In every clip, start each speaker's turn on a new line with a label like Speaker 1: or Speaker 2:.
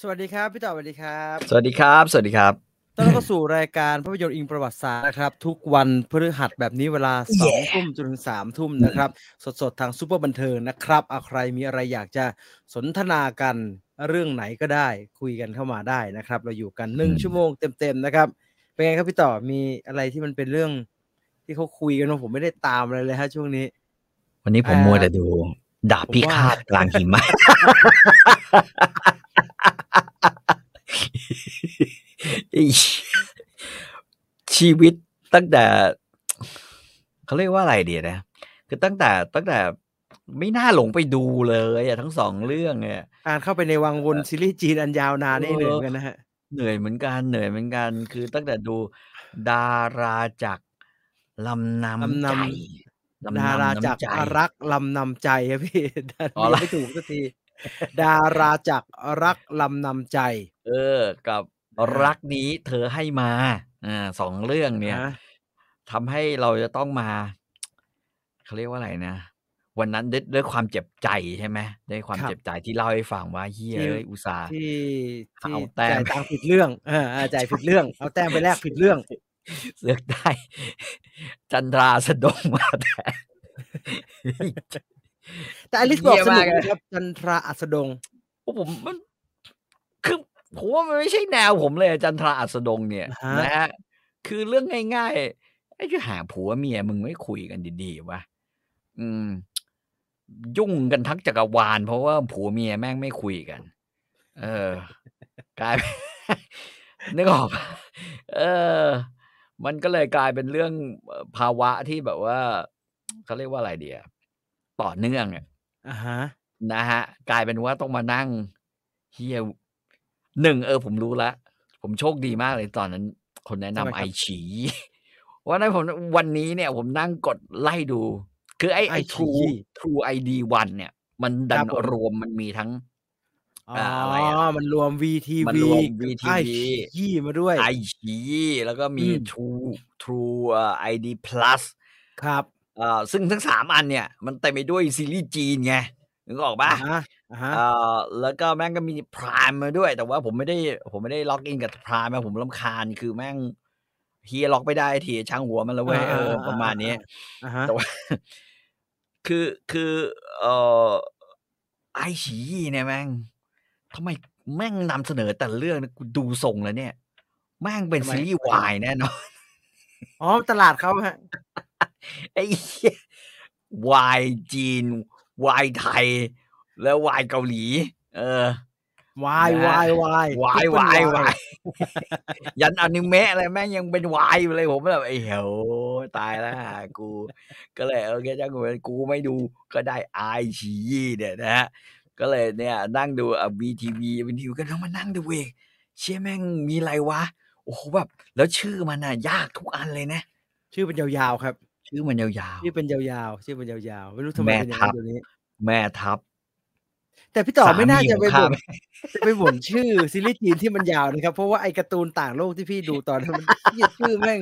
Speaker 1: สวัสดีครับพี่ต่อสวัสดีครับ
Speaker 2: สวัสดีครับ สวัสดีครับ
Speaker 1: ต้อนรับเข้าสู่รายการภาพยนตร์อิงประวัติศาสตร์นะครับ ทุกวันพฤหัสแบบนี้เวลาสองทุ่มจนถึงสามทุ่มนะครับ สดๆ ทางซูเปอร์บันเทิงนะครับเอาใครมีอะไรอยากจะสนทนากันเรื่องไหนก็ได้ คุยกันเข้ามาได้นะครับ เราอยู่กันหนึ่ง
Speaker 2: อืม
Speaker 1: ชั่วโมงเต็มๆนะครับ เป็นไงครับพี่ต่อมีอะไรที่มันเป็นเรื่อง ที่เขาคุยกันว่าผมไม่ได้ตามอะไรเลยฮะช่วงนี้
Speaker 2: วันนี้ผม
Speaker 1: อ่ามั
Speaker 2: มัวแต่ดู ดาบพิฆาต
Speaker 1: ผมว่า
Speaker 2: กลางหิ มะ อี๋ชีวิตตั้งแต่ เขาเรียกว่าอะไรเดียนะ คือตั้งแต่ตั้งแต่ไม่น่าหลงไปดูเลยอะทั้งสองเรื่องเนี่ย
Speaker 1: อ่านเข้าไปในวัง วนซีรีส์จีนอันยาวนานนี่เหนื่อยเหมือนกันนะฮะ
Speaker 2: เหนื่อยเหมือนกันเหนื่อยเหมือนกัน คือตั้งแต่ดูดาราจากลำ
Speaker 1: ลำ
Speaker 2: นำ
Speaker 1: นำ
Speaker 2: ใจ
Speaker 1: ดาน
Speaker 2: ลำำ
Speaker 1: รา
Speaker 2: น้ำ
Speaker 1: จาก
Speaker 2: ใจ
Speaker 1: อารักษ์ลำนำใจครับพี่ ดา
Speaker 2: อ๋อ
Speaker 1: รา
Speaker 2: ละ
Speaker 1: ไม่ถูกสักที ดาราจากอารักษ์ลำนำใจ
Speaker 2: เออ กับรักนี้เธอให้มาอ่าสองเรื่องเนี่ย
Speaker 1: นะ
Speaker 2: ทำให้เราจะต้องมา เขาเรียกว่าอะไรนะ วันนั้นด้วยด้วยความเจ็บใจใช่ไหมด้วยความเจ็บใจที่เล่าให้ฟังว่าเฮียเอ้ยอุตส่าห์
Speaker 1: ที่ที่
Speaker 2: เอาแต้ม
Speaker 1: จ่ายตังค์ผิดเรื่องเออ อ่าจ่ายผิดเรื่อง เอาแต้มไปแลกผิดเรื่อง
Speaker 2: เสือกได้ จันทราสะดงมาแต่
Speaker 1: แต่อลิสบอก
Speaker 2: เยี่ยม
Speaker 1: สนุ
Speaker 2: มาก กเลย
Speaker 1: นะครับจันทราอัสดง
Speaker 2: โอ้ผมมันคือผมว่ามันไม่ใช่แนวผมเลยอาจันทราอัสดงเนี่ย
Speaker 1: ฮะ
Speaker 2: นะฮะคือเรื่องง่ายๆไอ้ที่หาผัวเมียมึงไม่คุยกันดีๆวะอืม ยุ่งกันทั้งจักรวาล เพราะว่าผัวเมียแม่งไม่คุยกัน เออ กลายเป็น นึกออกปะเออ มันก็เลยกลายเป็นเรื่องเอ่อภาวะที่แบบว่าเขาเรียกว่าอะไรเดียต่อเนื่องอะ
Speaker 1: อ่าฮะ
Speaker 2: นะฮะกลายเป็นว่าต้องมานั่งเฮียหนึ่งเออ ผมรู้ละผมโชคดีมากเลยตอนนั้น คนแนะนำไอฉี วันนั้นผมวันนี้เนี่ย ผมนั่งกดไล่ดู คือไอไอทรูทรูไอดีวันเนี่ย มันดันรวมมันมีทั้ง
Speaker 1: อ๋อ
Speaker 2: อ่าอะไรอะ
Speaker 1: อมันรวม VTV
Speaker 2: มันรวม
Speaker 1: กับ
Speaker 2: VTV
Speaker 1: ไอ้ยี่มาด้วย
Speaker 2: ไอฉีแล้วก็มี
Speaker 1: อืม
Speaker 2: ทรูทรูไอดีพลัส
Speaker 1: ครับ
Speaker 2: เอ่อซึ่งทั้งสามอันเนี่ย มันเต็มไปด้วยซีรีส์จีนไงนึกออกปะ
Speaker 1: อ่าฮะอ่าฮะ
Speaker 2: เอ่อแล้วก็แม่งก็มีพรามมาด้วย แต่ว่าผมไม่ได้ผมไม่ได้ล็อกอินกับพรามนะผมลำคาญคือแม่งเฮียล็อกไม่ได้ทีช่างหัวมันแล้วเว้ยเออประมาณนี้
Speaker 1: อ่าฮะ
Speaker 2: แต่ว่า คือคือเอ่อไอฉีเนี่ยแม่งทำไมแม่งนำเสนอแต่เรื่องนะกูดูทรงแล้วเนี่ย แม่งเป็นซีรีส์วายแน่นอน
Speaker 1: อ๋อตลาดเขาฮะ
Speaker 2: ไอ้เหี้ยวายจีนวายไทย แล้ววายเกาหลี เออ
Speaker 1: วาย
Speaker 2: นะฮะ
Speaker 1: วายวาย
Speaker 2: วาย
Speaker 1: Triple
Speaker 2: วายวาย ยันอนิเมะอะไรแม่งยังเป็นวายอยู่เลยผมแบบไอ้เหี้ยตายแล้วอ่ะกู ก็เลยเออแค่จ้างกูไปกูไม่ดูก็ได้ไอชีเนี่ยนะฮะก็เลยเนี่ย นั่งดูบีทีวีบีทีวีก็ต้องมานั่งดูเองเชี่ยแม่งมีอะไรวะ โอ้โหแบบ แล้วชื่อมันน่ะ ยากทุกอันเลยนะ
Speaker 1: ชื่อเป็นยาวๆครับ
Speaker 2: ชื่อมันยาว
Speaker 1: ชื่อเป็นยาวๆ ชื่อเป็นยาวๆ ไม่รู้ทำไมเป็นอย่างนั้นเดี๋ยวนี้
Speaker 2: ๆ แม่ทัพ
Speaker 1: แต่พี่ต่อไม่น่าจะไป
Speaker 2: สามี
Speaker 1: บ่
Speaker 2: ของข้า
Speaker 1: นจะไปบ่นชื่อซีรีส์จีนที่มันยาวนะครับ เพราะว่าไอการ์ตูนต่างโลกที่พี่ดูตอนนั้นมันเหี้ยชื่อแม่ง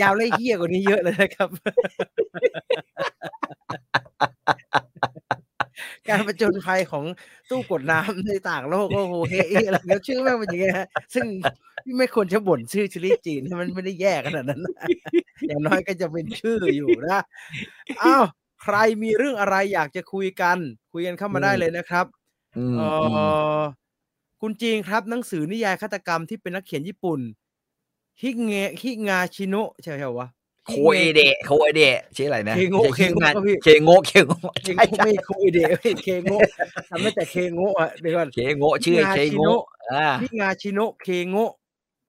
Speaker 1: ยาวและเฮี้ยกว่านี้เยอะเลยนะครับ การประจนภัยของตู้กดน้ำในต่างโลกโอ้โหเฮ้ยอะไรแล้วชื่อแม่งเป็นอย่างเงี้ยฮะซึ่งพี่ไม่ควรจะบ่นชื่อซีรีส์จีนให้มันไม่ได้แย่ขนาดนั้นนะอย่างน้อยก็จะเป็นชื่ออยู่นะอ้าวใครมีเรื่องอะไรอยากจะคุยกัน คุยกันเข้ามาได้เลยนะครับ
Speaker 2: อืม
Speaker 1: เอ
Speaker 2: อืม
Speaker 1: อคุณจีนครับหนังสือนิยายฆาตกรรมที่เป็นนักเขียนญี่ปุ่น ฮิเงะฮิงาชิโนะใช่ไหมวะ
Speaker 2: โคเอเดะโคเอเดะชื่ออะไรนะ
Speaker 1: เคโงะ
Speaker 2: ไม่ใช่ชื่องาน
Speaker 1: เคโงะครับพี่
Speaker 2: เค
Speaker 1: เค
Speaker 2: โงะเคโงะ
Speaker 1: โงะ
Speaker 2: ใช่
Speaker 1: ไม่คุยเดะไม่เคโงะทำได้แต่เคโงะอะเดี๋ยวก่อน
Speaker 2: เคโงะชื่อ
Speaker 1: เค
Speaker 2: เค
Speaker 1: โงะ
Speaker 2: โงะอ่า
Speaker 1: ฮิงาชิโนะเคโงะ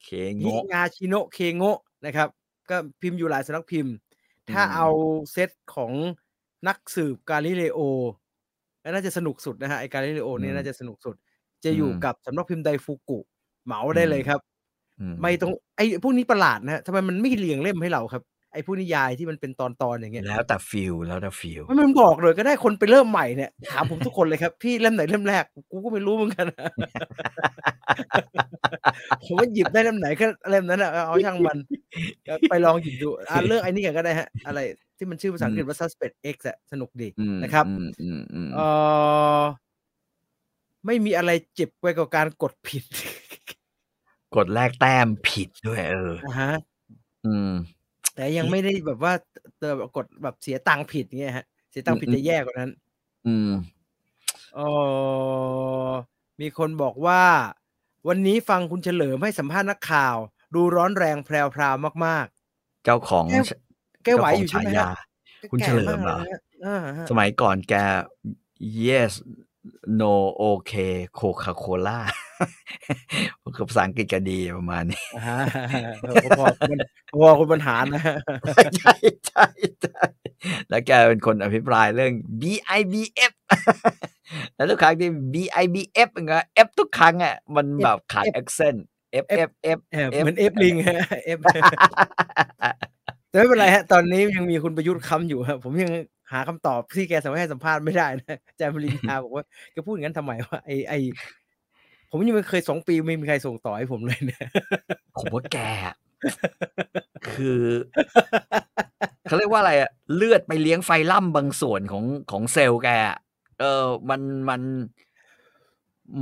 Speaker 2: เค
Speaker 1: ฮิ
Speaker 2: โงะ
Speaker 1: งาชิโนะเคโงะนะครับ ก็พิมพ์อยู่หลายสำนักพิมพ์ ถ้า
Speaker 2: อืม
Speaker 1: เอาเซตของนักสืบกาลิเลโอน่าจะสนุกสุดนะฮะไอกาลิเลโอเนี่ยน่าจะสนุกสุด จะอยู่กับสำนักพิมพ์ไดฟูกุเหมาได้เลยครับ
Speaker 2: อื
Speaker 1: ไม่ต้องไอ้พวกนี้ประหลาดนะฮะทำไมมันไม่เรียงเล่มให้เราครับ ไอ้พวกนิยายที่มันเป็นตอนตอนอย่างเงี้ย
Speaker 2: แล้วแต่ฟิลแล้วแต่ฟิล
Speaker 1: ไม่มันบอกเลยก็ได้คนไปเริ่มใหม่เนี่ยถามผมทุกคนเลยครับ พี่เล่มไหนเล่มแรก กูก็ไม่รู้เหมือนกัน ผมว่าหยิบได้เล่มไหนก็เล่มนั้นอะเอาช่างมันก็ไปลองหยิบดูอ่ะเลือกไอ้นี่กันก็ได้ฮะ อะไรที่มันชื่อภาษาอังกฤษว่า suspect x อะสนุกดี
Speaker 2: อืม
Speaker 1: นะครับ
Speaker 2: อืมอืมอืม
Speaker 1: เออ ไม่มีอะไรเจ็บไปกว่าการกดผิด
Speaker 2: กดแลกแต้มผิดด้วย เออ
Speaker 1: นะฮะ
Speaker 2: อืม
Speaker 1: แต่ยังไม่ได้แบบว่าเตอแบบกดแบบเสียตังค์ผิดเงี้ยฮะ เสียตังค์ผิด
Speaker 2: อืม
Speaker 1: จะแย่กว่านั้น
Speaker 2: อืม
Speaker 1: อ๋อมีคนบอกว่า วันนี้ฟังคุณเฉลิมให้สัมภาษณ์นักข่าว ดูร้อนแรงแพรวพราวมาก
Speaker 2: เจ้าของ
Speaker 1: แก้ว ๆ แกไหวอยู่ใช่ไหม
Speaker 2: เจ้าขงฉา
Speaker 1: ฮะ
Speaker 2: ยา คุณเฉลิมเหรอ
Speaker 1: แก่ากนะฮะอ่าฮะ
Speaker 2: สมัยก่อนแก yes no okay coca cola กับภาษาอังกฤษก็ดีประมาณนี้
Speaker 1: อ่าฮะ พอๆคุณพอๆคุณบรรหารนะฮะ
Speaker 2: ใช่ ใช่ใช่แล้วแกเป็นคนอภิปรายเรื่อง BIBF แล้วทุกครั้งที่ BIBF มันก็ F ทุกครั้งอ่ะมันแบบขาด accent F F F
Speaker 1: เออเหมือนเอฟลิงฮะเอฟ แต่ไม่เป็นไรฮะ ตอนนี้ยังมีคุณประยุทธ์คำอยู่ฮะผมยังหาคำตอบที่แกสามารถให้สัมภาษณ์ไม่ได้นะอาจารย์ปริญญาบอกว่าแกพูดอย่างนั้นทำไมวะไอไอผมยังไม่เคยสองปีไม่มีใครส่งต่อให้ผมเลยนะ
Speaker 2: ผมว่าแกอะคือ เขาเรียกว่าอะไรอะเลือดไปเลี้ยงไฟล่ำบางส่วนของของเซลล์แกอะเออ มันมัน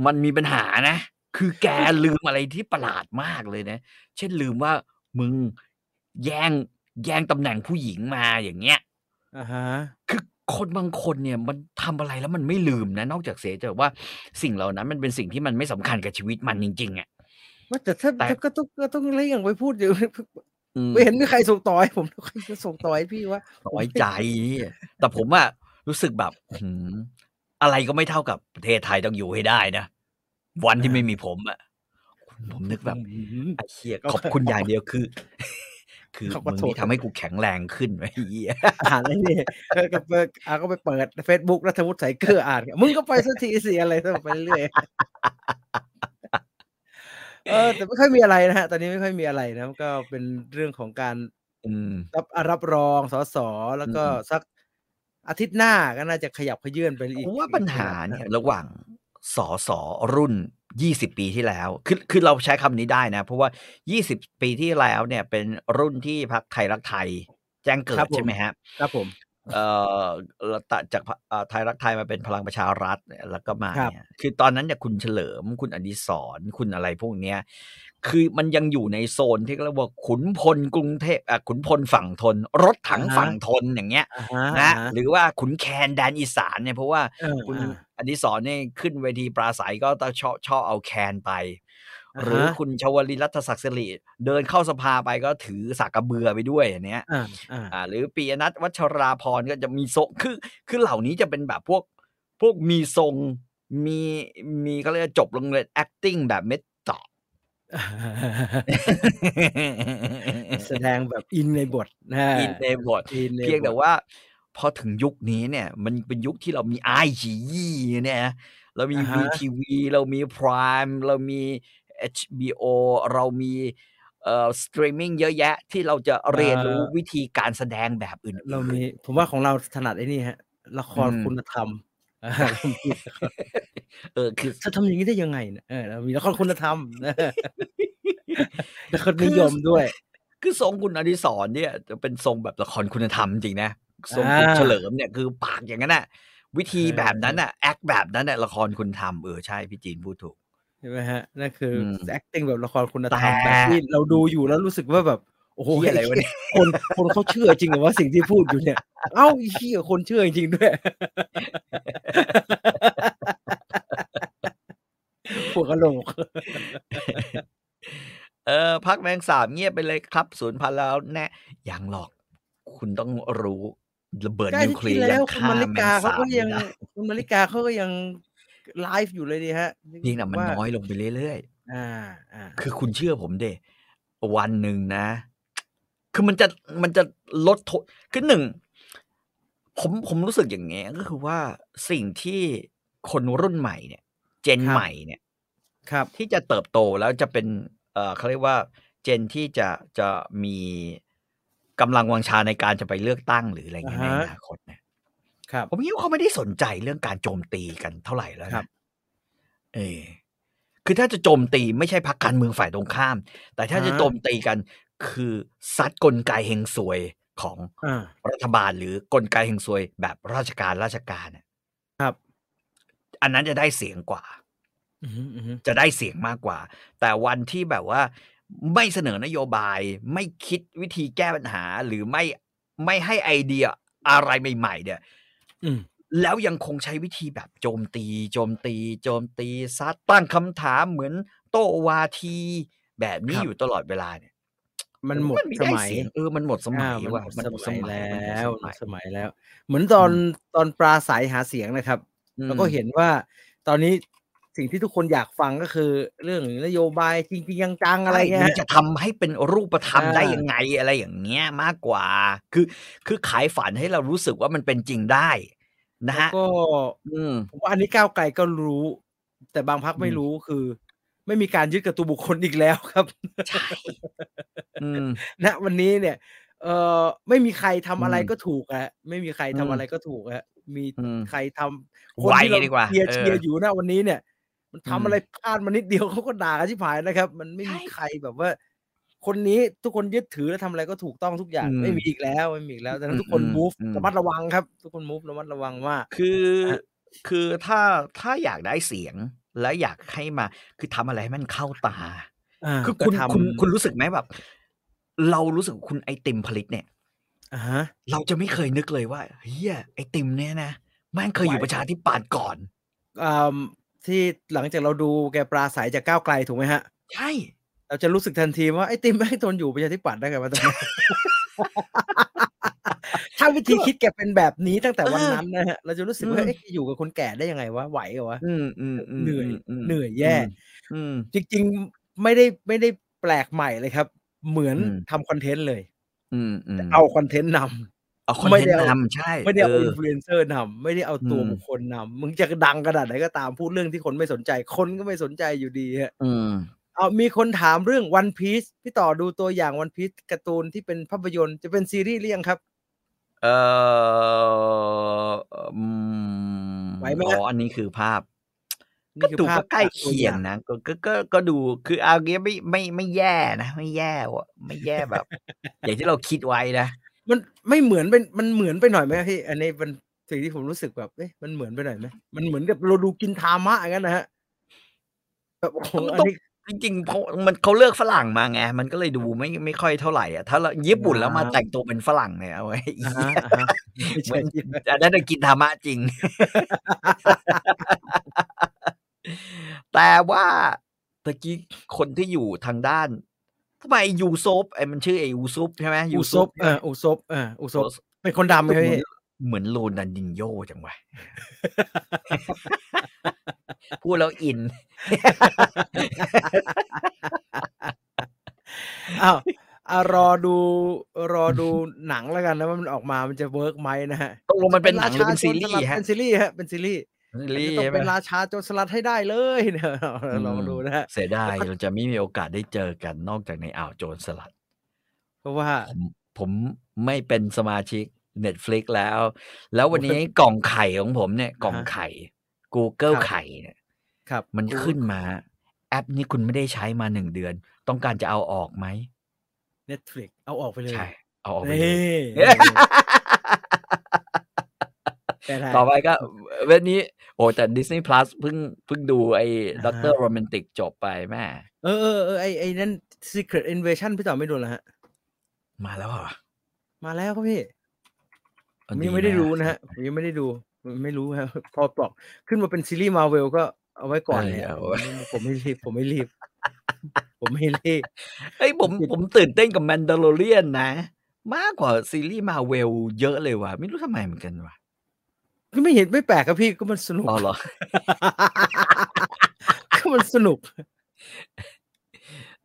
Speaker 2: มันมีปัญหานะ คือแกลืมอะไรที่ประหลาดมากเลยนะ เช่นลืมว่ามึงแย่งแย่งตำแหน่งผู้หญิงมาอย่างเงี้ย
Speaker 1: อ่าฮะ
Speaker 2: คือคนบางคนเนี่ยมันทำอะไรแล้วมันไม่ลืมนะ นอกจากเสียใจว่าสิ่งเหล่านั้นมันเป็นสิ่งที่มันไม่สำคัญกับชีวิตมันจริงๆอะ
Speaker 1: ว่าแต่ถ้า
Speaker 2: แต่
Speaker 1: ถ้าก็ต้องก็ต้องเลี่ยงไปพูดอยู่
Speaker 2: อืม
Speaker 1: ไม่เห็นมีใครส่งต่อให้ผม ใครจะส่งต่อให้พี่วะ
Speaker 2: น้อยใจ แต่ผมอะรู้สึกแบบหืมอะไรก็ไม่เท่ากับประเทศไทยต้องอยู่ให้ได้นะ วันที่ไม่มีผมอะผมนึกแบบไอ้เฮียขอบคุณอย่างเดียวคือ คือ
Speaker 1: เขาก็
Speaker 2: มึง
Speaker 1: โทษ
Speaker 2: ที่ทำให้กูแข็งแรงขึ้นไว้ยเฮีย
Speaker 1: อ่านแล้วนี่ก็ก็ไปอ่าก็ไปเปิด Facebook รัฐวุฒิสายเกลืออ่าน มึงก็ไปสักทีสิอะไรสักไปเรื่อยเออแต่ไม่ค่อยมีอะไรนะฮะ ตอนนี้ไม่ค่อยมีอะไรนะก็เป็นเรื่องของการ
Speaker 2: อืม
Speaker 1: รับรับรองสสแล้วก็
Speaker 2: อืม
Speaker 1: สักอาทิตย์หน้าก็น่าจะขยับขยื่นไปอีก
Speaker 2: ผมว่าปัญหาเนี่ยระหว่างสอสอรุ่น 20 ปีที่แล้ว คือคือเราใช้คำนี้ได้นะ เพราะว่า 20 ปีที่แล้วเนี่ย เป็นรุ่นที่พักไทยรักไทย แจ้งเกิดใช่ไหมฮะ
Speaker 1: ครับผม
Speaker 2: เอ่อเราตัดจากพรรคเอ่อไทยรักไทยมาเป็นพลังประชารัฐเนี่ยแล้วก็มา
Speaker 1: ครับ
Speaker 2: เนี่ยคือตอนนั้นเนี่ยคุณเฉลิมคุณอดิศรณ์คุณอะไรพวกเนี้ย คือมันยังอยู่ในโซนที่เรียกว่าขุนพลกรุงเทพอ่ะขุนพลฝั่งทน รถถังฝั่งทนอย่างเงี้ย
Speaker 1: อ่าฮะ
Speaker 2: นะ
Speaker 1: อ่าฮะ
Speaker 2: หรือว่าขุนแคนแดนอีสานเนี่ยเพราะว่า
Speaker 1: เออ
Speaker 2: คุณ
Speaker 1: อ่า
Speaker 2: อดิศรณ์เนี่ยขึ้นเวทีปราศัยก็ต้องชอบชอบเอาแคนไป
Speaker 1: อ่าฮะ
Speaker 2: หรือคุณชวลิตรัตศักดิ์สิริเดินเข้าสภาไปก็ถือสากกระเบือไปด้วยอย่างเนี้ย
Speaker 1: อ่าอ่า
Speaker 2: อ่าหรือปียนัทวัชราพรก็จะมีโซคือคือเหล่านี้จะเป็นแบบพวกพวกมีทรงมีมีเขาเรียกว่าจบโรงเรียน acting แบบ เม็ดต่อ
Speaker 1: แสดงแบบอินในบทนะฮะ
Speaker 2: อินในบท
Speaker 1: อินใน
Speaker 2: เพียง
Speaker 1: บ
Speaker 2: แต่
Speaker 1: ท
Speaker 2: ว่า พอถึงยุคนี้เนี่ย มันเป็นยุคที่เรามีไอจียี่เนี่ยนะเรามี
Speaker 1: อ่าฮะ
Speaker 2: วีทีวีเรามี Prime เรามี HBO เรามีเอ่อสตรีมมิ่งเยอะแยะที่เราจะเรียนรู้วิธีการแสดงแบบอื่นๆ
Speaker 1: เรามีผมว่าของเราถนัดไอ้นี่ฮะ ละคร
Speaker 2: อืม
Speaker 1: คุณธรรมเอ อ
Speaker 2: เออคือ
Speaker 1: จะทำอย่างนี้ได้ยังไงเนี่ยเออเรามีละครคุณธรรม นะละครนิยม ด้วย
Speaker 2: คือทรงคุณอดิศรเนี่ยจะเป็นทรงแบบละครคุณธรรมจริงนะทรงคุณ
Speaker 1: อ่า
Speaker 2: เฉลิมเนี่ยคือปากอย่างนั้นน่ะวิธี
Speaker 1: เออ
Speaker 2: แบบนั้นน่ะแอคแบบนั้นน่ะละครคุณธรรมเออใช่พี่จีนพูดถูก
Speaker 1: ใช่ไหมฮะนั่นคืออ
Speaker 2: ม
Speaker 1: acting แบบละครคุณธรรม
Speaker 2: แต่
Speaker 1: แบบที่เราดูอยู่แล้วรู้สึกว่าแบบ โอ้โห
Speaker 2: เหี้ยอะไรวะเนี่ย
Speaker 1: คนคนเขาเชื่อจริงเหรอว่าสิ่งที่พูดอยู่ เนี่ย เอ้าไอ้เฮียคนเชื่อจริงๆด้วย พวกกระโหลก
Speaker 2: เออพักแมงสาบเงียบไปเลยครับศูนย์พันธุ์แล้วแนะยังหรอกคุณต้องรู้ระเบิด
Speaker 1: ใกล้
Speaker 2: นิว
Speaker 1: ที่
Speaker 2: เค
Speaker 1: จ
Speaker 2: ลี
Speaker 1: ริ
Speaker 2: ย
Speaker 1: ง
Speaker 2: ร์
Speaker 1: แล้
Speaker 2: ยั
Speaker 1: ว
Speaker 2: ง
Speaker 1: คุณ
Speaker 2: ฆ่า
Speaker 1: มาริ
Speaker 2: แม
Speaker 1: กาง เขา
Speaker 2: สาบ
Speaker 1: ก็
Speaker 2: ไม่
Speaker 1: ยัง
Speaker 2: ได้
Speaker 1: คุณมาริกาเขาก็ยังไลฟ์อยู่เลยดีฮะ
Speaker 2: เพียงแต่มัน
Speaker 1: ว่า
Speaker 2: น้อยลงไปเรื่อยๆ
Speaker 1: อ่าอ่า
Speaker 2: คือคุณเชื่อผมเดวันหนึ่งนะ คือมันจะมันจะลดโทคือหนึ่ง ผมผมรู้สึกอย่างเงี้ยก็คือว่าสิ่งที่คนรุ่นใหม่เนี่ย เจนใหม่เนี่ย
Speaker 1: ครับ
Speaker 2: ที่จะเติบโตแล้วจะเป็น เอ่อเขาเรียกว่า เจนที่จะจะมีกำลังวังชาในการจะไปเลือกตั้งหรืออะไรเงี้ยใน
Speaker 1: อ่าฮะ
Speaker 2: อนาคตเนี่ย
Speaker 1: ครับ
Speaker 2: ผมคิดว่าเขาไม่ได้สนใจเรื่องการโจมตีกันเท่าไหร่แล้วนะครับ เออ คือถ้าจะโจมตีไม่ใช่พักการเมืองฝ่ายตรงข้าม แต่ถ้าจะโจมตีกัน คือซัดกลไกเฮงซวยของ
Speaker 1: อ่า
Speaker 2: รัฐบาลหรือกลไกเฮงซวยแบบราชการราชการน่ะ
Speaker 1: ครับ
Speaker 2: อันนั้นจะได้เสียงกว่า
Speaker 1: อือฮึอือฮึ
Speaker 2: จะได้เสียงมากกว่า แต่วันที่แบบว่า ไม่เสนอนโยบาย ไม่คิดวิธีแก้ปัญหา หรือไม่ไม่ให้ไอเดียอะไรใหม่ ๆ เนี่ย
Speaker 1: อืม
Speaker 2: แล้วยังคงใช้วิธีแบบโจมตี โจมตี โจมตีซัดตั้งคำถามเหมือนโต้วาที แบบนี้อยู่ตลอดเวลาเนี่ย
Speaker 1: มันหมด
Speaker 2: ไ
Speaker 1: สมัย
Speaker 2: เงเออมันหมดสมัย
Speaker 1: อ่ามัน
Speaker 2: ว่ะ
Speaker 1: หมด
Speaker 2: มัน
Speaker 1: ส
Speaker 2: หมดส
Speaker 1: มัย
Speaker 2: มัย
Speaker 1: แล้
Speaker 2: มันห
Speaker 1: ว
Speaker 2: มดสมัย
Speaker 1: สมัยแล้ว เหมือนตอนตอนปราศัยหาเสียงนะครับ แล้วก็เห็นว่าตอนนี้สิ่งที่ทุกคนอยากฟังก็คือ เรื่องนโยบายจริงๆจังๆอะไรเงี้
Speaker 2: มั
Speaker 1: ย
Speaker 2: นจะทำให้เป็นรูปธรรม
Speaker 1: อ่า
Speaker 2: ได้ยังไงอะไรอย่างเงี้ยมากกว่า คือคือขายฝันให้เรารู้สึกว่ามันเป็นจริงได้นะ
Speaker 1: แล้ว
Speaker 2: ฮะ
Speaker 1: ก็
Speaker 2: อืม
Speaker 1: ผมว่าอันนี้ก้าวไกลก็รู้ แต่บางพักไม่
Speaker 2: อืม
Speaker 1: รู้คือ ไม่มีการยึดกับตัวบุคคลอีกแล้ว ครับ
Speaker 2: ใช่อืม
Speaker 1: ณวันนี้เนี่ย เออไม่มีใครทำอะไร
Speaker 2: อืม
Speaker 1: ก็ถูกอะฮะไม่มีใครทำ
Speaker 2: อืม
Speaker 1: อะไรก็ถูกอะฮะมี
Speaker 2: อืม
Speaker 1: ใครทำ
Speaker 2: ไว
Speaker 1: ที่เรา
Speaker 2: ดีกว่า
Speaker 1: เชียร์
Speaker 2: เออ
Speaker 1: เชียร์อยู่นะวันนี้เนี่ย มันทำ
Speaker 2: อืม
Speaker 1: อะไรพลาดมานิดเดียว เขาก็ด่ากันชิบหายนะครับ มันไม่มี
Speaker 2: ใช่
Speaker 1: ใครแบบว่า คนนี้ทุกคนยึดถือและทำอะไรก็ถูกต้องทุกอย่าง
Speaker 2: อืม
Speaker 1: ไม่มีอีกแล้วไม่มีอีกแล้วดังนั้
Speaker 2: อื
Speaker 1: น
Speaker 2: ม
Speaker 1: ทุกคน
Speaker 2: อืม
Speaker 1: มูฟ
Speaker 2: อืม
Speaker 1: ระมัดระวังครับ ทุกคนมูฟระมัดระวังมาก
Speaker 2: คือ
Speaker 1: ฮะ
Speaker 2: คือถ้าถ้าอยากได้เสียงและอยากให้มา คือทำอะไรให้มันเข้าตา
Speaker 1: อ่า
Speaker 2: คือ
Speaker 1: ก็
Speaker 2: คุณ
Speaker 1: ทำ
Speaker 2: คุณคุณรู้สึกไหมแบบ เรารู้สึกคุณไอติมผลิตเนี่ย
Speaker 1: อ่าฮะ
Speaker 2: เราจะไม่เคยนึกเลยว่าเฮียไอติมเนี่ยนะแม่งเคยอยู่
Speaker 1: ไหว
Speaker 2: ประชาธิปัตย์ก่อน
Speaker 1: อ่าที่หลังจากเราดูแกปราศัยจากก้าวไกลถูกไหมฮะ
Speaker 2: ใช่
Speaker 1: เราจะรู้สึกทันทีว่าไอ้ติมแม่งทนอยู่ประชาธิปัตย์ได้ไง วะตอนนี้ ถ้าวิธีคิดแกเป็นแบบนี้ตั้งแต่วันนั้นนะฮะเราจะรู้สึกว่าเอ๊ะแกอยู่กับคนแก่ได้ยังไงวะไหวเหรอวะ
Speaker 2: อืมอืมอืม
Speaker 1: เหนื่อย
Speaker 2: ม
Speaker 1: เหนื่อยแย่
Speaker 2: อืม
Speaker 1: จริงๆไม่ได้ไม่ได้แปลกใหม่เลยครับ เหมือน
Speaker 2: อืม
Speaker 1: ทำคอนเทนต์เลย
Speaker 2: อืมอืม
Speaker 1: เอาคอนเทนต์น
Speaker 2: เอาคอน
Speaker 1: ไม่
Speaker 2: เทน
Speaker 1: ได้
Speaker 2: ต์
Speaker 1: เอา
Speaker 2: นำใช่
Speaker 1: ำไม่ได้เอา
Speaker 2: เอ
Speaker 1: อิน
Speaker 2: อ
Speaker 1: ฟลูเอนเซอร์นำไม่ได้เอาตัว
Speaker 2: อืม
Speaker 1: บุคคลนำมึงจะดังขนาดไหนก็ตามพูดเรื่องที่คนไม่สนใจ คนก็ไม่สนใจอยู่ดีฮะ
Speaker 2: อืม
Speaker 1: เอามีคนถามเรื่องวันพี e พี่ต่อดูตัวอย่างวันพี e การ์ตูนที่เป็นภาพยนตร์จะเป็นซีรีส์หรือยังครับ
Speaker 2: เอออืม
Speaker 1: ไหวไหมฮะ
Speaker 2: อ๋ออันนี้คือภาพ
Speaker 1: นี่
Speaker 2: ก็
Speaker 1: คือ
Speaker 2: ดู
Speaker 1: ภาพ
Speaker 2: ก็ใกล้
Speaker 1: จากตัว
Speaker 2: เคี
Speaker 1: อย
Speaker 2: ง
Speaker 1: ย่าง
Speaker 2: นะก็ก็ก็ก็ดูคือเอาเงี้ยไม่ไม่ไม่แย่นะไม่แย่วะไม่แย่แบบ อย่างที่เราคิดไว้นะ
Speaker 1: มันไม่เหมือนเป็นมันเหมือนไปหน่อยไหมพี่อันนี้เป็นสิ่งที่ผมรู้สึกแบบเอ๊ะมันเหมือนไปหน่อยไหมมันเหมือนกับเราดูกินทามะอย่างนั้นนะฮะแบบโอ้โห
Speaker 2: มัน
Speaker 1: อัน
Speaker 2: ต้อง
Speaker 1: นี้
Speaker 2: จริงๆเขามันเขาเลือกฝรั่งมาไงมันก็เลยดูไม่ไม่ค่อยเท่าไหร่อ่ะถ้าเราญี่ปุ่นแล้วมาแต่งตัวเป็นฝรั่ง เนี่ยเอาไว้อี
Speaker 1: อ่าก ฮะอ่าฮะไม่
Speaker 2: เห
Speaker 1: ใช
Speaker 2: มื
Speaker 1: ่
Speaker 2: อนอันนั้นนะกินธรรมะจริง แต่ว่าตะกี้คนที่อยู่ทางด้านทำไมยูซุปไอ้มันชื่อไอ้ยูซุปใช่ไหม
Speaker 1: อุ
Speaker 2: ยู
Speaker 1: ซบเอออุซบเอออุซบเป็นคนดำไหม
Speaker 2: เหมือน
Speaker 1: พี่
Speaker 2: เหมือนโรนันดินโยจั งวะ พูดแล้วอิน
Speaker 1: อ้าวอ่ะรอดูรอดูหนังแล้วกันนะว่ามันออกมามันจะเวิร์กไหมนะฮะ
Speaker 2: ตกลงมันเป็นหนังหรือเป็นซีรีส์ฮะ
Speaker 1: เป็นซีรีส์ฮะเป็นซีรีส์
Speaker 2: ซี
Speaker 1: อัน
Speaker 2: รี
Speaker 1: นี้ต้อง
Speaker 2: ส์ใช่ไหม
Speaker 1: เป็นราชาโจรสลัดให้ได้เลย เนี่ยลองดูนะฮะ
Speaker 2: เสียดายเราจะไม่มีโอกาสได้เจอกันนอกจากในอ่าวโจรสลัด
Speaker 1: เพราะว่า
Speaker 2: ผมผมไม่เป็นสมาชิก Netflix แล้ว แล้ววันนี้กล่องไข่ของผมเนี่ย กล่องไข่ Google
Speaker 1: ครับ
Speaker 2: ไข่เนี่ย
Speaker 1: ครับ
Speaker 2: มัน
Speaker 1: กู
Speaker 2: ขึ้นมา แอปนี้คุณไม่ได้ใช้มาหนึ่งเดือน ต้องการจะเอาออกไหม
Speaker 1: เน็ตฟลิกเอาออกไปเลย
Speaker 2: ใช่ เอาออกไปเล
Speaker 1: นี่
Speaker 2: ย
Speaker 1: นี่แต่ละ
Speaker 2: ต่อไปก็เว็บนี้ โอ้แต่ Disney Plus เพิ่งเพิ่งดูไอ้
Speaker 1: อ่าฮะ
Speaker 2: ด็อกเตอร์โรแมนติกจบไปแม่
Speaker 1: เออเออเออไอไอนั่น Secret Invasion พี่ต่อไม่ดูแล้วฮะ
Speaker 2: มาแล้วเหรอ
Speaker 1: มาแล้วครับพี่ผ
Speaker 2: เอา
Speaker 1: ม
Speaker 2: ห
Speaker 1: ยังไม่ได้ดูนะฮะผมยังไม่ได้ดูผมไม่รู้ฮะพอบอกขึ้นมาเป็นซีรีส์มาเวลก็เอาไว้ก่อนเลยฮะผมไม่ผมไม่รีบผมไม่รีบ ผมไม่รีบ
Speaker 2: เอ้ยผม
Speaker 1: ผมติด
Speaker 2: ผมตื่นเต้นกับแมนดา l o เรียนนะ มากกว่าซีรีส์มาเวลเยอะเลยว่ะ ไม่รู้ทำไมเหมือนกันว่ะ
Speaker 1: ก็ไม่เห็นไม่แปลกครับพี่ก็มันสนุก
Speaker 2: อ๋อเหรอ
Speaker 1: ก็มันสนุก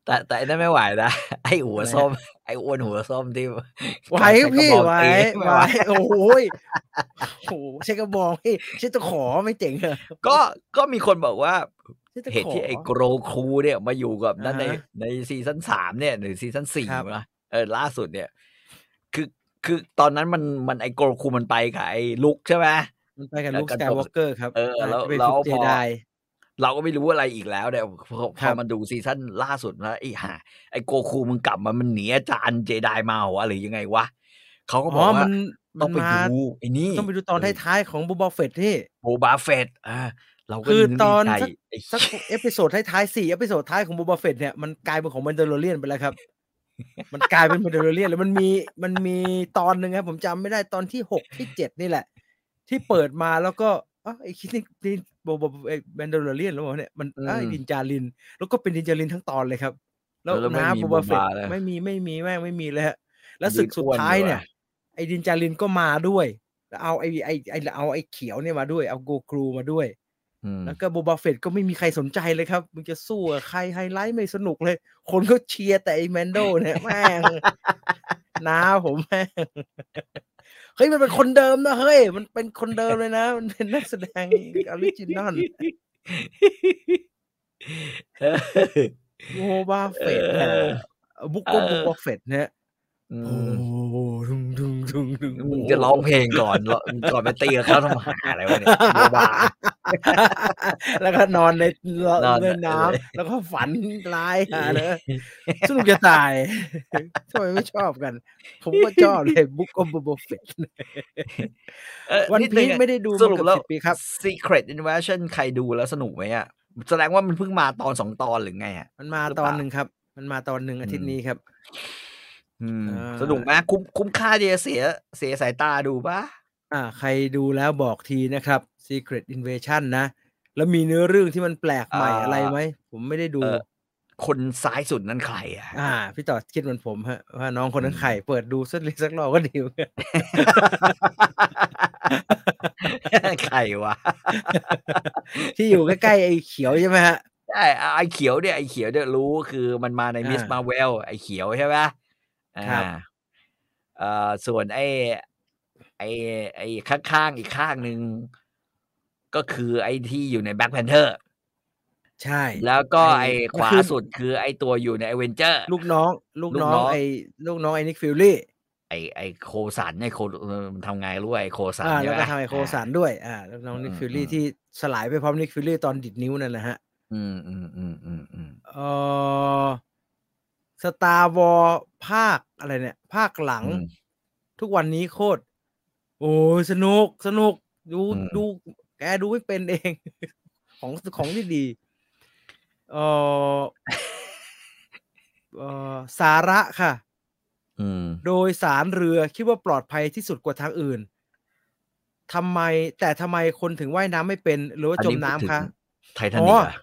Speaker 2: แต่แต่ไอ้นั่นไม่ไหวนะ ไอ้หัว
Speaker 1: อะไรฮะ
Speaker 2: ส้ม ไอ้อ้วนหัวส้มที่
Speaker 1: ไหว
Speaker 2: กำลัง
Speaker 1: พี่
Speaker 2: ใช้กระบอง
Speaker 1: ไหวไห
Speaker 2: ตี
Speaker 1: ว
Speaker 2: ไม่ ไหว
Speaker 1: โอ้โหยโอ้โหใช้กระบองพี่ใช้ตะขอไม่เจ๋งเหรอ
Speaker 2: ก็ก็มีคนบอกว่า
Speaker 1: ใช้ตะ
Speaker 2: เห
Speaker 1: ข
Speaker 2: ตุ
Speaker 1: อ
Speaker 2: ที่ไอ้โกรคูเนี่ยมาอยู่กับนั้นใน
Speaker 1: อ่าฮะ
Speaker 2: ในซีซั่นสามเนี่ยหรือซีซั่นสี่
Speaker 1: ครับ
Speaker 2: นะเออล่าสุดเนี่ย คือคือตอนนั้นมันมันไอ้โกรคูมันไปกับไอ้ลุกใช่ไหม
Speaker 1: มันไปกับ
Speaker 2: แล้ว
Speaker 1: ลูก
Speaker 2: กั
Speaker 1: ส
Speaker 2: น
Speaker 1: กา
Speaker 2: ต
Speaker 1: ย
Speaker 2: บ
Speaker 1: วอล์กเกอร์ครับ
Speaker 2: เออแล้
Speaker 1: น่า
Speaker 2: ว
Speaker 1: จะเป็น
Speaker 2: แล้ว
Speaker 1: ซุปเจ
Speaker 2: พอ
Speaker 1: ได
Speaker 2: เราก็ไม่รู้อะไรอีกแล้วเนี่ยพอพ
Speaker 1: ครั
Speaker 2: อบ มาดูซีซั่นล่าสุดแล้วไอ้ห่าไอ้โกคูมึงกลับมามันหนีอาจารย์เจไดมาเหรอวะหรือยังไงวะเขาก็บ
Speaker 1: อ๋
Speaker 2: อ
Speaker 1: อก
Speaker 2: ว่า
Speaker 1: มันมั
Speaker 2: ต้อง
Speaker 1: น
Speaker 2: ไป
Speaker 1: มา
Speaker 2: ดูไอ้นี่
Speaker 1: ต้องไปดูตอนท้ายๆของบูบอเฟตที่
Speaker 2: โบบาเฟตอ่า เราก็
Speaker 1: คือตอน
Speaker 2: ดีใจ
Speaker 1: สัก
Speaker 2: ไอ้
Speaker 1: สักเอพิโซดท้ายๆสี่เอพิโซดท้ายของบูบาเฟตเนี่ยมันกลายเป็นของมันเดโลเรียนไปแล้วครับ มันกลายเป็นมันเดโลเรียนแล้วมันมีมันมีตอนหนึ่งครับผมจำไม่ได้ตอนที่หกที่เจ็ดนี่แหละ ที่เปิดมาแล้วก็อ๋อไอ้คิดนี่นี่บูบาไอ้แมนเดโลเรียนแล้วเหรอเนี่ยมันเอ้ยดินจาริน แล้วก็เป็นดินจารินทั้งตอนเลยครับ แล้ว
Speaker 2: แล้วไม่
Speaker 1: นะ
Speaker 2: มี
Speaker 1: บูบาเฟต
Speaker 2: Boba แล้ว
Speaker 1: ไม่มีไม่มีแม่งไม่มีเลยฮะแล้ว
Speaker 2: มี
Speaker 1: ศึกสุด
Speaker 2: อ้วน
Speaker 1: ท้าย
Speaker 2: ด้วย
Speaker 1: เนี่ย ไอ้ดินจารินก็มาด้วยแล้วเอาไอ้ไอ้ไอ้เอาไอ้เขียวเนี่ยมาด้วยเอาโกครูมาด้วย
Speaker 2: อืม
Speaker 1: แล้วก็โบบาเฟตก็ไม่มีใครสนใจเลยครับ มึงจะสู้กับใครไฮไลท์ไม่สนุกเลย คนก็เชียร์แต่ไอ้แมนโดเนี่ย แม่ง นาผมแม่ง เฮ้ย มันเป็นคนเดิมนะ เฮ้ย มันเป็นคนเดิมเลยนะ มันเป็นนักแสดงออริจินอล
Speaker 2: เออ
Speaker 1: โบบาเฟต
Speaker 2: เออ
Speaker 1: บุก
Speaker 2: เอ
Speaker 1: ก็
Speaker 2: อ
Speaker 1: บุกบาเฟตเนี่ย
Speaker 2: อื
Speaker 1: โอ้
Speaker 2: ม
Speaker 1: โหดึงดึงดึงดึง
Speaker 2: มึงจะร้องเพลงก่อน แล้วก่อนไปตีกับเขาทำหาอะไรวะ เนี่ยบ้า
Speaker 1: แล้วก็นอนใน
Speaker 2: นอน
Speaker 1: ในน้ำแล้วก็ฝันร้ายหาเลย สนุกจะตาย ทำไมไม่ชอบกัน ผมก็ชอบเลยบุ๊กอมบ a เฟต
Speaker 2: เอ่อ
Speaker 1: วัน
Speaker 2: ด
Speaker 1: พี
Speaker 2: งอะ
Speaker 1: ไม่ได้ดู
Speaker 2: ส
Speaker 1: มา
Speaker 2: รุป
Speaker 1: เกือบ
Speaker 2: แล้ว
Speaker 1: สิบปีครับ
Speaker 2: Secret Invasion ใครดูแล้วสนุกไหมอ่ะ แสดงว่ามันเพิ่งมาตอนสองตอนหรือไงอ่ะ
Speaker 1: มันมา
Speaker 2: หรือเป
Speaker 1: ตอ
Speaker 2: ล่า
Speaker 1: นหนึ่งครับ มันมาตอนหนึ่งอาทิต
Speaker 2: อื
Speaker 1: ย์
Speaker 2: ม
Speaker 1: นี้ครับ
Speaker 2: อืม
Speaker 1: อ่า
Speaker 2: สนุกไหมคุ้มคุ้มค่าเดียเสียเสียสายตาดูปะ
Speaker 1: อ่า ใครดูแล้วบอกทีนะครับ Secret Invasion นะ แล้วมีเนื้อเรื่องที่มันแปลกใหม่อะไรไหม ผมไม่ได้ดู
Speaker 2: เออคนซ้ายสุดนั่นใครอ่ะ
Speaker 1: อ่า พี่ต่อคิดเหมือนผมฮะ ว่าน้องคนนั้น
Speaker 2: อืม
Speaker 1: ไข่เปิดดูสักเล็ กสักรอบก็ดีเหมือนกัน
Speaker 2: ใครวะ
Speaker 1: ที่อยู่ใกล้ๆไอ้เขียวใช่ไหมฮะ
Speaker 2: ใช่อ่ะไอเขียวเนี่ยไอเขียวเนี่ยรู้คือมันมาในมิส
Speaker 1: อ่า
Speaker 2: มาเวลไอเขียวใช่ไหมอ่า
Speaker 1: ครับ
Speaker 2: เอ่อส่วนไอไอไอข้างๆอีกข้างหนึ่งก็คือไอที่อยู่ในแบ็คแพนเทอร์
Speaker 1: ใช่
Speaker 2: แล้วก็
Speaker 1: ไอ้
Speaker 2: ไอ้
Speaker 1: ก็
Speaker 2: ขวา
Speaker 1: คือ
Speaker 2: สุดคือไอ้ตัวอยู่ในเอเวนเจอร์
Speaker 1: ลูกน้อง ลูก
Speaker 2: ลูก
Speaker 1: น้อง
Speaker 2: น้อง
Speaker 1: ไอ้ลูกน้องไอ้นิกฟิลลี่
Speaker 2: ไอ้ไอ้โคสันไอ้โคเออมันทำไงรู้ไอ้โคสัน
Speaker 1: อ่า
Speaker 2: ใช่
Speaker 1: แล้ว
Speaker 2: ปะ
Speaker 1: ก็ทำไอโคสั
Speaker 2: อ่า
Speaker 1: นด้วยอ่าแล้วน้องนิก
Speaker 2: อืม
Speaker 1: ฟิลลี่
Speaker 2: อืม
Speaker 1: ที่สลายไปพร้อมนิกฟิลลี่ตอนดิดนิ้วนั่นแหละฮะ
Speaker 2: อืมอืมอืมอืมอืม
Speaker 1: เออสตาร์วอลภาคอะไรเนี่ย ภาคหลัง
Speaker 2: อืม
Speaker 1: ทุกวันนี้โคตร โอ้ยสนุกสนุก ดู
Speaker 2: อืม
Speaker 1: ดู แกดูไม่เป็นเอง ของของที่ดีเออ เออสาระค่ะ
Speaker 2: อืม
Speaker 1: โดยสารเรือคิดว่าปลอดภัยที่สุดกว่าทางอื่น ทำไมแต่ทำไมคนถึงว่ายน้ำไม่เป็น หรือว่าจมน้ำคะ
Speaker 2: ไททานิกอะ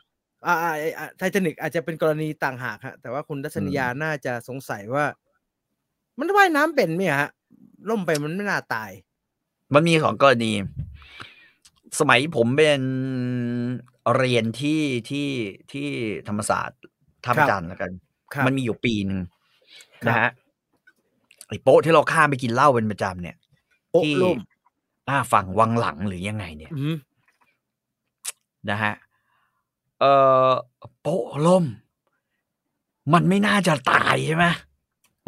Speaker 1: อ่าอ่าไอ้อ่าไททานิกอาจจะเป็นกรณีต่างหากฮะแต่ว่าคุณดัชนียาน่าจะสงสัยว่า มันว่ายน้ำเป็นไหมฮะ ล่มไปมันไม่น่าตาย
Speaker 2: มันมีของกรณี สมัยผมเป็นเรียนที่ที่ที่ธรรมศาสตร์ท่าพระจันทร์แล้วกัน
Speaker 1: ครับ
Speaker 2: มันมีอยู่ปีหนึ่ง
Speaker 1: ครับ
Speaker 2: นะฮะไอ้โป๊ะที่เราข้ามไปกินเหล้าเป็นประจำเนี่ย
Speaker 1: โป๊ะ
Speaker 2: ที่
Speaker 1: ล่ม
Speaker 2: อ่าฝั่งวังหลังหรือยังไงเนี่ย
Speaker 1: อืม
Speaker 2: นะฮะ เอ่อโปะล่ม มันไม่น่าจะตายใช่ไหม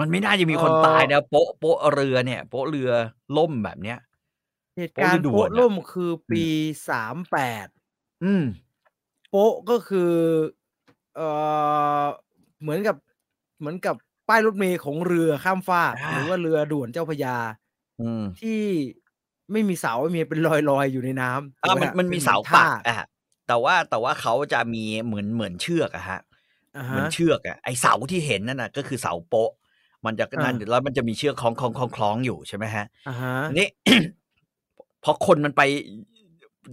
Speaker 2: มันไม่น่าจะมีคนตายนะโปะโปะเรือเนี่ย โปะเรือล่มแบบเนี้ย
Speaker 1: เหตุการณ์
Speaker 2: โป๊ะฤดู
Speaker 1: โป๊ะ
Speaker 2: อะ
Speaker 1: ล่มคือปีสามแปด
Speaker 2: อืม
Speaker 1: โป๊ะก็คือ เอ่อเหมือนกับ เหมือนกับป้ายรถเมล์ของเรือข้ามฟาก
Speaker 2: อ่า
Speaker 1: หรือว่าเรือด่วนเจ้าพระยา
Speaker 2: อืม
Speaker 1: ที่ไม่มีเสาไม่มีเป็นลอยๆอยู่ในน้ำ
Speaker 2: อ่ะ
Speaker 1: ถูกไห
Speaker 2: มัน
Speaker 1: ฮะ
Speaker 2: มันมี
Speaker 1: ป็หอ
Speaker 2: เสา
Speaker 1: ท่
Speaker 2: ปักอ่ะแต่ว่าแต่ว่าเขาจะมีเหมือนเหมือนเชือกอะฮะ
Speaker 1: อ่า
Speaker 2: เหมือน
Speaker 1: ฮะ
Speaker 2: เชือกอะไอเสาที่เห็นนั่นน่ะ ก็คือเสาโปะ มันจะนั่น
Speaker 1: อ่า
Speaker 2: แล้วมันจะมีเชือกคล้องคล้องคล้องคล้องอยู่ใช่ไหมฮะ
Speaker 1: อ่าฮะ
Speaker 2: อันนี้ พอคนมันไป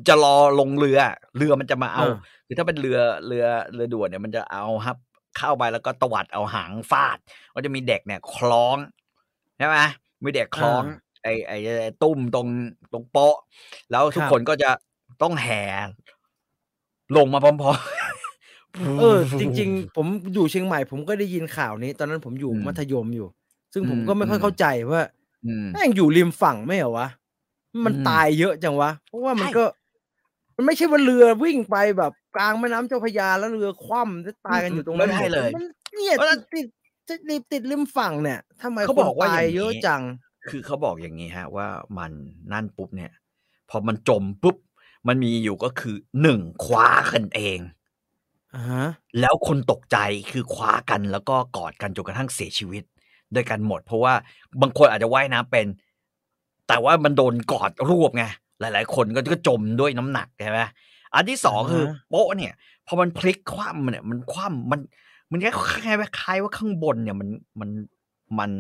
Speaker 2: จะรอลงเรือ เรือมันจะมาเอา
Speaker 1: อ่า
Speaker 2: คือถ้าเป็นเรือเรือเรือด่วนเนี่ยมันจะเอาครับ เข้าไปแล้วก็ตวัดเอาหางฟาดก็จะมีเด็กเนี่ย คล้องใช่ไหมมีเด็กคล้อง ไอ้ไอ้ไอ้ตุ้มตรงตรงโป๊ะ แล้วทุก
Speaker 1: ครับ
Speaker 2: คนก็จะต้องแห่ลงมาพร้อมๆ
Speaker 1: เออจริง ๆ ผมอยู่เชียงใหม่ผมก็ได้ยินข่าวนี้ ตอนนั้นผมอยู่
Speaker 2: อืม
Speaker 1: มัธยมอยู่ ซึ่งผม
Speaker 2: อืม
Speaker 1: ก็ไม่ค่อย
Speaker 2: อืม
Speaker 1: เข้าใจว่า
Speaker 2: อืม
Speaker 1: แม่งอยู่ริมฝั่งไม่เหรอวะ มัน
Speaker 2: อืม
Speaker 1: ตายเยอะจังวะ เพราะว่ามัน
Speaker 2: ใช่
Speaker 1: ก็ มันไม่ใช่ว่าเรือวิ่งไปแบบกลางแม่น้ำเจ้าพระยาแล้วเรือคว่ำแล้วตายกันอยู่ตรงนั้น
Speaker 2: ไม่ได้
Speaker 1: หด
Speaker 2: เลย
Speaker 1: มันเนี่ย
Speaker 2: เพราะฉะนั้น
Speaker 1: ติดติดติดติดริมฝั่งเนี่ยทำไม
Speaker 2: เขา
Speaker 1: คน
Speaker 2: บอกว่า
Speaker 1: ตาย
Speaker 2: อย่างนี้
Speaker 1: เยอะจัง
Speaker 2: คือเขาบอกอย่างนี้ฮะ ว่ามันนั่นปุ๊บเนี่ย พอมันจมปุ๊บ มันมีอยู่ก็คือหนึ่งคว้ากันเอง
Speaker 1: อ่าฮะ
Speaker 2: แล้วคนตกใจคือคว้ากันแล้วก็กอดกันจนกระทั่งเสียชีวิตด้วยกันหมด เพราะว่าบางคนอาจจะว่ายน้ำเป็น แต่ว่ามันโดนกอดรวบไงหลาย ๆ คนก็ก็จมด้วยน้ำหนักใช่ไหม อันที่สองคือ
Speaker 1: อ่าฮะ
Speaker 2: โป๊ะเนี่ยพอมันพลิกคว่ำเนี่ยมันคว่ำมันมันคล้ายๆคล้ายๆว่าข้างบนเนี่ยมันมันมัน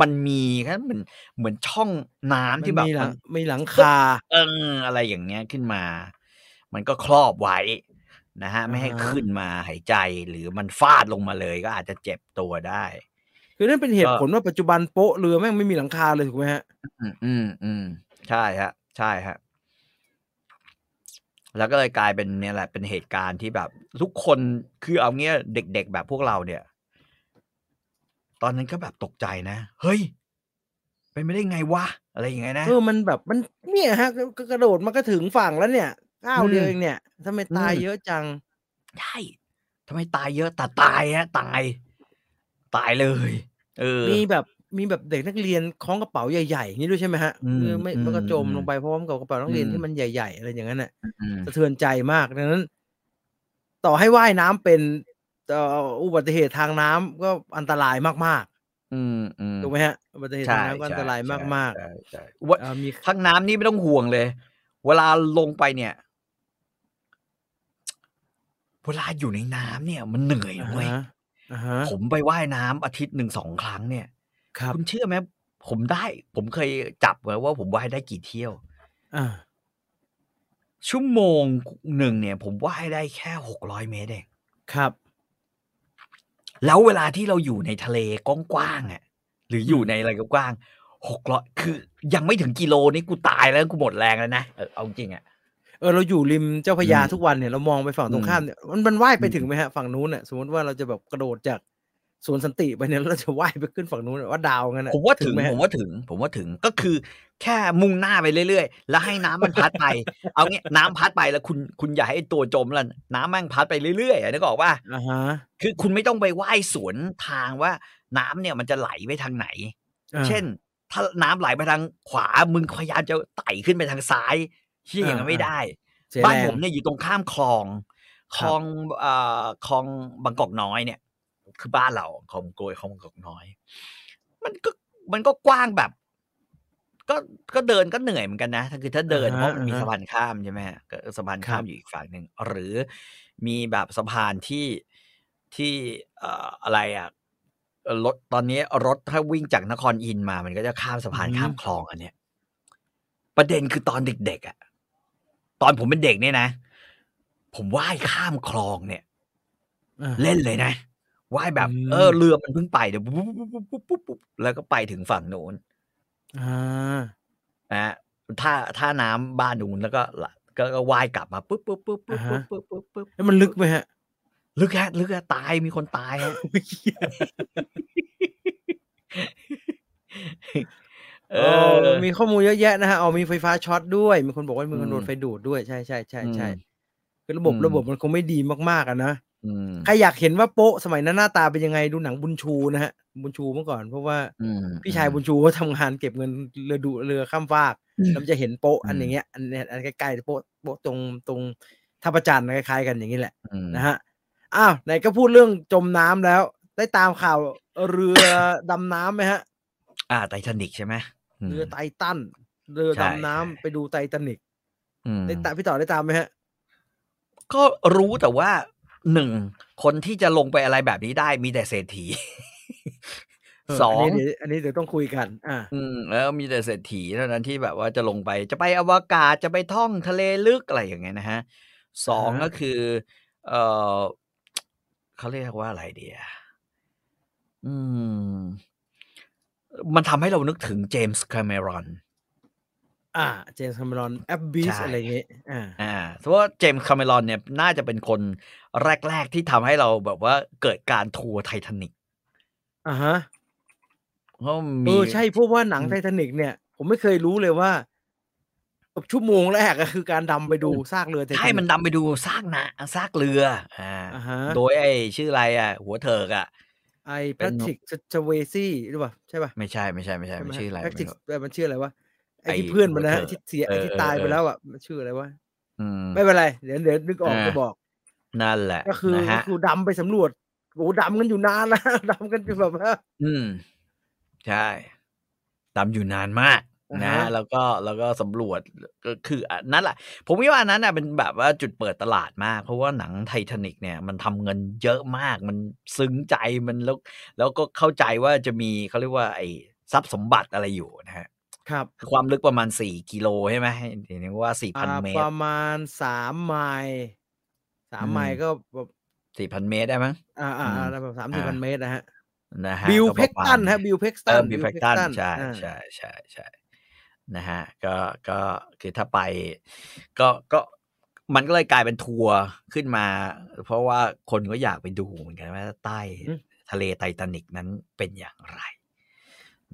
Speaker 2: มันมีครับมันเหมือนช่องน้ำที่แบบ
Speaker 1: มีหลั
Speaker 2: มั
Speaker 1: ง
Speaker 2: น
Speaker 1: มีหลังคา
Speaker 2: เอออะไรอย่างเงี้ยขึ้นมา มันก็ครอบไว้นะฮะ ไม่ให้
Speaker 1: อ่าฮะ
Speaker 2: ขึ้นมาหายใจหรือมันฟาดลงมาเลยก็อาจจะเจ็บตัวได้
Speaker 1: คือนั่นเป็นเหตุ
Speaker 2: ก็
Speaker 1: ผลว่าปัจจุบันโป๊ะเรือแม่งไม่มีหลังคาเลยถูกไหมฮะ
Speaker 2: อืมอืมอืมใช่ฮะ ใช่ฮะ แล้วก็เลยกลายเป็นเนี่ยแหละเป็นเหตุการณ์ที่แบบ ทุกคนคือเอาเงี้ยเด็กๆแบบพวกเราเนี่ย ตอนนั้นก็แบบตกใจนะ เฮ้ย เป็นไม่ได้ไงวะ อะไรอย่างเงี้ยนะ
Speaker 1: เออมันแบบมันเนี่ยฮะก็ก็กระโดดมันก็ถึงฝั่งแล้วเนี่ยก้าวเดียว
Speaker 2: อืม
Speaker 1: เองเนี่ยทำไมตาย
Speaker 2: อืม
Speaker 1: เยอะจัง
Speaker 2: ใช่ทำไมตายเยอะแต่ตายฮะ ตาย ตายเลย เออ
Speaker 1: มีแบบมีแบบเด็กนักเรียนคล้องกระเป๋าใหญ่ๆอย่างนี้ด้วยใช่ไหมฮะ
Speaker 2: อืม
Speaker 1: คือไม่
Speaker 2: อืม
Speaker 1: มันก็จม
Speaker 2: อืม
Speaker 1: ลงไปพร้อมกับกระเป๋านักเรียน
Speaker 2: อืม
Speaker 1: ที่มันใหญ่ ๆ อะไรอย่างนั้นน่ะ
Speaker 2: อืม
Speaker 1: สะเทือนใจมากดังนั้น ต่อให้ว่ายน้ำเป็นเอ่ออุบัติเหตุทางน้ำก็อันตรายมาก
Speaker 2: อืมอืม
Speaker 1: ๆถูกไหมฮะอุบัติเหตุ
Speaker 2: ใช่
Speaker 1: ทางน้ำก็อันตรายมาก
Speaker 2: ใช่ใช่
Speaker 1: ๆ
Speaker 2: ว่า
Speaker 1: เอ่อมี
Speaker 2: ทั้งน้ำนี่ไม่ต้องห่วงเลย เวลาลงไปเนี่ย เวลาอยู่ในน้ำเนี่ย มันเหนื่อย
Speaker 1: อ่า
Speaker 2: เว้ย
Speaker 1: ฮะอ่าฮะ
Speaker 2: ผมไปว่ายน้ำอาทิตย์หนึ่งสองครั้งเนี่ย
Speaker 1: ครับ
Speaker 2: คุณเชื่อไหมผมได้ ผมเคยจับไว้ว่าผมว่ายได้กี่เที่ยว
Speaker 1: อ่า
Speaker 2: ชั่วโมงหนึ่งเนี่ย ผมว่ายได้แค่หกร้อยเมตรเอง
Speaker 1: ครับ
Speaker 2: แล้วเวลาที่เราอยู่ในทะเลกว้างๆอ่ะ หรืออยู่ในอะไรกว้างหกร้อยคือยังไม่ถึงกิโลนี่กูตายแล้วกูหมดแรงแล้วนะเออเอาจริงอ่ะ
Speaker 1: เออเราอยู่ริมเจ้าพระยา
Speaker 2: อืม
Speaker 1: ทุกวันเนี่ยเรามองไปฝั่งตร
Speaker 2: อื
Speaker 1: ง
Speaker 2: ม
Speaker 1: ข้ามเนี่ยมันมันว่ายไป
Speaker 2: อืม
Speaker 1: ถึงไหมฮะฝั่งนู้นเนี่ยสมมติว่าเราจะแบบกระโดดจากสวนสันติไปเนี่ยแล้วเราจะว่ายไปขึ้นฝั่งนู้นน่ะว่าดาวงั้นน่ะ
Speaker 2: ผมว่าถึง
Speaker 1: ไหม
Speaker 2: ผ
Speaker 1: ฮะ
Speaker 2: มว่าถึง ผมว่าถึงก็คือ แค่มุ่งหน้าไปเรื่อยๆ แล้วให้น้ำมันพัดไป เอาเงี้ยน้ำพัดไปแล้วคุณคุณอย่าให้ตัวจมละน้ำแม่งพัดไปเรื่อยๆอะนึกออกป่ะ
Speaker 1: อ่าฮะ
Speaker 2: คือคุณไม่ต้องไปว่ายสวนทางว่าน้ำเนี่ยมันจะไหลไปทางไหน
Speaker 1: อ่า
Speaker 2: เช่น ถ้าน้ำไหลไปทางขวามึงพยายามจะไต่ขึ้นไปทางซ้ายเชี่ยอย่างนั้นไม่
Speaker 1: อ่า
Speaker 2: ได้
Speaker 1: เสีย
Speaker 2: บ้าน
Speaker 1: แรง
Speaker 2: ผมเนี่ยอยู่ตรงข้ามคลองคลองเอ่อคลองบางกอกน้อยเนี่ย คือบ้านเราคลองโกยคลองบางกอกน้อย มันก็มันก็กว้างแบบ ก็ก็เดินก็เหนื่อยเหมือนกันนะถ้าคือถ้าเดินเพราะมันมีสะพานข้ามใช่ไหมฮะก็สะพานข้ามอยู่อีกฝั่งหนึ่งหรือมีแบบสะพานที่ที่เอ่ออะไรอ่ะเอ่อรถตอนนี้รถถ้าวิ่งจากนครอินทร์มา มันก็จะข้ามสะพานข้ามคลองอันเนี้ยประเด็นคือตอนเด็กๆอ่ะ ตอนผมเป็นเด็กเนี่ยนะ ผมว่ายข้ามคลองเนี่ย
Speaker 1: อ่า
Speaker 2: เล่นเลยนะว่ายแบบ
Speaker 1: อืม
Speaker 2: เออเรือมันเพิ่งไปเดี๋ยวปุ๊บปุ๊บปุ๊บปุ๊บปุ๊บปุ๊บแล้วก็ไปถึงฝั่งโน้น
Speaker 1: อ่า
Speaker 2: นะฮะถ้าถ้าน้ำบ้านนู้นแล้วก็ละก็ก็ว่ายกลับมาปุ๊บปุ๊บปุ๊บปุ๊บปุ๊บปุ๊บปุ๊บปุ๊บ
Speaker 1: แล้วมันลึกไหมฮะ
Speaker 2: ลึกฮะลึกฮะตายมีคนตายฮะเอ
Speaker 1: เออ
Speaker 2: อ
Speaker 1: มีข้อมูลเยอะแยะนะฮะเอามีไฟฟ้าช็อตด้วย มีคนบอกว่ามีคนโด
Speaker 2: อื
Speaker 1: น
Speaker 2: ม
Speaker 1: ไฟดูดด้วยใช่ใช่ใช่ใช่
Speaker 2: อืม
Speaker 1: คือระบบ
Speaker 2: อืม
Speaker 1: ระบบมันคงไม่ดีมากๆอะนะ
Speaker 2: อืม
Speaker 1: ใครอยากเห็นว่าโป๊ะสมัยนั้นหน้าตาเป็นยังไงดูหนังบุญชูนะฮะ บุญชูเมื่อก่อนเพราะว่า
Speaker 2: อืม
Speaker 1: พี่ชายบุญชูเขาทำงานเก็บเงินเรือดูเรือข้ามฟาก
Speaker 2: อืม
Speaker 1: แล้วมันจะเห็นโป๊ะ
Speaker 2: อืม
Speaker 1: อันอย่างเงี้ยอันเนี้ยอันใกล้ๆโป๊ะโป๊ะตรงตรงท่าประจันทร์คล้ายๆกันอย่างนี้แหละ
Speaker 2: อืม
Speaker 1: นะฮะอ้าวไหนก็พูดเรื่องจมน้ำแล้ว ได้ตามข่าวเรือ ดำน้ำไหมฮะ
Speaker 2: อ่าไททานิกใช่ไหมม
Speaker 1: เรือไททันเรือ
Speaker 2: ใช่
Speaker 1: ดำน้ำ
Speaker 2: ใช่
Speaker 1: ไปดูไททานิก
Speaker 2: อืม
Speaker 1: ได้ตามพี่ต่อได้ตามไหมฮะ
Speaker 2: ก็รู้แต่ว่าหนึ่งคนที่จะลงไปอะไรแบบนี้ได้มีแต่เศรษฐี
Speaker 1: เออ
Speaker 2: สอง
Speaker 1: อันนี้เดี๋ยวอันนี้เดี๋ยวต้องคุยกัน อ่า
Speaker 2: อืมแล้วมีแต่เศรษฐีเท่านั้นที่แบบว่าจะลงไปจะไปอวกาศจะไปท่องทะเลลึกอะไรอย่างเงี้ยนะฮะสองก็คือ เออเขาเรียกว่าอะไรเดียอืม มันทำให้เรานึกถึงเจมส์คาเมรอน
Speaker 1: อ่า เจมส์คาเมรอนแอปบีส
Speaker 2: ใช่
Speaker 1: อะไรอย่างเงี้ยอ่า
Speaker 2: อ่าเพราะว่าเจมส์คาเมรอนเนี่ยน่าจะเป็นคนแรก ๆ ที่ทำให้เราแบบว่าเกิดการทัวร์ไททานิก
Speaker 1: อ่าฮะ
Speaker 2: เพราะมัน
Speaker 1: เอ
Speaker 2: มี
Speaker 1: อใช่เพราะว่าหนัง
Speaker 2: อืม
Speaker 1: ไททานิกเนี่ย ผมไม่เคยรู้เลยว่ากับชั่วโมงแรกก็คือการดำไปดู
Speaker 2: อืม
Speaker 1: ซากเรือไททา
Speaker 2: ใช่
Speaker 1: นิก
Speaker 2: มันดำไปดูซากนะซากเรือ อ่า
Speaker 1: อ่าฮะ
Speaker 2: โดยไอ้ชื่ออะไรอ่ะ หัวเถิกอ่ะ
Speaker 1: ไอ
Speaker 2: เป็
Speaker 1: แพ
Speaker 2: น
Speaker 1: ทริกชเวซี่หรือเปล่าใช่ป่ะ
Speaker 2: ไม่ใช่ไม่ใช่ไม่ใช่ไม่ชื่ออะไร
Speaker 1: แพทริก
Speaker 2: ไม่รู้
Speaker 1: มันชื่ออะไรวะไอที่
Speaker 2: ไอ้
Speaker 1: เพื่อนมันนะ
Speaker 2: หัว
Speaker 1: ไอ
Speaker 2: เถอะ
Speaker 1: ที่เสีย
Speaker 2: เอ
Speaker 1: ไอ
Speaker 2: อ
Speaker 1: ที่
Speaker 2: เออ
Speaker 1: ตาย
Speaker 2: เอ
Speaker 1: ไป
Speaker 2: อ
Speaker 1: แล้วอ่ะมันชื่ออะไรวะ
Speaker 2: อืม
Speaker 1: ไม่เป็นไรเดี๋ยวเดี๋ยวนึกออก
Speaker 2: อ่า
Speaker 1: จะบอก
Speaker 2: นั่นแหละ
Speaker 1: ก็คือ
Speaker 2: นะ
Speaker 1: ก็
Speaker 2: ฮะ
Speaker 1: คือดำไปสำรวจโอ้ดำกันอยู่นานแล้ว ดำกันจนแบบว่า
Speaker 2: อืม ใช่ดำอยู่นานมาก
Speaker 1: อ่า
Speaker 2: นะ
Speaker 1: ฮะ
Speaker 2: แล้วก็แล้วก็สำรวจก็คืออันนั้นแหละ ผมคิดว่าอันนั้นน่ะเป็นแบบว่าจุดเปิดตลาดมาก เพราะว่าหนังไททานิกเนี่ยมันทำเงินเยอะมากมันซึ้งใจมันแล้วแล้วก็เข้าใจว่าจะมีเขาเรียกว่าไอ้ทรัพย์สมบัติอะไรอยู่นะฮะ
Speaker 1: ครับ
Speaker 2: คือความลึกประมาณ 4 กิโลใช่ไหมเห็นว่า4 0 0
Speaker 1: อ่า
Speaker 2: 0 เม
Speaker 1: ป
Speaker 2: ตร
Speaker 1: ระมาณสามไมล์สาม
Speaker 2: อืม
Speaker 1: ไมล์ก็แบบ
Speaker 2: 4,000 เมตรได้มั้ง
Speaker 1: อ่าอ่า
Speaker 2: อืม
Speaker 1: อะไรแบบสามสิบ
Speaker 2: อ่า
Speaker 1: พันเมตรนะฮะ
Speaker 2: นะฮะ
Speaker 1: บิล
Speaker 2: ประ
Speaker 1: เพ็ก
Speaker 2: มาณ
Speaker 1: ตันฮะบิลเพ็ก
Speaker 2: เอ
Speaker 1: ตั
Speaker 2: อน บิลเพ็กตันใช่
Speaker 1: อ่า
Speaker 2: ใช่ใช่ใช่นะฮะก็ก็คือถ้าไป ก็ก็มันก็เลยกลายเป็นทัวร์ขึ้นมา เพราะว่าคนก็อยากไปดูเหมือนกันว่าใต้
Speaker 1: อืม
Speaker 2: ทะเลไททานิกนั้นเป็นอย่างไร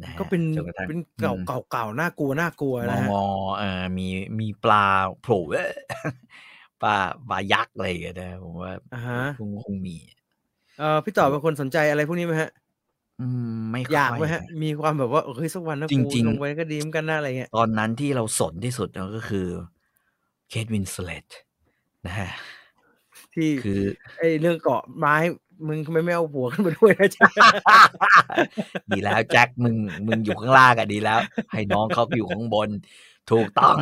Speaker 2: นะฮะ
Speaker 1: ก็เป็น
Speaker 2: จนกระทั่ง
Speaker 1: เป็นเก่า
Speaker 2: อืม
Speaker 1: เก่าเก่าน่ากลัวน่ากลัว
Speaker 2: ม
Speaker 1: นะฮะ
Speaker 2: มเอ่อมีมีปลาโผล่ เอ้ยปลาปลายักษ์อะไรอย่างเงี้ยนะผมว่า
Speaker 1: อ่าฮะ
Speaker 2: คงคงมี
Speaker 1: เออพี่ต่อเป็นคนสนใจอะไรพวกนี้ไหมฮะ
Speaker 2: อืมไม่ค่
Speaker 1: อยากไหมฮะ
Speaker 2: น
Speaker 1: มีความแบบว่าเออเฮ้ยสักวันนะ
Speaker 2: จ
Speaker 1: กู
Speaker 2: ริงๆ
Speaker 1: ลงไปก็ดีเหมือนกันนะอะไรเงี้ย
Speaker 2: ตอนนั้นที่เราสนที่สุดนะก็คือเคทวินสเลตนะฮะ
Speaker 1: ที่
Speaker 2: คือ
Speaker 1: ไอเรื่องเกาะไม้มึงทำไมไม่เอาหัวขึ้นมาด้วยนะจ๊ะ
Speaker 2: ดีแล้วแจ็คมึงมึงอยู่ข้างล่างอะดีแล้ว ให้น้องเขาอยู่ข้างบน ถูกต้อง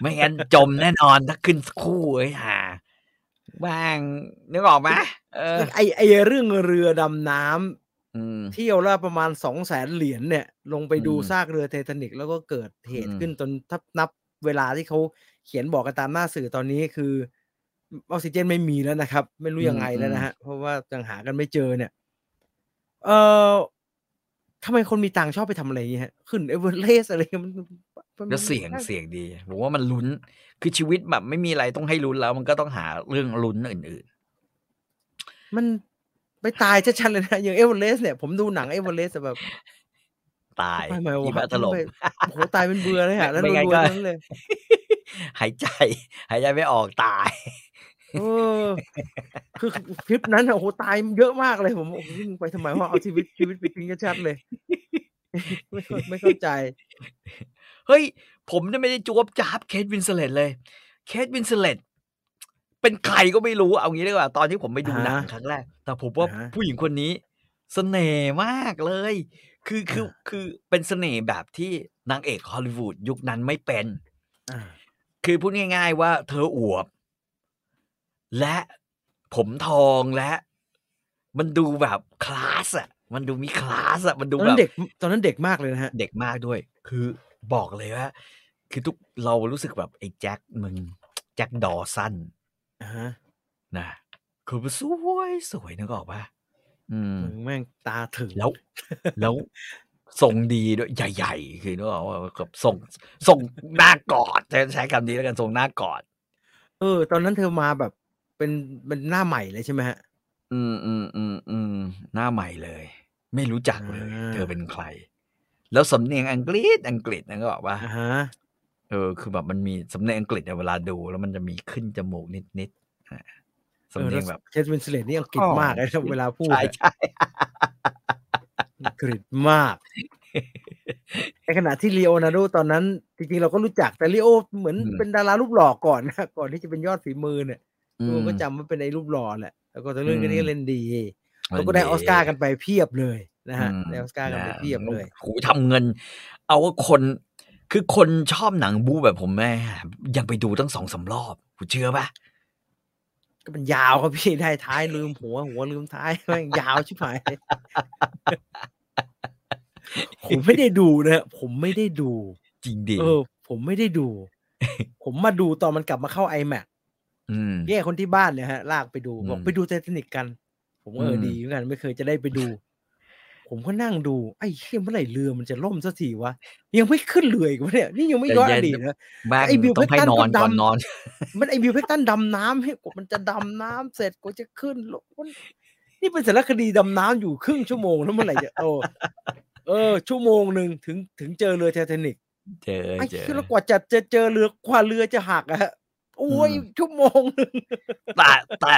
Speaker 2: ไม่งั้นจมแน่นอนถ้าขึ้นคู่ไอ้ห่าบ้างนึกออกไหมเออ
Speaker 1: ไอไอเรื่องเรือดำน้ำ
Speaker 2: อืม
Speaker 1: เที่ยวละประมาณสองแสนเหรียญเนี่ย ลงไปดู
Speaker 2: อืม
Speaker 1: ซากเรือไททานิกแล้วก็เกิดเหตุ
Speaker 2: อืม
Speaker 1: ขึ้นจนทับนับเวลาที่เขาเขียนบอกกันตามหน้าสื่อตอนนี้คือออกซิเจนไม่มีแล้วนะครับ ไม่รู้ยังไงแล้วนะฮะ เพราะว่ายังหากันไม่เจอเนี่ย เอ่อทำไมคนมีตังค์ชอบไปทำอะไรอย่างเงี้ยฮะขึ้นเอเวอเรสต์อะไรเงี้ยมันมัน
Speaker 2: แล้วเสียง
Speaker 1: น่า
Speaker 2: เสียงดีผมว่ามันลุ้น คือชีวิตแบบไม่มีอะไรต้องให้ลุ้นแล้ว มันก็ต้องหาเรื่องลุ้นอื่น
Speaker 1: มันไปตายชัดๆเลยนะอย่างเอเวอเรสต์เนี่ยผมดูหนังเอเวอเรสต์แบบ
Speaker 2: ๆ ตาย
Speaker 1: ทำไม
Speaker 2: ที่
Speaker 1: วะ
Speaker 2: บ้านถล่ม
Speaker 1: ทำไโอ้โหตายเป็นเบื่อเลยอะแล้ว
Speaker 2: ไม่
Speaker 1: ร
Speaker 2: งั้น
Speaker 1: วย
Speaker 2: ก็
Speaker 1: ๆทั้งนั้นเลย
Speaker 2: หายใจ หายใจไม่ออกตาย
Speaker 1: เออ คือคลิปนั้นอะโอ้โหตายเยอะมากเลยผมโอ้โหมึงไปทำไมว่าเอาชีวิตชีวิตไปทิ้งชัดๆเลย ไม่เข้าไม่เข้าใจ
Speaker 2: เฮ้ย ผมเนี่ยไม่ได้จวบจับเคทวินสเลตเลย เคทวินสเลตเป็นใครก็ไม่รู้เอางี้ดีกว่า ตอนที่ผมไปดูหนัง
Speaker 1: อ่าฮะ
Speaker 2: ครั้งแรก แต่ผมว่า
Speaker 1: อ่าฮะ
Speaker 2: ผู้หญิงคนนี้สเสน่ห์มากเลย คือคือคือเป็นสเสน่ห์แบบที่นางเอกฮอลลีวูดยุคนั้นไม่เป็น
Speaker 1: า
Speaker 2: คือพูดง่าย ๆ ว่าเธออวบ และผมทองและ มันดูแบบคลาสอะมันดูมีคลาสอะมัน
Speaker 1: ต
Speaker 2: ดู
Speaker 1: อน
Speaker 2: แบ
Speaker 1: นั้น
Speaker 2: บ
Speaker 1: เด็กตอนนั้นเด็กมากเลยนะฮะ
Speaker 2: เด็กมากด้วย คือบอกเลยว่า คือทุกเรารู้สึกแบบไอ้แจ็คมึงแจ็คดอสัน
Speaker 1: อ่าฮะ
Speaker 2: นะคือมันสวยสวยนึกออกปะอืม
Speaker 1: มึงแม่งตาถึง
Speaker 2: แล้ว แล้วทรงดีด้วยใหญ่ ๆ คือนึกออกว่ากับทรงทรงหน้ากอดใช้คำนี้แล้วกันทรงหน้ากอด
Speaker 1: เออ ตอนนั้นเธอมาแบบเป็นเป็นหน้าใหม่เลยใช่ไหมฮะ
Speaker 2: อืมอืมอืมอืมหน้าใหม่เลย ไม่รู้จักเลย
Speaker 1: อ่า
Speaker 2: เธอเป็นใคร แล้วสำเนียงอังกฤษอังกฤษนึกออกปะ
Speaker 1: อ่าฮะ
Speaker 2: เออคือแบบมันมีสำเนียงอังกฤษเนี่ยเวลาดูแล้วมันจะมีขึ้นจมูกนิดนิดๆอ่ะ
Speaker 1: เออ
Speaker 2: สำเนียงแบบ
Speaker 1: เคสวินสเลตนี่อังกฤ
Speaker 2: อ๋
Speaker 1: ษ
Speaker 2: อ
Speaker 1: มากเลยนะเวลาพูด
Speaker 2: ใช่
Speaker 1: อะ
Speaker 2: ใช่
Speaker 1: อังกฤษมาก ในขณะที่เลโอนาร์โดตอนนั้น จริงๆ เราก็รู้จักแต่เลโอเหมือนเป็นดารารูปหล่อก่อนนะ ก่อนที่จะเป็นยอดฝีมือเนี่ย
Speaker 2: อื
Speaker 1: ดู
Speaker 2: ม
Speaker 1: ก็จำว่าเป็นไอ้รูปหล่อแหละ แล้วก็ตัวเรื่อง
Speaker 2: อืม
Speaker 1: นี้ก็เล่นดี แล้วก็ได้ออสการ์กันไปเพียบเลยนะฮะ
Speaker 2: ม
Speaker 1: ได้ออสการ์กันไปเพียบเลย
Speaker 2: โอ้โหทำเงิน เอาว่าคนคือคนชอบหนังบู๊แบบผมแม่ยังไปดูตั้งสองสามรอบคุณเชื่อปะ
Speaker 1: ก็เป็นยาวครับพี่ ได้ท้ายลืมหัว หัวลืมท้ายแม่งยาวชิบ หาย ผมไม่ได้ดูนะฮะผมไม่ได้ดู
Speaker 2: จริงดิ
Speaker 1: เออ ผมไม่ได้ดู ผมมาดูตอนมันกลับมาเข้า iMac
Speaker 2: ม
Speaker 1: เนี่ยคนที่บ้านเนี่ยฮะ ลากไปดู บอก
Speaker 2: อืม
Speaker 1: ไปดูไททานิกกัน ผมก็เอออ
Speaker 2: ม
Speaker 1: ดีเหมือนกันไม่เคยจะได้ไปดู ผมก็นั่งดู ไอ้เหี้ยเมื่อไหร่เรือมันจะล่มสักทีวะ ยังไม่ขึ้นเรืออีกวะเนี่ย นี่ยังไม่ย้อนอดีตนะ
Speaker 2: แม่ง
Speaker 1: ไอ้บิล
Speaker 2: ต้องให้
Speaker 1: เพชรตันก็
Speaker 2: นอนก่อน
Speaker 1: ดำ
Speaker 2: นอน
Speaker 1: มันไอ้บิวเพกตันดำน้ำให้กว่ามันจะดำน้ำเสร็จกว่าจะขึ้นลงมันนี่เป็นสารคดีดำน้ำอยู่ครึ่งชั่วโมงแล้วเมื่อไหร่จะโตเออ ชั่วโมงหนึ่งถึงถึงเจอเรือไททานิก
Speaker 2: เจอ
Speaker 1: ไอ้
Speaker 2: เจอ
Speaker 1: เหี้ยแล้วกว่าจะจะเจอเรือกว่าเรือจะหักอะฮะโอ้ย
Speaker 2: อืม
Speaker 1: ชั่วโมงหนึ่ง
Speaker 2: แต่แต่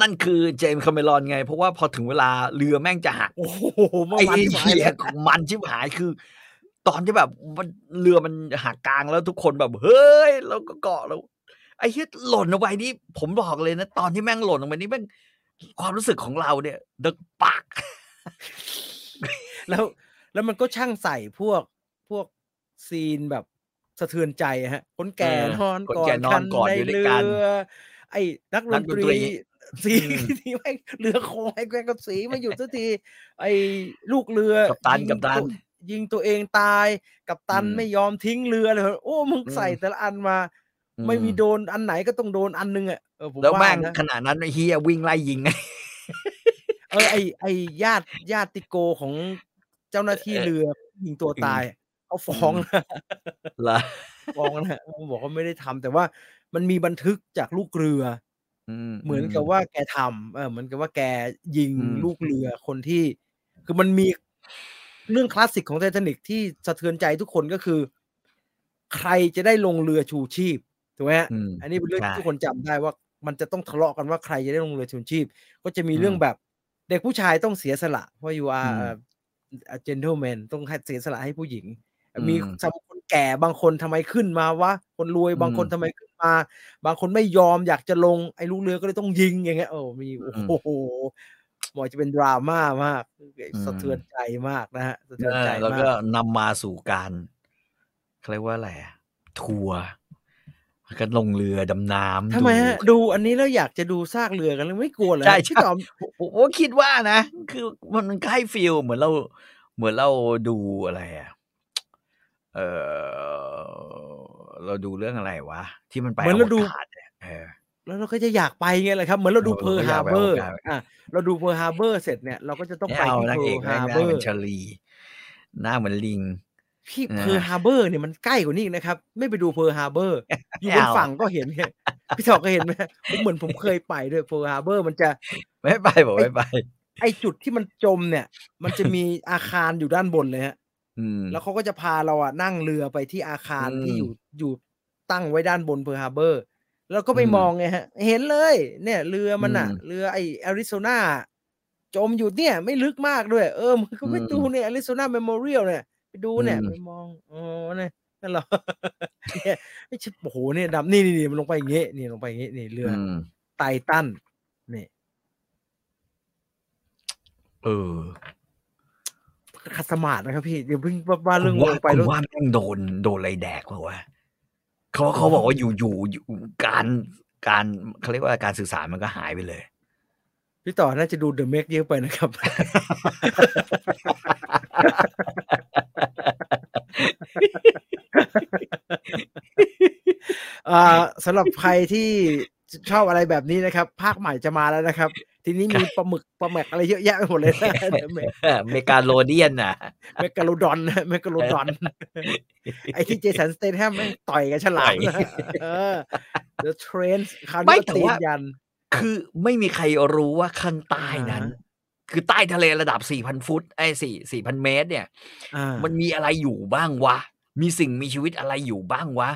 Speaker 2: นั่นคือเจมส์คาเมรอนไง เพราะว่าพอถึงเวลาเรือแม่งจะหัก
Speaker 1: โอ้โหเมื่อ
Speaker 2: ไอ้
Speaker 1: วันที่ไป
Speaker 2: เหี้ย
Speaker 1: แล้ว
Speaker 2: ของมันชิบหายคือ ตอนที่แบบมันเรือมันหักกลางแล้วทุกคนแบบ เฮ้ยแล้วก็เกาะแล้ว ไอ้เหี้ยหล่นลงไปนี่ผมบอกเลยนะ ตอนที่แม่งหล่นลงไปนี่แม่งความรู้สึกของเราเนี่ยเดึกปัก
Speaker 1: แล้วแล้วมันก็ช่างใส่พวกพวก ซีนแบบสะเทือนใจอะฮะ คนแก่
Speaker 2: เออน
Speaker 1: อน
Speaker 2: คน
Speaker 1: กอ
Speaker 2: แก่
Speaker 1: ด
Speaker 2: นอน
Speaker 1: กัน
Speaker 2: กอด
Speaker 1: ใน
Speaker 2: อยู่ด้ว
Speaker 1: เรื
Speaker 2: ยกัน
Speaker 1: อ ไอ้นักด
Speaker 2: นั
Speaker 1: น
Speaker 2: กด
Speaker 1: ต
Speaker 2: น
Speaker 1: รี
Speaker 2: ต
Speaker 1: สี
Speaker 2: รีอืม
Speaker 1: ที่แม่งเรือโค้งไอ้แกงกับสีไม่หยุ ดสักที ไอ้ลูกเรือ
Speaker 2: กัปตัน
Speaker 1: ยิง
Speaker 2: กัปตัน
Speaker 1: ตัวยิงตัวเองตาย กับตัน
Speaker 2: อืม
Speaker 1: ไม่ยอมทิ้งเรือเลยโอ้มึง
Speaker 2: อืม
Speaker 1: ใส่แต่ละอันมา ไม่มีโดนอันไหนก็ต้องโดนอันนึงอ่ะเออผม
Speaker 2: แล้วแม่
Speaker 1: ว่าง นะ
Speaker 2: ขนาดนั้นไอ้เฮียวิ่งไล่ยิงไง
Speaker 1: เออไอไอญาติญาติโกของเจ้าหน้าที่
Speaker 2: เออ
Speaker 1: เรือยิงตัว
Speaker 2: อืม
Speaker 1: ตายเขาฟ้องนะ
Speaker 2: เหรอ
Speaker 1: ฟ้องนะบอกว่าไม่ได้ทำแต่ว่ามันมีบันทึกจากลูกเรือ เหมือนกับว่าแกทำเออเหมือนกับว่าแกยิง
Speaker 2: อืม
Speaker 1: ลูกเรือคนที่ คือมันมีเรื่องคลาสสิกของไททานิกที่สะเทือนใจทุกคนก็คือ ใครจะได้ลงเรือชูชีพถูกไหมฮะ
Speaker 2: อืม
Speaker 1: อันนี้เป็นเรื่องที่
Speaker 2: ใช่
Speaker 1: ทุกคนจำได้ว่ามันจะต้องทะเลาะกันว่าใครจะได้ลงเรือชูชีพ ก็จะมีเรื่อง
Speaker 2: อืม
Speaker 1: แบบเด็กผู้ชายต้องเสียสละเพราะ you are
Speaker 2: อืม
Speaker 1: a gentleman ต้องให้เสียสละให้ผู้หญิง มี
Speaker 2: อืม
Speaker 1: สำหรับคนแก่บางคนทำไมขึ้นมาวะคนรวยบางคน
Speaker 2: อืม
Speaker 1: ทำไมขึ้นมา บางคนไม่ยอมอยากจะลงไอ้ลูกเรือก็เลยต้องยิงอย่างเงี้ยโอ้มี
Speaker 2: อืม
Speaker 1: โอ้โหหมอจะเป็นดราม่ามาก
Speaker 2: อืม
Speaker 1: สะเทือนใจมากนะฮะสะเทื
Speaker 2: เอ
Speaker 1: อน
Speaker 2: อ
Speaker 1: ใจ
Speaker 2: แล้ว
Speaker 1: มา
Speaker 2: ก็
Speaker 1: ก
Speaker 2: นำมาสู่การเขาเรียกว่าอะไรอะทัวร์แล้วก็ลงเรือดำน้ำ
Speaker 1: ทำไมฮะ
Speaker 2: ดู
Speaker 1: ดูอันนี้แล้วอยากจะดูซากเรือกันเลยไม่กลัวเลย
Speaker 2: ใช่ใช่
Speaker 1: พี่ตอม
Speaker 2: ผมผมคิดว่านะ คือมันใกล้ฟิลเหมือนเรา เหมือนเราดูอะไรอะเออเราดูเรื่องอะไรวะ ที่มันไป
Speaker 1: เหมือนเราดู
Speaker 2: วกศเนี่ยเออ
Speaker 1: แล้วเราก็จะอยากไปไงแหละครับเหมือนเราดู
Speaker 2: เออ
Speaker 1: เพอร์
Speaker 2: เรา
Speaker 1: ฮายร์
Speaker 2: ก็อากไป
Speaker 1: เบอร์
Speaker 2: โอกาส
Speaker 1: อ่ะเราดูเพอร์ฮาร์เบอร์เสร็จเนี่ยเราก็จะต้อง
Speaker 2: ไม่
Speaker 1: ไป
Speaker 2: เอา
Speaker 1: ที่
Speaker 2: นาง
Speaker 1: เพอก ร์ฮาง
Speaker 2: เอแม่
Speaker 1: ร์
Speaker 2: ห
Speaker 1: เบอ
Speaker 2: น้าเป็น
Speaker 1: ร์
Speaker 2: ชาลีหน้าเหมือนลิง
Speaker 1: พี่
Speaker 2: เออ
Speaker 1: เพอร์ฮาร์เบอร์เนี่ยมันใกล้กว่านี้อีกนะครับ ไม่ไปดูเพอร์ฮาร์เบอร์ อยู่
Speaker 2: ไม่
Speaker 1: บน
Speaker 2: เอา
Speaker 1: ฝั่งก็เห็นไงพี่ถอกก็เห็นไหมผมเหมือนผมเคยไปด้วยเพอร์ฮาร์เบอร์มันจะ
Speaker 2: ไม่ไปบอกไม่ไป
Speaker 1: ไอจุดที่มันจมเนี่ย มันจะมีอาคารอยู่ด้านบนเลยฮะ
Speaker 2: อืม
Speaker 1: แล้วเขาก็จะพาเราอะนั่งเรือไปที่อาคาร
Speaker 2: อืม
Speaker 1: ที่อยู่อยู่ตั้งไว้ด้านบนเพอร์ฮาร์เบอร์ แล้วก็ไป
Speaker 2: อืม
Speaker 1: มองไงฮะ เห็นเลย เนี่ย เรือมันอะ
Speaker 2: อืม
Speaker 1: เรือไอแอริโซนาจมอยู่เนี่ย ไม่ลึกมากด้วย เออมันก็ไป
Speaker 2: อืม
Speaker 1: ดูเนี่ยแอริโซนาเมโมเรียลเนี่ย ไปดูเนี่ย
Speaker 2: อืม
Speaker 1: ไปมองอ๋อเนี่ยนั่นเหรอ เนี่ยไม่ใช่โอ้โหเนี่ยดำนี่นี่นี่มันลงไปอย่างเงี้นี่ลงไปอย่างเงี้นี่เรือ
Speaker 2: อื
Speaker 1: อ
Speaker 2: ม
Speaker 1: ไททันนี่
Speaker 2: เออ
Speaker 1: ขัดสมาธินะครับพี่เดี๋ยวเพิ่งว่าเรื่อง
Speaker 2: ผมว่า
Speaker 1: ลงไป
Speaker 2: ผม
Speaker 1: แล้ว
Speaker 2: ว่าแม่งโดนโดนอะไรแดกเปล่าวะเขาเขาบอกว่าอยู่อยู่อยู่การการเขาเรียกว่าการสื่อสารมันก็หายไปเลย
Speaker 1: พี่ต่อน่าจะดูเดอะเมกเยอะไปนะครับ อ่าสำหรับใครที่ชอบอะไรแบบนี้นะครับ ภาคใหม่จะมาแล้วนะครับ ทีนี้มีปลาหมึกปลาแมกอะไรเยอะแยะไปหมดเลยนะ The Meg
Speaker 2: เมกาโลเดียนน่ะ
Speaker 1: เมกาโลดอนนะเมกาโลดอน ไอ้ที่เจสันสเตนแฮมแม่งต่อยกับฉลามนะเออ The Train คราว
Speaker 2: ไม่
Speaker 1: นี้ก็
Speaker 2: แต่
Speaker 1: ตีน
Speaker 2: ว่า
Speaker 1: ยัน
Speaker 2: คือไม่มีใครรู้ว่าข้างใต้นั้น
Speaker 1: อ่าฮะ
Speaker 2: คือใต้ทะเลระดับ 4,000 ฟุตไอ้สี่4,000 เมตร เนี่ย
Speaker 1: อ่า
Speaker 2: มันมีอะไรอยู่บ้างวะ มีสิ่งมีชีวิตอะไรอยู่บ้างวะ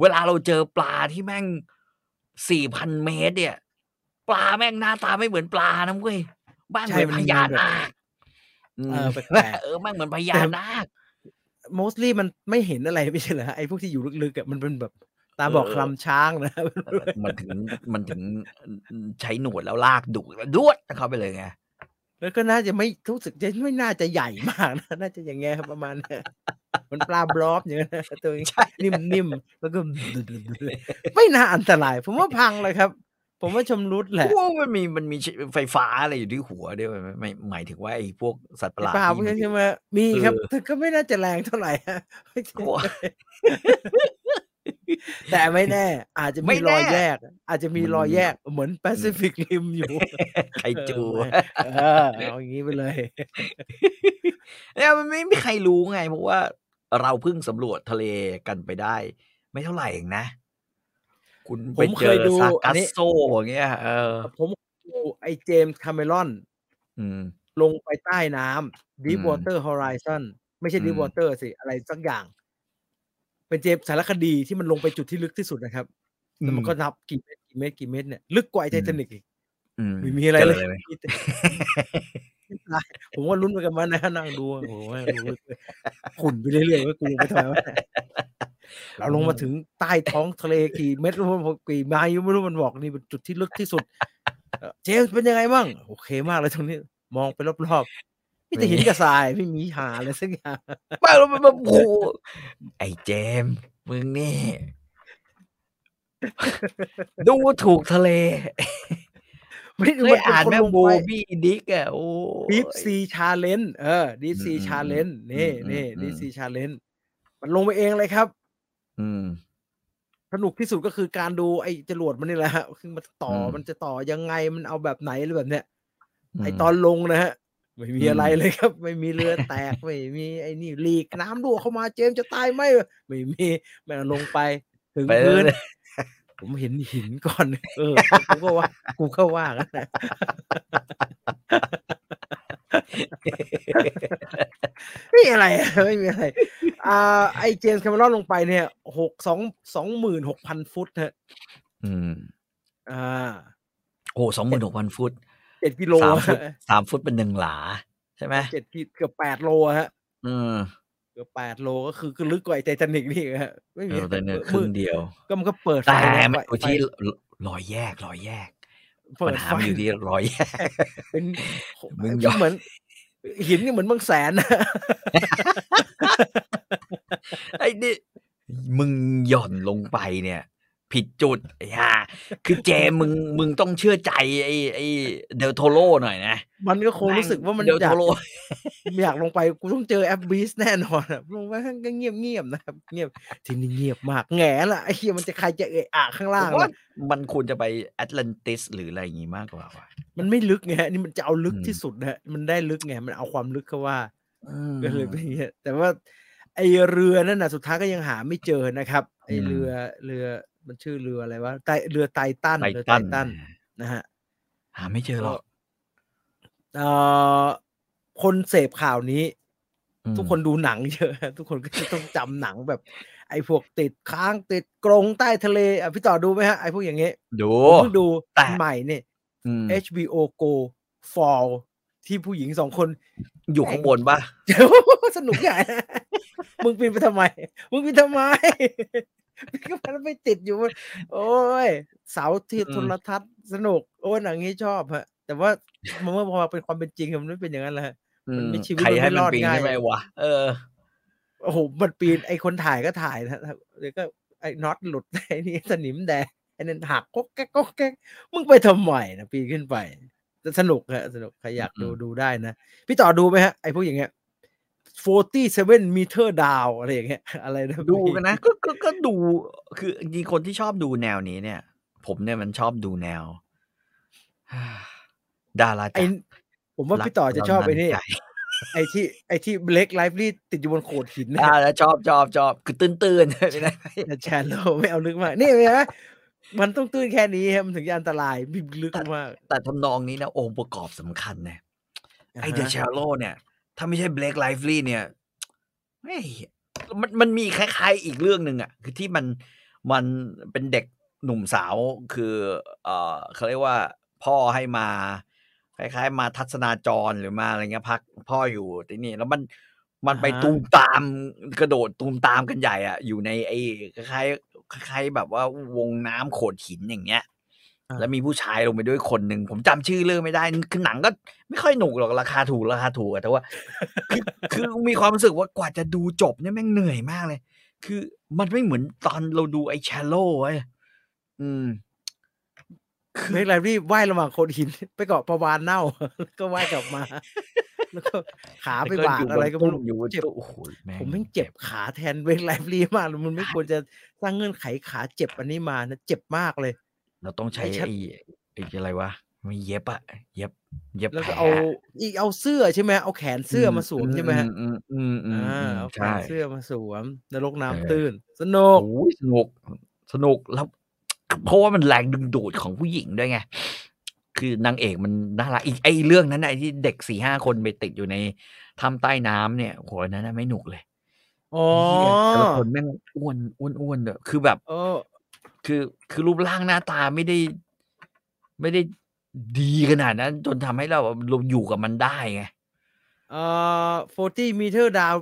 Speaker 2: เวลาเราเจอปลาที่แม่ง 4,000 เมตร เนี่ย ปลาแม่งหน้าตาไม่เหมือนปลานะเว้ยบ้างเหมือนพญานาค
Speaker 1: เอ
Speaker 2: ม
Speaker 1: อแปลกๆ
Speaker 2: เออมันเหมือนพญานาค
Speaker 1: mostly มันไม่เห็นอะไร ไม่ใช่เหรอไอ้พวกที่อยู่ลึกๆอะมันเป็นแบบตาบอก
Speaker 2: เออ
Speaker 1: คลำช้างนะ
Speaker 2: มันถึงมันถึงใช้หนวดแล้วลากดุแล้วดวดเข้าไปเลยไง
Speaker 1: แล้วก็น่าจะไม่รู้สึกจะไม่น่าจะใหญ่มากนะ น่าจะอย่างเงี้ยครับประมาณเนี้ยมันปลาบล็อบอย่างเงี้ยนะตัวนี้นิ่มๆแล้วก็ ไม่น่าอันตราย ผมว่าพังเลยครับ ผมว่าชำรุดแหละ
Speaker 2: พวกมันมีมันมีไฟฟ้าอะไรอยู่ที่หัวด้วยไหมไม่หมายถึงว่าไอ้พวกสัตว์ประหลาด
Speaker 1: ปลาพวก
Speaker 2: ที่มั
Speaker 1: นี้
Speaker 2: น
Speaker 1: ใช่ไหมมีครับ
Speaker 2: เออ
Speaker 1: แต่ก็ไม่น่าจะแรงเท่าไหร่ฮะ ไม่ใช่
Speaker 2: โอ้
Speaker 1: แต่ไม่แน่ อาจจะ
Speaker 2: ไม่
Speaker 1: มีร
Speaker 2: แน่
Speaker 1: อยแยก อาจจะมี
Speaker 2: มัน
Speaker 1: รอยแยกเหมือนแปซิฟิกริมอยู่
Speaker 2: ไคจู
Speaker 1: เออเอาอย่างนี้ไปเลย
Speaker 2: เนี่ยมันไม่มีใครรู้ไง เพราะว่าเราเพิ่งสำรวจทะเลกันไปได้ ไม่เท่าไหร่เองนะ คุณไป
Speaker 1: ผม
Speaker 2: เจ
Speaker 1: เคย
Speaker 2: อ
Speaker 1: ดู
Speaker 2: ซา
Speaker 1: อั
Speaker 2: กาน
Speaker 1: นี้
Speaker 2: โซอย่างเงี้ยเออ
Speaker 1: ผมดูไอ้เจมส์คาเมรอน
Speaker 2: อืม
Speaker 1: ลงไปใต้น้ำ
Speaker 2: อื
Speaker 1: Deep
Speaker 2: ม
Speaker 1: Water Horizon ไม่ใช่ Deep
Speaker 2: อืม
Speaker 1: Water สิ อะไรสักอย่าง เป็นเจมสารคดีที่มันลงไปจุดที่ลึกที่สุดนะครับแล้วมันก็นับกี่เมตรกี่เมตรกี่เมตรเนี่ยลึกกว่าไอไททานิกอีก
Speaker 2: อืม
Speaker 1: ไม่มีอะไรเลย
Speaker 2: จหม
Speaker 1: มีแต่ผมว่าลุ้นไปกันมานะนั่งดูโอ้โหดูลึกเลยขุ่นไปเรื่อยๆว่ากูลงไปทำไมวะเราลงมาถึงใต้ท้องทะเลกี่เมตรรู้กี่ไมล์ไม่รู้มันบอกนี่เป็นจุดที่ลึกที่สุดเอ่อเจมส์เป็นยังไงบ้างโอเคมากเลยตรงนี้ มองไปรอบๆ ไอ้ มีแต่หินกับทรายไม่มีหาเลยสักอย่าง
Speaker 2: บ้าแล้วมันมาโอ้โหไอ้เจมส์มึงนี่ ดูถูกทะเล
Speaker 1: ไม่
Speaker 2: เคยอ่านแม่งโบบี้ดิกอะโอ้
Speaker 1: ดีฟ
Speaker 2: ย
Speaker 1: ซีชาเลนเออดีฟซี
Speaker 2: อืม
Speaker 1: ชาเลน
Speaker 2: อืม
Speaker 1: นี่
Speaker 2: อืม
Speaker 1: นี่
Speaker 2: อืม
Speaker 1: ดีฟซีชาเลนมันลงไปเองเลยครับ
Speaker 2: อืม
Speaker 1: สนุกที่สุดก็คือการดูไอ้จรวดมันนี่แหละฮะคือมันต่ออ
Speaker 2: ม
Speaker 1: มันจะต่อยังไงมันเอาแบบไหนหรือแบบเนี้ย
Speaker 2: ม
Speaker 1: ไอตอนลงนะฮะ ไม่มี
Speaker 2: อืม
Speaker 1: อะไรเลยครับ ไม่มีเรือแต ก ไม่มีไอ้นี่ลีกน้ำรั่วเข้ามาเจมส์จะตายไหมไม่มีแม่งลงไป ถึง
Speaker 2: ไป
Speaker 1: พื้น
Speaker 2: เลย
Speaker 1: ผมเห็นหินก่อน เออกูก็ว่า กูก็ว่ากันนะไม่มีอะไรอะไม่มีอะไร อ่า ไอเจมส์แคมเมรอนลงไปเนี่ยหกสองสองหมื่นหกพันฟุตฮะ
Speaker 2: อืม
Speaker 1: อ่า
Speaker 2: โอ้สองหมื่นหกพันฟุต
Speaker 1: เจ็ดกิโล
Speaker 2: สามฟุต
Speaker 1: ฮะ
Speaker 2: สามฟุตเป็นหนึ่งหลา ใช่ไหม
Speaker 1: เจ็ดกิเกือบแปดโลฮะ
Speaker 2: อืม
Speaker 1: เกือบแปดโลก็คือคือลึกกว่าไอ้ไททานิกนี่อีกฮะไม่มี
Speaker 2: เออแต่เนี่ย
Speaker 1: มืด
Speaker 2: ครึ่งเดียว
Speaker 1: ก็มันก็เปิดไฟ
Speaker 2: แต่
Speaker 1: นะ
Speaker 2: มัน
Speaker 1: ไฟ
Speaker 2: อยู่
Speaker 1: ไฟ
Speaker 2: ที่รอยแยกรอยแยก
Speaker 1: เปิ
Speaker 2: ปัญ
Speaker 1: ด
Speaker 2: หา
Speaker 1: ไฟ
Speaker 2: มันอยู่ที่รอยแยก
Speaker 1: เป็น
Speaker 2: มึงย
Speaker 1: ก็
Speaker 2: อม
Speaker 1: เหมือน หินนี่เหมือนเมืองแสนนะ
Speaker 2: ไอ้นี่มึงหย่อนลงไปเนี่ย ผิดจุดไอ้ห่าคือเจมึงมึงต้องเชื่อใจไอ้ไอ้เดลโทโรหน่อยนะ
Speaker 1: มันก็คงรู้สึกว่ามัน
Speaker 2: เดล
Speaker 1: อ
Speaker 2: โท
Speaker 1: ยาก
Speaker 2: โร
Speaker 1: อยากลงไปกูต้องเจอแอปบีสแน่นอนอะลงไปก็เงียบเงียบๆนะครับเงียบทีนี้เงียบมากแง่ละไอ้เหี้ยมันจะใครจะเอะอะข้างล่าง
Speaker 2: ผมว่า
Speaker 1: ล่ะ
Speaker 2: มันควรจะไปแอตแลนติสหรืออะไรอย่างงี้มากกว่าว่ะ
Speaker 1: มันไม่ลึกไงฮะนี่มันจะเอาลึก
Speaker 2: อืม
Speaker 1: ที่สุดนะฮะมันได้ลึกไงมันเอาความลึกเข้าว่า
Speaker 2: อืม
Speaker 1: ก็เลยเป็นอย่างเงี้ยแต่ว่าไอเรือนั่นนะสุดท้ายก็ยังหาไม่เจอนะครับ ไอ
Speaker 2: อืม
Speaker 1: เรือเรือมันชื่อเรืออะไรวะไตเรือไททัน
Speaker 2: ไท
Speaker 1: เรือไท
Speaker 2: ทัน
Speaker 1: ทันนะฮะ
Speaker 2: หาไม่เจอหรอก
Speaker 1: เอ่อคนเสพข่าวนี้
Speaker 2: อืม
Speaker 1: ทุกคนดูหนังเยอะ ทุกคนก็จะต้องจำหนังแบบ ไอพวกติดค้างติดกรงใต้ทะเลอ่ะพี่ต่อดูไหมฮะไอพวกอย่างเงี้ย
Speaker 2: ดู
Speaker 1: ผมเพิ่งดู
Speaker 2: แต่
Speaker 1: อันใหม่เนี่ย
Speaker 2: อืม
Speaker 1: HBO Go Fall ที่ผู้หญิงสองคน
Speaker 2: อยู่ข้างบนปะ
Speaker 1: เดี๋ยว สนุกใหญ่ มึงปีนไปทำไม มึงปีนทำไม พี่ก็มันไปติดอยู่มันโอ้ย เสาที่โทรทัศน์สนุก โอ้ยหนังนี้ชอบฮะ แต่ว่า มันเมื่อพอเป็นความเป็นจริงอะมันไม่เป็นอย่างนั้นแหละฮะ มันมี
Speaker 2: อื
Speaker 1: ชีวิต
Speaker 2: ใคร
Speaker 1: มันไม่
Speaker 2: ให้มั
Speaker 1: ร
Speaker 2: น
Speaker 1: อด
Speaker 2: ปีน
Speaker 1: ง่าย
Speaker 2: ขึ้นไปวะเออ
Speaker 1: โอ้โห มันปีนไอ้คนถ่ายก็ถ่ายนะฮะเดี๋ยวก็ไอ้น็อตหลุด ไอ้นี่สนิมแดงไอ้นั่นหักก็แก๊กก็แก๊กมึงไปทำไมนะปีนขึ้นไปแต่สนุกฮะสนุกใครอยากดู
Speaker 2: อืม
Speaker 1: ดูได้นะ พี่ต่อดูไหมฮะ ไอ้พวกอย่างเงี้ย 47 meter down อะไรอย่างเงี้ย อะไรนะ
Speaker 2: ดูกันนะก็ก็ก็ดูคือจริงๆคนที่ชอบดูแนวนี้เนี่ย ผมเนี่ยมันชอบดูแนว ดารา
Speaker 1: ไอ้
Speaker 2: จักร
Speaker 1: ผมว่า
Speaker 2: รัก
Speaker 1: พี่ต่อจะชอบ
Speaker 2: เรา
Speaker 1: ไอ้นี่
Speaker 2: ใจ
Speaker 1: ไอ้ที่ไอ้ที่เบล็กไลฟ์ลี่ติดอยู่บนโขดหินนะ
Speaker 2: อ่าแล้วชอบชอบชอบคือตื้นตื้นๆไม่ได้
Speaker 1: แต่แชร์โลไม่เอาลึกมาก นี่เห็นไหมมันต้องตื้นแค่นี้ฮะมันถึงจะอันตรายมีลึกมาก
Speaker 2: แต่ทำนองนี้นะองค์ประกอบสำคัญนะไอเดอะ
Speaker 1: าฮะ
Speaker 2: ชาโลเนี่ย ถ้าไม่ใช่เบล k ไลฟ์ลีเนี่ยเฮ้ยมันมันมีคล้ายๆอีกเรื่องหนึ่งอ่ะ คือที่มันมันเป็นเด็กหนุ่มสาวคือ เออเขาเรียกว่าพ่อให้มา คล้ายๆ มาทัศนาจรหรือมาอะไรเงี้ยพักพ่ออยู่ที่นี่ แล้วมันมันไป
Speaker 1: อ่าฮะ
Speaker 2: ตูมตามกระโดดตูมตามกันใหญ่อ่ะ อยู่ในไอ้คล้ายๆคล้ายๆแบบว่าวงน้ำโขดหินอย่างเงี้ย แล้วมีผู้ชายลงไปด้วยคนหนึ่งผมจำชื่อเรื่องไม่ได้คือหนังก็ไม่ค่อยหนุกหรอกราคาถูกราคาถูกอะแต่ว่า คือคือมีความรู้สึกว่ากว่าจะดูจบเนี่ยแม่งเหนื่อยมากเลย คือมันไม่เหมือนตอนเราดูไอ้ชาโลไว้ยอืม
Speaker 1: เมกไลบรีว่ายระหว่างโขดหิน ไปเกาะประวานเน่า แล้วก็ว่ายกลับมา แล้ว ก็ขาไปบาดอะไรก็ไม่รู้
Speaker 2: อยู่บน
Speaker 1: เจ็บ
Speaker 2: ตู้โอ้โหแม่ง
Speaker 1: ผมแม่งเจ็บขาแทนเวกไลบรีมากเลยมันไม่ควรจะสร้างเงื่อนไขขาเจ็บอันนี้มานะเจ็บมากเลย
Speaker 2: เราต้องใช้
Speaker 1: ไอ้ชัด
Speaker 2: ไอ้ไอ้อะไรวะไม่เย็บอะเย็บ เย็บ
Speaker 1: แล้วก็
Speaker 2: แผล
Speaker 1: เอาอีกเอาเสื้อใช่ไหมเอาแขนเสื้อมาสวมใช่ไหมฮะ
Speaker 2: อืมอืมอืมอื
Speaker 1: อ่าม เอาแข
Speaker 2: ใช่
Speaker 1: นเสื้อมาสวมนรกน้ำ
Speaker 2: เออ
Speaker 1: ตื้น สนุก
Speaker 2: โอ้ยสนุกสนุกแล้ว เพราะว่ามันแรงดึงดูดของผู้หญิงด้วยไง คือนางเอกมันน่ารักอีกไอ้เรื่องนั้นน่ะไอ้ที่เด็กสี่ห้าคนไปติดอยู่ในถ้ำใต้น้ำเนี่ยโหอันนั้นน่ะไม่หนุกเลย
Speaker 1: อ๋อ
Speaker 2: เหี้ยแต่ละคนแม่งอ้วนอ้วนอ้วนเด้อคือแบบ
Speaker 1: โอ้
Speaker 2: คือคือรูปร่างหน้าตาไม่ได้ ไม่ได้ดีขนาดนั้น จนทำให้เราแบบเราอยู่กับมันได้ไง
Speaker 1: เอ่อ40 meter down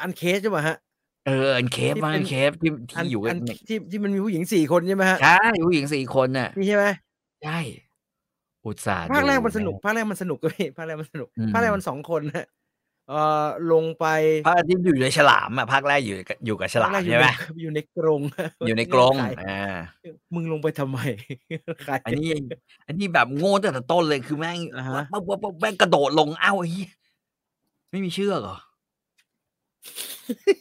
Speaker 1: อันเคสใช่ไหมฮะ
Speaker 2: เอออันเคฟ
Speaker 1: ที่
Speaker 2: มา
Speaker 1: เป็น
Speaker 2: อันเคฟที่
Speaker 1: อัน
Speaker 2: ที่อยู่กั
Speaker 1: อั
Speaker 2: น
Speaker 1: นที่ที่มันมีผู้หญิงสี่คนใช่ไหมฮะ
Speaker 2: ใช่ผู้หญิงสี่คนน่ะ
Speaker 1: นี่ใช่ไหม
Speaker 2: ใช่ อุตส่าห์
Speaker 1: ภาคแรก
Speaker 2: ดู
Speaker 1: มันสนุก
Speaker 2: ะ
Speaker 1: ภาคแรกมันสนุกก็พี่ภาคแรกมันสนุก
Speaker 2: อืม
Speaker 1: ภาคแรกมันสองคน นะเอ่อลงไป
Speaker 2: ภาคที่อยู่ในฉลามอ่ะภาคแรกอยู่กับอยู่กับฉลา
Speaker 1: ภาม คแรกอยู่
Speaker 2: ใช่ไหม
Speaker 1: อยู่ในกรง
Speaker 2: อยู่ในกรง
Speaker 1: ใค
Speaker 2: อ่า
Speaker 1: มึงลงไปทำไม ใคร
Speaker 2: อันนี้ อันนี้แบบโง่ตั้งแต่ต้นเลยคือแม่ง
Speaker 1: อ่าฮะ
Speaker 2: วับวับวับแม่งกระโดดลงเอ้าวไอ้เหี้ยไม่มีเชือ กเหรอ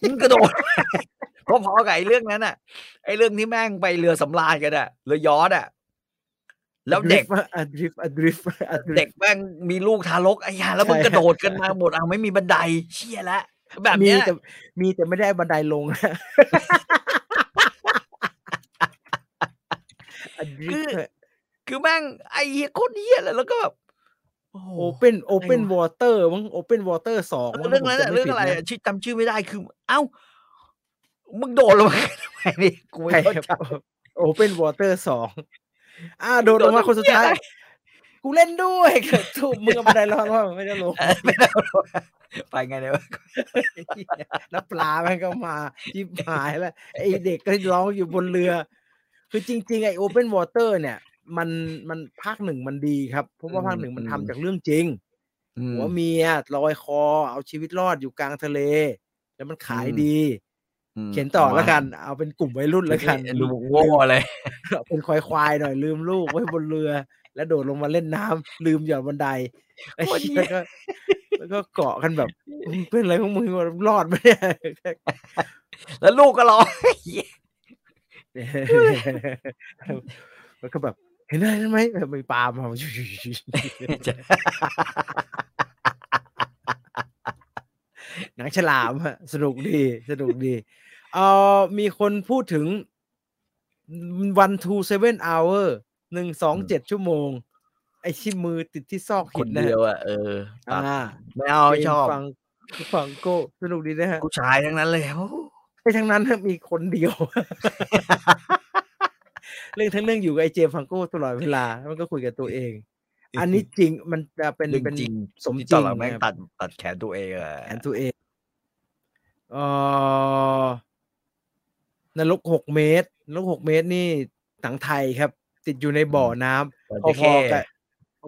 Speaker 2: มันกระโด ด พอๆกับไอ้เรื่องนั้นอ่ะ ไอ้เรื่องที่แม่งไปเรือสำราญกันอ่ะเรือยอทอ่ะ แล้วเด็ก
Speaker 1: อดริฟอดริฟอดริ
Speaker 2: เด็
Speaker 1: ฟ
Speaker 2: กแม่งมีลูกทารกไอ้ห่าแล้วมึง
Speaker 1: ใช่
Speaker 2: กระโดดกันมาหมดเอาไม่มีบันไดเชี่ยละแบบ
Speaker 1: มี
Speaker 2: เนี้ย
Speaker 1: แต่มีแต่ไม่ได้บันไดลง นะ อดริฟ
Speaker 2: คือแม่งไอ้เหี้ยโคตรเหี้ยเลยแล้วก็แบบโอ้โห
Speaker 1: โอเปนโอเปน
Speaker 2: อะไร
Speaker 1: วอ
Speaker 2: วะ
Speaker 1: เตอร์มั้งโอเปนวอเตอร์สองมั้
Speaker 2: เรื่องนั้น
Speaker 1: ผม
Speaker 2: อะ
Speaker 1: จำม่
Speaker 2: เรื่องอะไร
Speaker 1: ผิดน
Speaker 2: อะชื่อจำชื่อไม่ได้คือ เอ้า มึงโดดลงมาทำไมนี่ กูไม่
Speaker 1: ใช่
Speaker 2: เข้า
Speaker 1: ค
Speaker 2: ใจ
Speaker 1: รับโอเปนวอเตอร์สองอ่าโดดลงมาค
Speaker 2: โดดลง
Speaker 1: นสุดท้าย
Speaker 2: เหี้ยอะไร
Speaker 1: กูเล่นด้วย ถูกมึงเอาบันได รอดว่าไม่ได้ลง
Speaker 2: เอ อไม่ได้ลงมาไปไงเนี่ยวะ
Speaker 1: แล้วปลามันก็มาจิบหายแล้วไอเด็กก็ร้องอยู่บนเรือ คือจริง ๆ ไอโอเปนวอเตอร์เนี่ย มันมันภาคหนึ่งมันดีครับ เพราะว่าภาคหนึ่งมันทำจากเรื่องจริง
Speaker 2: อืม
Speaker 1: หัวเมียลอยคอ เอาชีวิตรอดอยู่กลางทะเล แล้วมันขาย
Speaker 2: อืม
Speaker 1: ดี
Speaker 2: ม
Speaker 1: เขียนต่อแล้วกัน เอาเป็นกลุ่มวัยรุ่นแล้วกัน
Speaker 2: ดูโง่เลย
Speaker 1: เป็นควายควายๆหน่อยลืมลูกไว้บนเรือ แล้วโดดลงมาเล่นน้ำลืมหย่อนบันไดไอ้
Speaker 2: โคตรเหี้ย
Speaker 1: แล้วก็ แล้วก็เกาะกัน แบบมึงเป็นอะไรของมึงว ะรอดไหมเนี่ย
Speaker 2: แล้วลูกก็ร้อง
Speaker 1: แล้วก็แบบ เห็นอะไรไหมแบบมีปลามา หนังฉลามอะสนุกดี สนุกดีเออมีคนพูดถึงวันทูเซเว่นอเวอร์หนึ่งสองเจ็ดชั่วโมง ไอ้ที่มือติดที่ซอก
Speaker 2: ค
Speaker 1: หิ
Speaker 2: น
Speaker 1: นนะ
Speaker 2: เดียวอ่ะเออตัด
Speaker 1: อ่า
Speaker 2: ไม่เอาไม่ชอบ
Speaker 1: ฟังฟังโก้สนุกดีนะฮะ
Speaker 2: ผู้ชายทั้งนั้นเลยโอ้โห
Speaker 1: ไอ้ทั้งนั้นน่ะมีคนเดียว เรื่องทั้งเรื่องอยู่กับไอ้เจมส์ฟังโก้ตลอดเวลา มันก็คุยกับตัวเอง อันนี้จริงมันจะเป็น
Speaker 2: เรื่อง
Speaker 1: เป็น
Speaker 2: จริง
Speaker 1: สม
Speaker 2: ที่
Speaker 1: จ
Speaker 2: ต
Speaker 1: ริ
Speaker 2: อน
Speaker 1: ง
Speaker 2: หลังแม่ง
Speaker 1: นะ
Speaker 2: ตัดตัดแขนตัวเองอะ
Speaker 1: แผนตัวเองเออนรกหกเมตรนรกหกเมตรนี่หนังไทยครับ ติดอยู่ในบ่อน้ำ พอๆกับ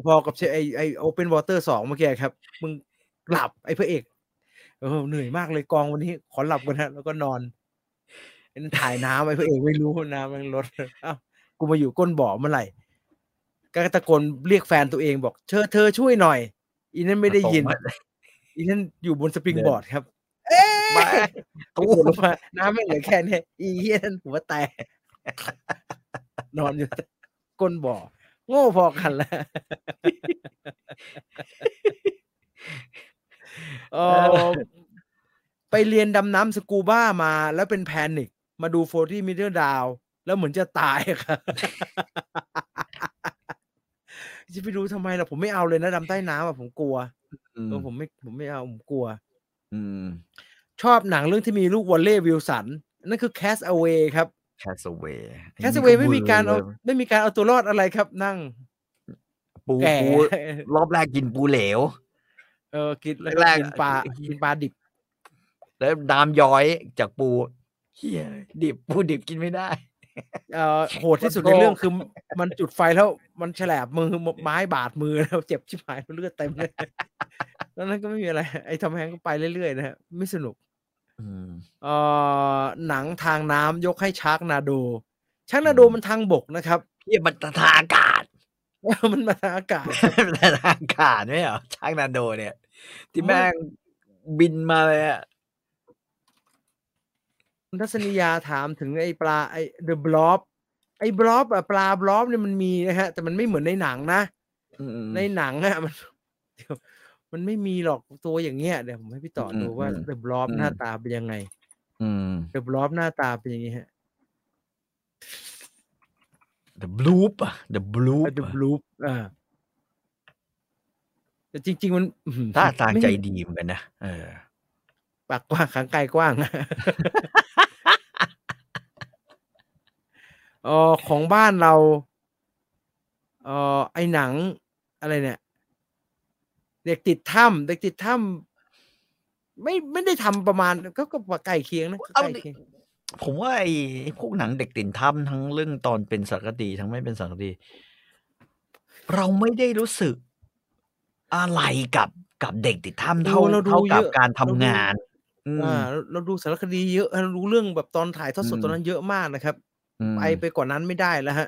Speaker 1: พอๆกับเชไอไอโอเปนวอเตอร์สองเมื่อกี้ครับ มึงหลับไอพระเอกเออเหนื่อยมากเลยกองวันนี้ ขอหลับกันฮะ แล้วก็นอนไอ้นั่นถ่ายน้ำไอพระเอกไม่รู้ว่าน้ำมันลดเอ้ากูมาอยู่ก้นบ่อเมื่อไหร่ก็ตะโกนเรียกแฟนตัวเองบอกเธอเธอช่วยหน่อย อีนั่นไม่ได้ยิน อีนั่นอยู่บนสปริงบอร์ดครับ เอ๊
Speaker 2: มา
Speaker 1: ะตูลงมาน้ำไม่เหลือแค่เนี้อีเหี้ยนั่นหัวแตกนอนอยู่ ก้นบ่อ โง่พอกันแล้ว เออไปเรียนดำน้ำสกูบ้ามาแล้วเป็นแพนิก มาดูโฟตี้มิเดิลดาวแล้วเหมือนจะตายครับ จะไปดูทำไมล่ะ ผมไม่เอาเลยนะดำใต้น้ำอ่ะผมกลัว
Speaker 2: อืม
Speaker 1: เออผมไม่ผมไม่เอา ผมกลัว
Speaker 2: อืม
Speaker 1: ชอบหนังเรื่องที่มีลูกวอลเล่วิลสัน นั่นคือ Cast Away ครับ
Speaker 2: แคสเวย์
Speaker 1: Cast Away ไม่มีการเอาไม่มีการเอาตัวรอดอะไรครับ นั่ง
Speaker 2: ปู
Speaker 1: แก่
Speaker 2: ปูรอบแรกกินปูเหลว
Speaker 1: เออกิน
Speaker 2: แรกๆ
Speaker 1: กินปลา
Speaker 2: อ่ะกิน
Speaker 1: กินปลาดิบ
Speaker 2: แล้วดามย้อยจากปูเฮียดิบปูดิบกินไม่ได้
Speaker 1: เอ่อโหดที่สุด
Speaker 2: โก
Speaker 1: ใน
Speaker 2: รธ
Speaker 1: เรื่องคือมันจุดไฟแล้วมันแฉลบมือไม้บาดมือแล้วเจ็บชิบหายเลือดเต็ม เลย แล้วนั้นก็ไม่มีอะไร ไอ้ทอมแฮงก์ก็ไปเรื่อยๆนะฮะไม่สนุก
Speaker 2: อืม
Speaker 1: เอ่อหนังทางน้ำยกให้ชาร์กนาโดชาร์กนาโด
Speaker 2: อืม
Speaker 1: มันทางบกนะครับ
Speaker 2: เฮียมันทางอากาศ
Speaker 1: มันมาทางอากาศ
Speaker 2: มันทางอากาศไม่เหรอช้างนาโดเนี่ย ที่
Speaker 1: โอ้ย
Speaker 2: แม่งบินมาเลยอะ
Speaker 1: คุณทัศนียาถามถึงไอ้ปลาไอ้เดอะบล็อบไอ้บล็อบอะปลาบล็อบเนี่ยมันมีนะฮะแต่มันไม่เหมือนในหนังนะ
Speaker 2: อืม
Speaker 1: ในหนังอะ มันเดี๋ยวมันไม่มีหรอกตัวอย่างเงี้ยเดี๋ยวผมให้พี่ต่ออ
Speaker 2: ม
Speaker 1: ดูว่า
Speaker 2: อืม
Speaker 1: เด e b บล็อบ
Speaker 2: อืม
Speaker 1: หน้าตาเป็นยังไง
Speaker 2: อืม
Speaker 1: เด e b บล็อบหน้าตาเป็นอย่างงี้ฮะ
Speaker 2: the bloop อะ the bloop
Speaker 1: เด e
Speaker 2: อะ
Speaker 1: บลูปอ่าแต่จริง ๆ มันอื้อหือ
Speaker 2: ท่าทาง
Speaker 1: ไม่
Speaker 2: ใจดีเหมือนกันนะเออ
Speaker 1: ปากกว้าง ขางไกลกว้าง เออของบ้านเรา เออไอหนัง อะไรเนี่ย เด็กติดถ้ำเด็กติดถ้ำไม่ไม่ได้ทำประมาณก็ก็ใกล้เคียงนะก็
Speaker 2: เอา
Speaker 1: ใกล้
Speaker 2: ดิ
Speaker 1: เคียง
Speaker 2: ผมว่าไอ้ไอ้พวกหนังเด็กติ่นถ้ำทั้งเรื่องตอนเป็นสารคดีทั้งไม่เป็นสารคดี เราไม่ได้รู้สึก อะไรกับกับเด็กติดถ้ำเท่า
Speaker 1: โอ้เราดู
Speaker 2: เท่ากับ
Speaker 1: เยอะ
Speaker 2: การทำ
Speaker 1: เราดู
Speaker 2: งาน อืม
Speaker 1: อ่าเราเราดูสารคดีเยอะเรารู้เรื่องแบบตอนถ่ายทอดสด
Speaker 2: อืม
Speaker 1: ตอนนั้นเยอะมากนะครับ
Speaker 2: อืม
Speaker 1: ไปไปกว่านั้นไม่ได้แล้วฮะ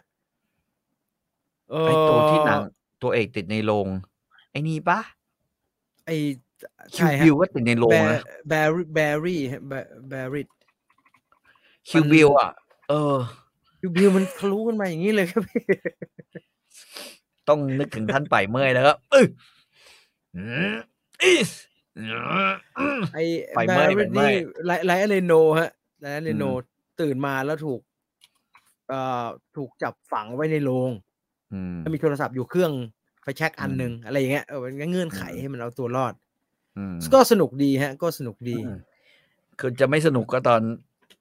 Speaker 1: เอ
Speaker 2: ไอตัวที่หนัง
Speaker 1: อ
Speaker 2: ตัวเอกติดในโรงไอ้นี่ปะ
Speaker 1: ไอ
Speaker 2: คิ
Speaker 1: ใช่
Speaker 2: ว
Speaker 1: ฮะ
Speaker 2: บิวก็ติดในโรงนะ
Speaker 1: แบร์แบรี่ฮะแบร์แบริด
Speaker 2: คิว
Speaker 1: มัน
Speaker 2: บิวอ่ะ เออ
Speaker 1: ยูบิวมันทะลุกันมาอย่างนี้ เลยครับพี่
Speaker 2: ต้องนึกถึงท่านไปเมื่อยแล้วก็ อึ๊ะอืมอิสอืมอืม
Speaker 1: ไอ
Speaker 2: ไป
Speaker 1: แบ
Speaker 2: ไหม้
Speaker 1: ร์
Speaker 2: ไป
Speaker 1: ริด
Speaker 2: ไหม้
Speaker 1: นี่ไลไลอเลโนฮะไลอเลโน
Speaker 2: อืม
Speaker 1: ตื่นมาแล้วถูกเอ่อถูกจับฝังไว้ในโรง
Speaker 2: อืม
Speaker 1: มันมีโทรศัพท์อยู่เครื่องไฟแช็กอัน
Speaker 2: อืม
Speaker 1: หนึ่งอะไรอย่างเงี้ยเออมันก็เงื่อนไข
Speaker 2: อืม
Speaker 1: ให้มันเอาตัวรอด
Speaker 2: อืม
Speaker 1: ก็สนุกดีฮะ ก็สนุกดี
Speaker 2: อืมคือจะไม่สนุกก็ตอน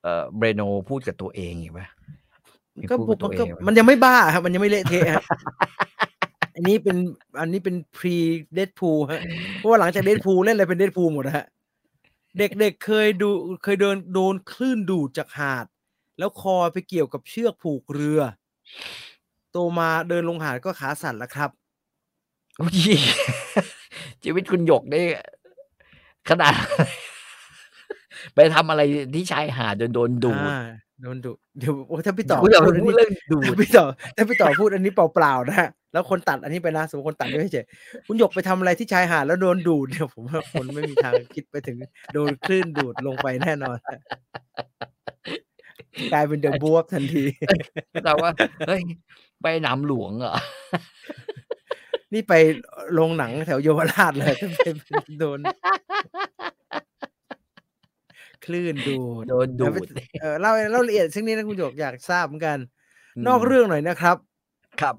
Speaker 2: เอ่อเบรโนพูดกับตัวเองอีกไหม
Speaker 1: ก็
Speaker 2: พู
Speaker 1: บุ
Speaker 2: ด
Speaker 1: ก
Speaker 2: บตั
Speaker 1: มั
Speaker 2: วนเอ
Speaker 1: ก็
Speaker 2: งไหม
Speaker 1: มันยังไม่บ้าครับ มันยังไม่เละเทะ ฮะ อันนี้เป็นอันนี้เป็นพรีเดดพูฮะเพราะว่าหลังจากเดดพูเล่นอะไรเป็นเดดพูหมดนะฮะ เด็กๆเคยดูเคยเดินโดนคลื่นดูดจากหาด แล้วคอไปเกี่ยวกับเชือกผูกเรือ โตมาเดินลงหาดก็ขาสั่นแล้วครับ
Speaker 2: โอ้ย ชีวิตคุณหยกได้ขนาด ไปทำอะไรที่ชายหาดจนโดนดูด
Speaker 1: อ่าโดนดูดเดี๋ยวโอ้ถ้าพี่ต่อ
Speaker 2: คุณหยก
Speaker 1: พูดอัน
Speaker 2: พูด
Speaker 1: นี้
Speaker 2: เรื่องดูด
Speaker 1: ถ้าพี่ต่อถ้าพี่ต่อพูดอันนี้เปล่าๆนะฮะแล้วคนตัดอันนี้ไปนะสมมติคนตัดด้วยเฉยคุณหยกไปทำอะไรที่ชายหาดแล้วโดนดูดเนี่ยผมว่าคนไม่มีทางคิดไปถึงโดนคลื่นดูดลงไปแน่นอนฮะกลายเป็นเดอะบวบทันที
Speaker 2: แต่ว่าเฮ้ยไปหน้ำหลวงเหรอ
Speaker 1: นี่ไปโรงหนังแถวเยาวราชเลยถ้าไปโดน คลื่นดูด
Speaker 2: โดนดูด
Speaker 1: เออเล่าเล่าละเอียดซึ่งนี้นะคุณหยกอยากทราบเหมือนกัน นอกเรื่องหน่อยนะครับ
Speaker 2: ครับ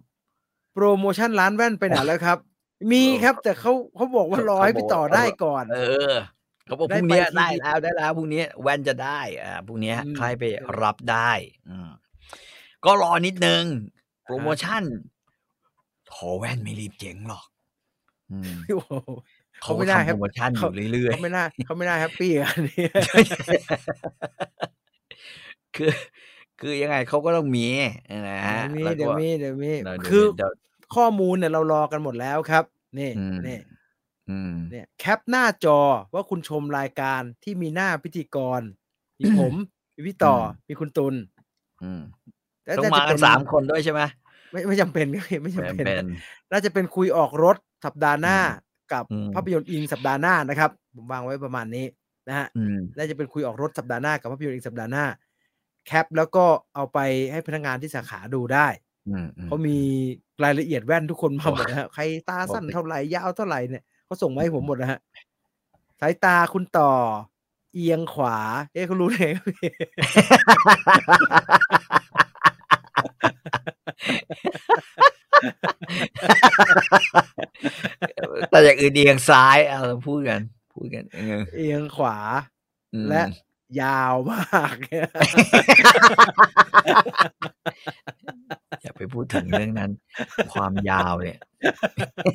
Speaker 1: โปรโมชั่นร้านแว่นไปไหนแล้วครับ มีครับแต่เขาเขาบอกว่า
Speaker 2: เขา
Speaker 1: รอให้พี่ต่อ
Speaker 2: เขาบอก
Speaker 1: ได้ก่อน
Speaker 2: เออเขาบอก
Speaker 1: ได้
Speaker 2: พรุ่งเนี้
Speaker 1: ไป
Speaker 2: ยได้
Speaker 1: ที่
Speaker 2: แล้วได้แล้วพรุ่งนี้แว่นจะได้อ่าพรุ่งเนี้ย
Speaker 1: อืม
Speaker 2: ใครไปรับได้ อืมก็รอนิดนึง โปรโม
Speaker 1: อ่า
Speaker 2: ชั่นโถแว่นไม่รีบเจ๋งหรอก อืม
Speaker 1: โอ้โห
Speaker 2: เขา
Speaker 1: เขา
Speaker 2: ทำ
Speaker 1: ไม่ได้ค
Speaker 2: โป
Speaker 1: รับ
Speaker 2: รโมชั่นอยู่เรื่อย
Speaker 1: เขาไม่น่าเขาไม่น่าแฮปปี้อันนี้
Speaker 2: ๆ คือ คือยังไงเขาก็ต้องมีนะฮะ
Speaker 1: เดี๋ยวมี
Speaker 2: แล้ว
Speaker 1: เดี๋ย
Speaker 2: ก็
Speaker 1: วมีเดี๋ยวมี
Speaker 2: เดี๋ยว
Speaker 1: คือ
Speaker 2: เดี๋ยว
Speaker 1: ข้อมูลเนี่ยเรารอกันหมดแล้วครับ นี่
Speaker 2: อืม
Speaker 1: นี่
Speaker 2: อืม
Speaker 1: เนี่ยแคปหน้าจอว่าคุณชมรายการที่มีหน้าพิธีกร มีผม มีพี่ต่ออมีคุณตุล
Speaker 2: อืม
Speaker 1: แล้ว
Speaker 2: ต้อง
Speaker 1: น่
Speaker 2: มา
Speaker 1: จะ
Speaker 2: กั
Speaker 1: เป็น
Speaker 2: สามคนด้วยใช่ไหม
Speaker 1: ไม่ไม่จำเป็น ครับไม่จำเป็
Speaker 2: เป็น น
Speaker 1: น่าจะเป็นคุยออกรถสัปดาห์หน้ากับ
Speaker 2: อืม
Speaker 1: ภาพยนตร์อิงสัปดาห์หน้านะครับผมวางไว้ประมาณนี้นะฮะ
Speaker 2: อืม
Speaker 1: น่าจะเป็นคุยออกรถสัปดาห์หน้ากับภาพยนตร์อิงสัปดาห์หน้า แคปแล้วก็เอาไปให้พนักงานที่สาขาดูได้
Speaker 2: อืมอืม
Speaker 1: เขาะมีรายละเอียดแว่นทุกคนมาหมดนะ ฮะใครตาสั้น
Speaker 2: โอเค
Speaker 1: เท่าไหร่ยาวเท่าไหร่เนี่ยเขาส่งมาให้ผมหมดนะ ฮะสายตาคุณต่อ เอียงขวา เอ๊ะเขารู้เลยครับพี่
Speaker 2: แต่อย่างอื่นเอียงซ้ายเอาเราพูดกัน พูดกันเออ
Speaker 1: เอียงขวา
Speaker 2: อืม
Speaker 1: และยาวมาก เนี่ย
Speaker 2: อย่าไปพูดถึงเรื่องนั้น ความยาวเนี่ย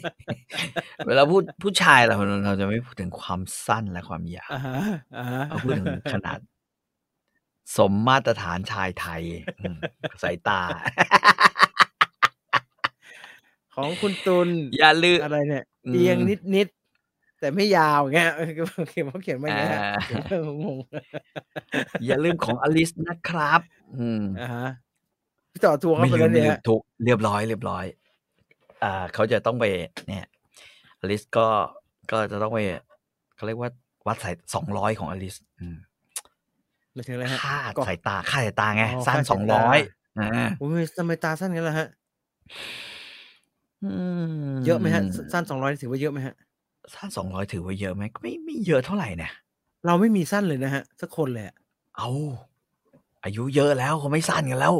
Speaker 2: เวลาพูดผู้ชายเราเราจะไม่พูดถึงความสั้นและความยาว
Speaker 1: อ่าฮะอ่าฮะ
Speaker 2: เราพูดถึงขนาด สมมาตรฐานชายไทยอืมสายตา
Speaker 1: ของคุณตุล
Speaker 2: อย่าลืม
Speaker 1: อะไรเนี่ย
Speaker 2: อืม
Speaker 1: เอียงนิดนิดๆแต่ไม่ยาวอย่างเงี้ยเอ อเขาเขียนเขาเขียนมาอย่างเงี้ยฮะ
Speaker 2: อ่า
Speaker 1: ผมก็ งง
Speaker 2: อย่าลืมของอลิสนะครับ อืม
Speaker 1: อ่าฮะพี่ต่อทัวร์เข้า
Speaker 2: ไม่
Speaker 1: ไป
Speaker 2: ลื
Speaker 1: แล้ว
Speaker 2: มไม่
Speaker 1: เนี่ย
Speaker 2: ลืม
Speaker 1: ฮะ
Speaker 2: ถูกเรียบร้อยเรียบร้อย อ่า เขาจะต้องไป เนี่ยอลิสก็ก็จะต้องไปเขาเรียกว่าวัดสายสองร้อยของอลิสอืม
Speaker 1: หมายถึงอะไรฮะ
Speaker 2: ค่า
Speaker 1: เกาะ
Speaker 2: สายตาค่าสายตาไง
Speaker 1: อ๋อ
Speaker 2: สั้น
Speaker 1: ค่า
Speaker 2: ส
Speaker 1: สา
Speaker 2: อย ง
Speaker 1: ตา
Speaker 2: ร้อยอ่า
Speaker 1: โอ้ยทำไมตาสั้นงั้นล่ะฮะ
Speaker 2: อื
Speaker 1: เยอะไหมฮะ สั้นสองร้อยถือว่าเยอะไหมฮะ
Speaker 2: สั้นสองร้อยถือว่าเยอะไหมก็ไม่ไม่เยอะเท่าไหร่นะ
Speaker 1: เราไม่มีสั้นเลยนะฮะ สักคนเลยอะ
Speaker 2: เอาอายุเยอะแล้วเขาไม่สั้นกันแล้ว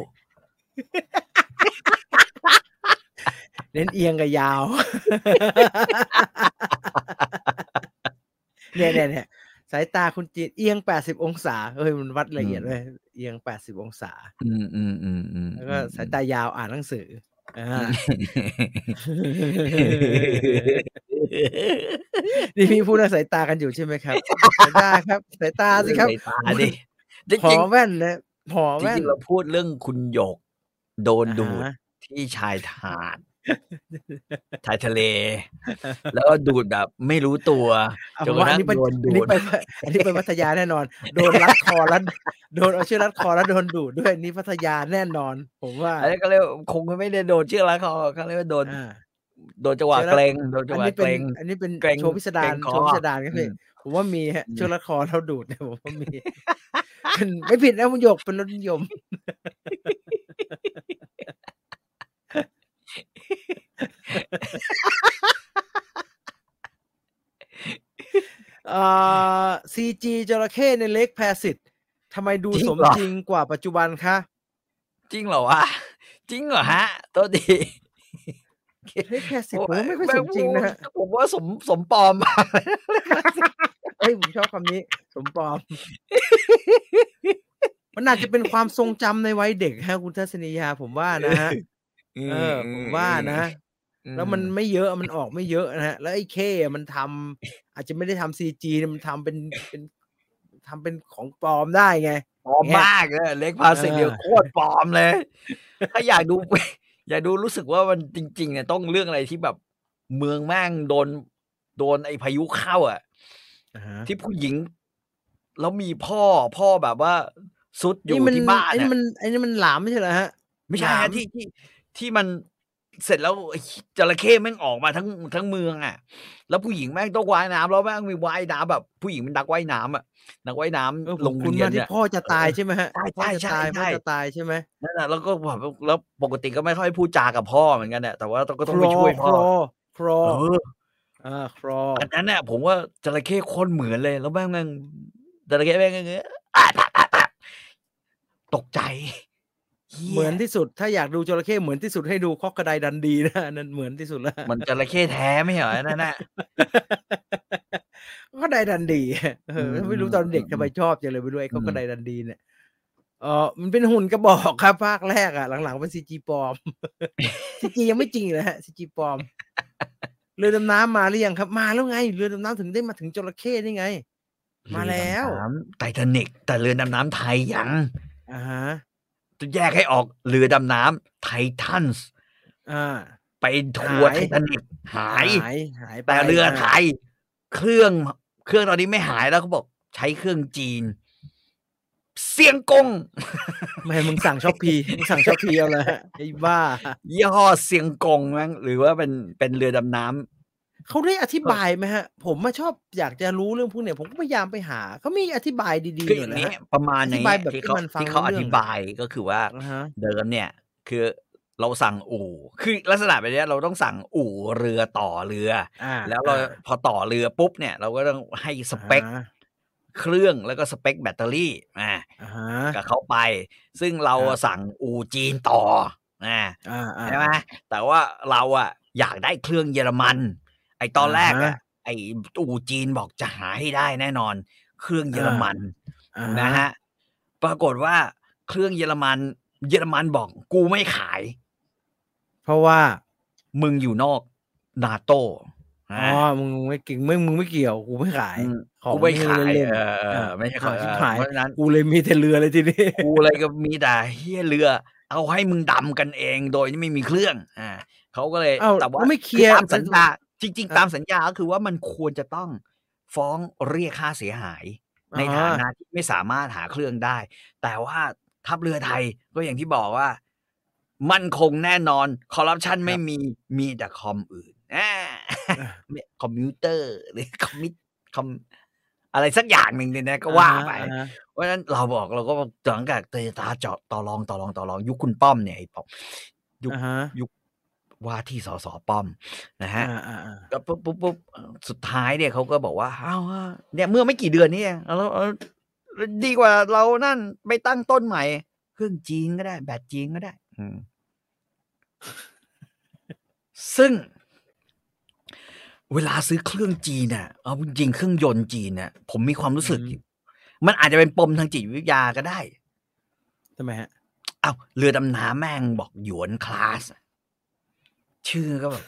Speaker 1: เน้นเอียงกับยาว เนี่ยเนี่ยเนี่ยสายตาคุณจีนเอียงแปดสิบองศาเฮ้ยมันวัดละเอียดเลยเอียงแปดสิบองศา
Speaker 2: อืมอืมอืมอืม
Speaker 1: แล้วก็สาย ตายาวอ่านหนังสือ อ่า นี่พี่พูดเรื่องสายตากันอยู่ใช่ไหมครับ สายตาครับ สายตาสิครับ
Speaker 2: สายตาดิจ
Speaker 1: หอ
Speaker 2: ริงๆ
Speaker 1: แว่นนะหอ
Speaker 2: จ
Speaker 1: แว่น
Speaker 2: ริงๆเราพูดเรื่องคุณหยก โดนดูด
Speaker 1: อ่าฮะ
Speaker 2: ที่ชายหาด ชายทะเล แล้วก็ดูดแบบไม่รู้ตัว
Speaker 1: เอา
Speaker 2: จน
Speaker 1: เป็น
Speaker 2: กระ
Speaker 1: ว่าอัน
Speaker 2: ทั่ง
Speaker 1: นี้เป็น
Speaker 2: โดน
Speaker 1: อัน
Speaker 2: ดู
Speaker 1: นี้
Speaker 2: ด
Speaker 1: ไปอันนี้ไปพัทยาแน่นอน โดนรัดคอแล้ว โดนเอาเชือกรัดคอแล้วโดนดูดด้วยนี่พัทยาแน่นอน ผมว่า
Speaker 2: อันนี้ก็เลยคงไม่ได้โดนเชือกละคอเขาเรียกว่าโดน
Speaker 1: อ่า
Speaker 2: โดนจังหวะ
Speaker 1: เชือกรัด
Speaker 2: เกรงโดนจั
Speaker 1: อั
Speaker 2: ง
Speaker 1: น
Speaker 2: หวะ
Speaker 1: นี้
Speaker 2: เก
Speaker 1: เป็
Speaker 2: ร
Speaker 1: น
Speaker 2: ง
Speaker 1: อันนี้เป็น
Speaker 2: เกร็ง
Speaker 1: โชว์พิสดาร
Speaker 2: เกร็งคอ
Speaker 1: โชว์พิสดารก็คือ
Speaker 2: ม
Speaker 1: ผมว่ามีฮะเชือกรัดคอแล้วดูดเนี่ยผมว่ามีเป็นไม่ผิดนะคุณหยกเป็นรสนิยม เอ่อซีจีจระเข้ในเล็กแพสิตทำไมดู
Speaker 2: จริง
Speaker 1: สม
Speaker 2: เหรอ
Speaker 1: จริงกว่าปัจจุบันคะ
Speaker 2: จริงเหรอวะ จริงเหรอฮะโทษดี
Speaker 1: เล็กแพสิตผมว่าไม่ค่อยสมจริงนะฮะ
Speaker 2: ผมว่าสมสมปลอมมาก
Speaker 1: เอ้ยผมชอบคำนี้ สมปลอม มันอาจจะเป็นความทรงจำในวัยเด็กฮะคุณทัศนียาผมว่านะฮะ เออผมว่านะ แล้วมันไม่เยอะมันออกไม่เยอะนะฮะ แล้วไอ้เคมันทำอาจจะไม่ได้ทำซีจีมันทำเป็นเป็นทำเป็นของปลอมได้ไง
Speaker 2: ปลอมมากเลยเล็กพาสิเดียว
Speaker 1: เออ
Speaker 2: โคตรปลอมเลย ถ้าอยากดู อยากดูรู้สึกว่ามันจริง ๆ เนี่ยต้องเรื่องอะไรที่แบบเมืองแม่งโดนโดนไอ้พายุเข้าอ่ะ ที่ผู้หญิง แล้วมีพ่อพ่อแบบว่า สุดอยู่
Speaker 1: นี่มัน
Speaker 2: ที่บ้าน
Speaker 1: ไอ้
Speaker 2: อะ
Speaker 1: นี่มันไอ้นี่มันหลามไม่ใช่เหรอฮะ
Speaker 2: ไม่ใช่
Speaker 1: หลา
Speaker 2: ฮะ
Speaker 1: ม
Speaker 2: ที่ที่ที่มันเสร็จแล้วไอ้จระเข้แม่งออกมาทั้งทั้งเมืองอ่ะ แล้วผู้หญิงแม่งต้องว่ายน้ำแล้วแม่งมีว่ายน้ำแบบ ผู้หญิงเป็นนักว่ายน้ำอ่ะนักว่ายน้ำ
Speaker 1: เออผม
Speaker 2: ลง
Speaker 1: คุณ
Speaker 2: เรีย
Speaker 1: มาน ที่
Speaker 2: เนี่ย
Speaker 1: พ่อจะตายใช่ไหมฮะ
Speaker 2: ใช่ใช่
Speaker 1: พ่อจะตาย
Speaker 2: ใช่ใช่
Speaker 1: พ่อจะตายใช่ไหม
Speaker 2: นั่นแหละแล้วก็แบบแล้วปกติก็ไม่ค่อยพูดจากับพ่อเหมือนกันแหละแต่ว่าก็ต้องไปช่วย
Speaker 1: ค
Speaker 2: พ่อ
Speaker 1: รอครอ
Speaker 2: เออ
Speaker 1: อ่าครอ
Speaker 2: อันนั้นเนี่ยผมว่าจระเข้โคนเหมือนเลย แล้วแม่งแม่งจระเข้แม่งอย่างเงี้ยอ่ะอ่ะอ่ะอ่ะตกใจหี้ย
Speaker 1: เหมือนที่สุดถ้าอยากดูจระเข้เหมือนที่สุดให้ดูคอกกระไดดันดีนะอันนั่น เหมือนที่สุดแล้ว
Speaker 2: มันจระเข้แท้ไม่ใช่เหรออันนั่นน่ะ
Speaker 1: คอกกระไดดันดีเออ
Speaker 2: อืม
Speaker 1: ไม่รู้
Speaker 2: อืม
Speaker 1: ตอนเด็ก
Speaker 2: อืม
Speaker 1: ทำไมชอบจังเลยไปด้วยคอกก
Speaker 2: อื
Speaker 1: ระ
Speaker 2: ม
Speaker 1: ไดดันดีเนี่ยเออมันเป็นหุ่นกระบอกครับ ภาคแรกอ่ะหลังๆเป็นซีจีปล อม ซีจียังไม่จริงเลยฮะซีจีปลอมเรือดำน้ำมาหรือยังครับ มาแล้วไงเรือดำน้ำถึงได้มาถึงจระเข้นี่ไง มาแล้ว
Speaker 2: เรือดำน้ำไททานิกแต่เรือดำน้ำไทยยัง
Speaker 1: อ่าฮะ
Speaker 2: จะแยกให้ออกเรือดำน้ำไททันส์
Speaker 1: อ่า
Speaker 2: ไปทัวร์
Speaker 1: หาย
Speaker 2: ไททานิกหาย
Speaker 1: หายหายไป
Speaker 2: แต่เรือไท
Speaker 1: าย
Speaker 2: เครื่องเครื่องตอนนี้ไม่หายแล้วเขาบอกใช้เครื่องจีน เซียงกง
Speaker 1: ไม่มึงสั่งช็อปพีมึงสั่งช็อปพีเอาเลยฮะไอ้บ้า
Speaker 2: ยี่ห้อเซียงกงมั้งหรือว่าเป็นเป็นเรือดำน้
Speaker 1: เขาได้อธิบายไหมฮะ ผมมาชอบอยากจะรู้เรื่องพวกเนี้ยผมก็พยายามไปหาเขามีอธิบายดี
Speaker 2: ำ
Speaker 1: ๆ
Speaker 2: คือ
Speaker 1: หน่อย
Speaker 2: อย่าง
Speaker 1: นะ
Speaker 2: นี้
Speaker 1: ฮะ
Speaker 2: ประมาณอย่างเงี้ย
Speaker 1: อธิบายแบบ
Speaker 2: ที่เขา
Speaker 1: ที่มันฟัง
Speaker 2: ที่เขา
Speaker 1: รู้
Speaker 2: อ
Speaker 1: เรื่อง
Speaker 2: ธิบายก็คือว่า
Speaker 1: อ่าฮะ
Speaker 2: เดิมเนี่ยคือเราสั่งอู่ คือลักษณะแบบเนี้ยเราต้องสั่งอู่เรือต่อเรือ
Speaker 1: อ่า
Speaker 2: แล้วเรา
Speaker 1: อ่
Speaker 2: พอต่อเรือปุ๊บเนี่ย เราก็ต้องให้สเปค
Speaker 1: อ่า
Speaker 2: เครื่องแล้วก็สเปคแบตเตอรี่อ่า
Speaker 1: อ่าฮะ
Speaker 2: กับเขาไป ซึ่งเรา
Speaker 1: ครับ
Speaker 2: สั่งอูจีนต่ออ่า
Speaker 1: อ่าอ่า
Speaker 2: ใช่ไหมแต่ว่าเราอะอยากได้เครื่องเยอรมัน ไอตอนแรก
Speaker 1: อ่า
Speaker 2: อะ
Speaker 1: ฮะ
Speaker 2: ไออูจีนบอกจะหาให้ได้แน่นอน เครื่องเยอรมัน
Speaker 1: อ่า
Speaker 2: นะฮะปรากฏว่าเครื่องเยอรมัน เยอรมันบอกกูไม่ขาย
Speaker 1: เพราะว่า
Speaker 2: มึงอยู่นอกนาโต้
Speaker 1: อ๋
Speaker 2: อ่า
Speaker 1: อมึงไม่เก่งไม่มึงไม่เกี่ยวกูไม่ขาย
Speaker 2: อืม
Speaker 1: ของ
Speaker 2: กูไม่ขาย
Speaker 1: เล่นๆ
Speaker 2: เออเออไม่ใช่ของ
Speaker 1: อ่าชิบ
Speaker 2: เออ
Speaker 1: หาย
Speaker 2: เพราะฉะนั้น
Speaker 1: กูเลยมีแต่เรือเลยทีนี้
Speaker 2: กูอะไรก็มีแต่เฮียเรือ เอาให้มึงดำกันเองโดยที่ไม่มีเครื่อง อ่าเขาก็เลย
Speaker 1: เอ้า
Speaker 2: แต่ว่า
Speaker 1: แล้วไม่เคลียร์
Speaker 2: อตามสัญญาจริง
Speaker 1: เออ
Speaker 2: ๆ ตามสัญญาก็คือว่ามันควรจะต้องฟ้องเรียกค่าเสียหาย ในฐานะที่ไม่สามารถหาเครื่องได้ แต่ว่าทัพเรือไทยก็อย่างที่บอกว่า มั่นคงแน่นอนคอร์รัปชันไม่มีมีแต่คอมอื่นอ่า
Speaker 1: อ่า
Speaker 2: คอมพิวเตอร์หรือคอมมิตคอมอะไรสักอย่างหนึ่งเนี่ยนะก็ว่าไป
Speaker 1: อ่าฮะ
Speaker 2: เพราะฉะนั้นเราบอกเราก็หลังจากเตยตาเจาะต่อรองต่อรองต่อรอง ยุคคุณป้อมเนี่ยไอ้ป้อม ยุค
Speaker 1: อ่าฮะ
Speaker 2: ยุคว่าที่สสป้อมนะฮะ
Speaker 1: อ่าอ่าอ่า
Speaker 2: ก็ปุ๊บปุ๊บปุ๊บเอ่อสุดท้ายเนี่ยเขาก็บอกว่าเอ้าวเนี่ยเมื่อไม่กี่เดือนนี่เองแล้วแล้วแล้วดีกว่าเรานั่นไปตั้งต้นใหม่ เครื่องจีนก็ได้ แบตจีนก็ได้ อืม ซึ่ง เวลาซื้อเครื่องจีนน่ะเอาจริงๆเครื่องยนต์จีนน่ะ ผมมีความรู้สึก
Speaker 1: อืม
Speaker 2: มันอาจจะเป็นปมทางจิตวิทยาก็ได้
Speaker 1: ทำไมฮะ
Speaker 2: เอาวเรือดำน้ำแม่งบอกหยวนคลาสอะชื่อก็แบบ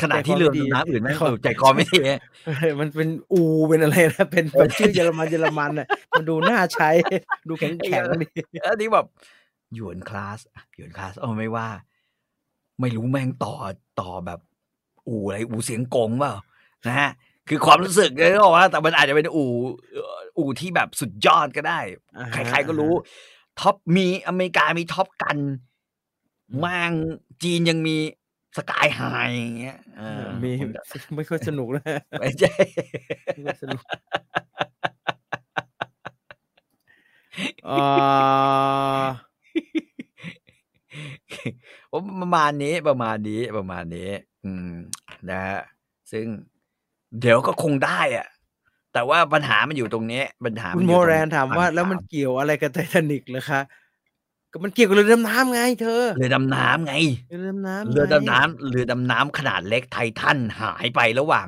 Speaker 2: ขณะที่เรือดำน้ำอื่นแม่งแบบใจคอไม่ดี
Speaker 1: เออมันเป็นอูเป็นอะไรนะ เป็นเป็นชื่อเยอรมันเยอรมันน่ะมันดูน่าใช้ ดู แข็งแข็งๆดี
Speaker 2: อันนี้แบบหยวนคลาสอ่ะหยวนคลาสเอาไม่ว่า ไม่รู้แม่งต่อต่อแบบ อู่อะไรอู่เสียงกงเปล่านะฮะคือความรู้สึกเลยบอกว่า แต่มันอาจจะเป็นอู่เอ่ออู่ที่แบบสุดยอดก็ได้
Speaker 1: อ่าฮะ
Speaker 2: ใครๆก็รู้ท็อปมีอเมริกามีท็อปกันมั่งจีนยังมีสกายไฮอย่างเงี้ยเอ
Speaker 1: อ่า
Speaker 2: อ
Speaker 1: ฮะมี
Speaker 2: ผจะ
Speaker 1: ไม่ค่อยสนุกนะ
Speaker 2: ไม่ใช่
Speaker 1: ไม่ค่อยสนุกเอ่อ
Speaker 2: ผมประมาณนี้ประมาณนี้ประมาณนี้ อืมนะฮะซึ่งเดี๋ยวก็คงได้อะแต่ว่าปัญหามันอยู่ตรงนี้ปัญหา
Speaker 1: คุ
Speaker 2: น
Speaker 1: ณ
Speaker 2: อยู่
Speaker 1: โม
Speaker 2: ตง
Speaker 1: แรนถามว่า แล้วมันเกี่ยวอะไรกับไททานิกเหรอคะก็มันเกี่ยวกับเรือดำน้ำไงเธอ
Speaker 2: เรือดำน้ำไง
Speaker 1: เรือดำน้ำ
Speaker 2: เรือ
Speaker 1: ไง
Speaker 2: ดำน้ำเรือดำน้ำขนาดเล็กไททันหายไประหว่าง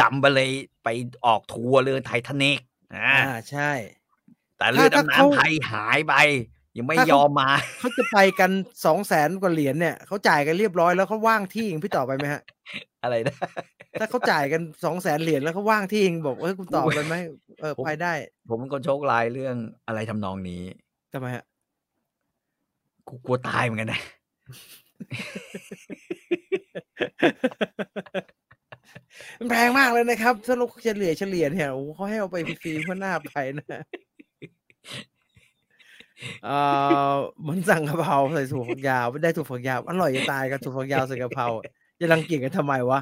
Speaker 2: ดำไปเลยไปออกทัวร์เรือไททานิกนะ
Speaker 1: อ่าใช่
Speaker 2: แต่เรือ
Speaker 1: ถ้า
Speaker 2: ดำ
Speaker 1: เขา
Speaker 2: น้ำไทยหายไป ยังไม่
Speaker 1: ถ้าเขาย
Speaker 2: ยอมมา
Speaker 1: เขาจะไปกันสองแสนกว่าเหรียญเนี่ยเขาจ่ายกันเรียบร้อยแล้วเขาว่างที่เองพี่ต่อไปไหมฮะ
Speaker 2: อะไรนะ
Speaker 1: ถ้าเขาจ่ายกันสองแสนเหรียญแล้วเขาว่างที่เองบอกเออคุณตอบเลยไหมเออ
Speaker 2: ผม
Speaker 1: ไปได้
Speaker 2: ผมเป็นคนโชคลายเรื่องอะไรทำนองนี้
Speaker 1: ทำไมฮะ
Speaker 2: กูกลัวตายเหมือนกันนะ
Speaker 1: มัน แพงมากเลยนะครับถ้าเราเฉลี่ยเฉลี่ยเนี่ยโอ้โหเขาให้เอาไปฟรีเพื่อหน้าไปนะ เออเหมือนสั่งกะเพราใส่ถั่วฝักยาวไม่ได้ถั่วฝักยาวอร่อยจะตายกับถั่วฝักยาวใส่กะเพราจะรังเกียจกันทำไมวะ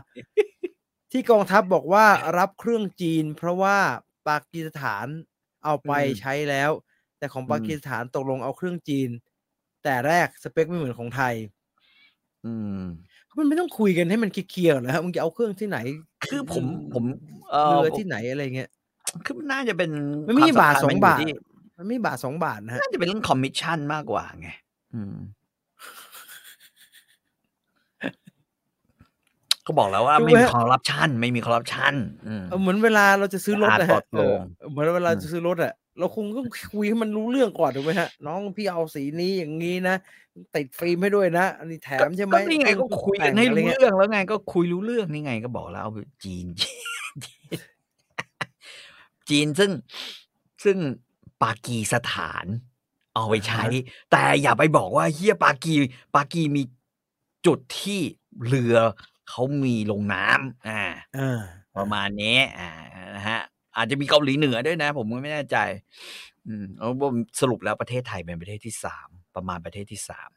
Speaker 1: ที่กองทัพบอกว่ารับเครื่องจีน เพราะว่าปากีสถานเอาไป
Speaker 2: อืม
Speaker 1: ใช้แล้ว แต่ของ
Speaker 2: อืม
Speaker 1: ปากีสถานตกลงเอาเครื่องจีน แต่แรกสเปคไม่เหมือนของไทย
Speaker 2: อืม
Speaker 1: มันไม่ต้องคุยกันให้มันเคลียร์ๆนะฮะมึงจะเอาเครื่องที่ไหน
Speaker 2: คือผมผม เอ
Speaker 1: เรือ อที่ไหนอะไรเงี้ย
Speaker 2: คือน่าจะเป็น
Speaker 1: มันไม่ใช่
Speaker 2: คว
Speaker 1: บาท
Speaker 2: สั
Speaker 1: สอ
Speaker 2: พัน
Speaker 1: ง
Speaker 2: ธ์มันยู่
Speaker 1: บาท
Speaker 2: ที่
Speaker 1: มันไม่บาทสองบาทนะฮะ
Speaker 2: น่าจะเป็นเรื่องคอมมิชชั่นมากกว่าไงอืมก็บอกแล้วว่าไม่มีคอร์รัปชันไม่มีคอร์รัปชันอืม
Speaker 1: เออเหมือนเวลาเราจะซื้อรถนะ
Speaker 2: ราคา
Speaker 1: ฮะ
Speaker 2: ปลอดโปร่ง
Speaker 1: เออเหมือนเวลา
Speaker 2: อืม
Speaker 1: จะซื้อรถอะเราคงต้องคุยให้มันรู้เรื่องก่อนถูกไหมฮะ น้องพี่เอาสีนี้อย่างนี้นะติดฟิล์มให้ด้วยนะอันนี้แถมใช่ไหม
Speaker 2: ก็นี่ไงก็คุยกันให้
Speaker 1: แต่งะ
Speaker 2: รู้
Speaker 1: ไเงี้ย
Speaker 2: เรื่องแล้วไงก็คุยรู้เรื่องนี่ไงก็บอกแล้วเอาไปจีน จีน จีนซึ่งซึ่งปากีสถาน เอาไปใช้
Speaker 1: อ่าฮ
Speaker 2: แต่อย่าไปบอกว่าเฮียปากี ปากีมีจุดที่เรือเขามีลงน้ำอ่า
Speaker 1: อ่า
Speaker 2: ประมาณนี้อ่านะฮะ อาจจะมีเกาหลีเหนือด้วยนะ ผมก็ไม่แน่ใจ อืมเอาว่าสรุปแล้วประเทศไทยเป็นประเทศที่สามประมาณประเทศที่สาม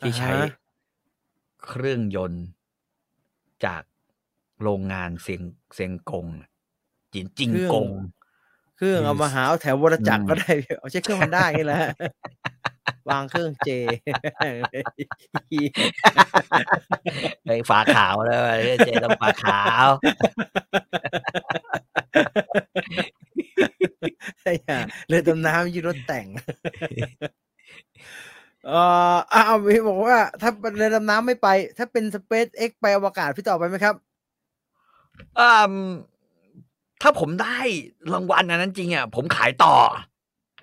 Speaker 2: ที่ใช้
Speaker 1: อ่าฮะ
Speaker 2: เครื่องยนต์จากโรงงานเซียงเซียงกงอะจีนจิงกง
Speaker 1: เครื่อง
Speaker 2: อืม
Speaker 1: เอามาหาเอาแถววรจักร
Speaker 2: อืม
Speaker 1: ก็ได้ เอาใช้เครื่องมันได้นี่แหละ วางเครื่องเจ
Speaker 2: ไอ้ฝาขาวแล้วไอ้เจต้องฝาขาว
Speaker 1: ไอ้ห่าเรือดำน้ำยีรถ แต่ง เอ่ออ่ะเอามีบอกว่า ถ้าเรือดำน้ำไม่ไป ถ้าเป็นสเปซเอ็กไปอวกาศพี่ต่อไปไหมครับ
Speaker 2: อืมถ้าผมได้รางวัลอันนั้นจริงอ่ะผมขายต่อ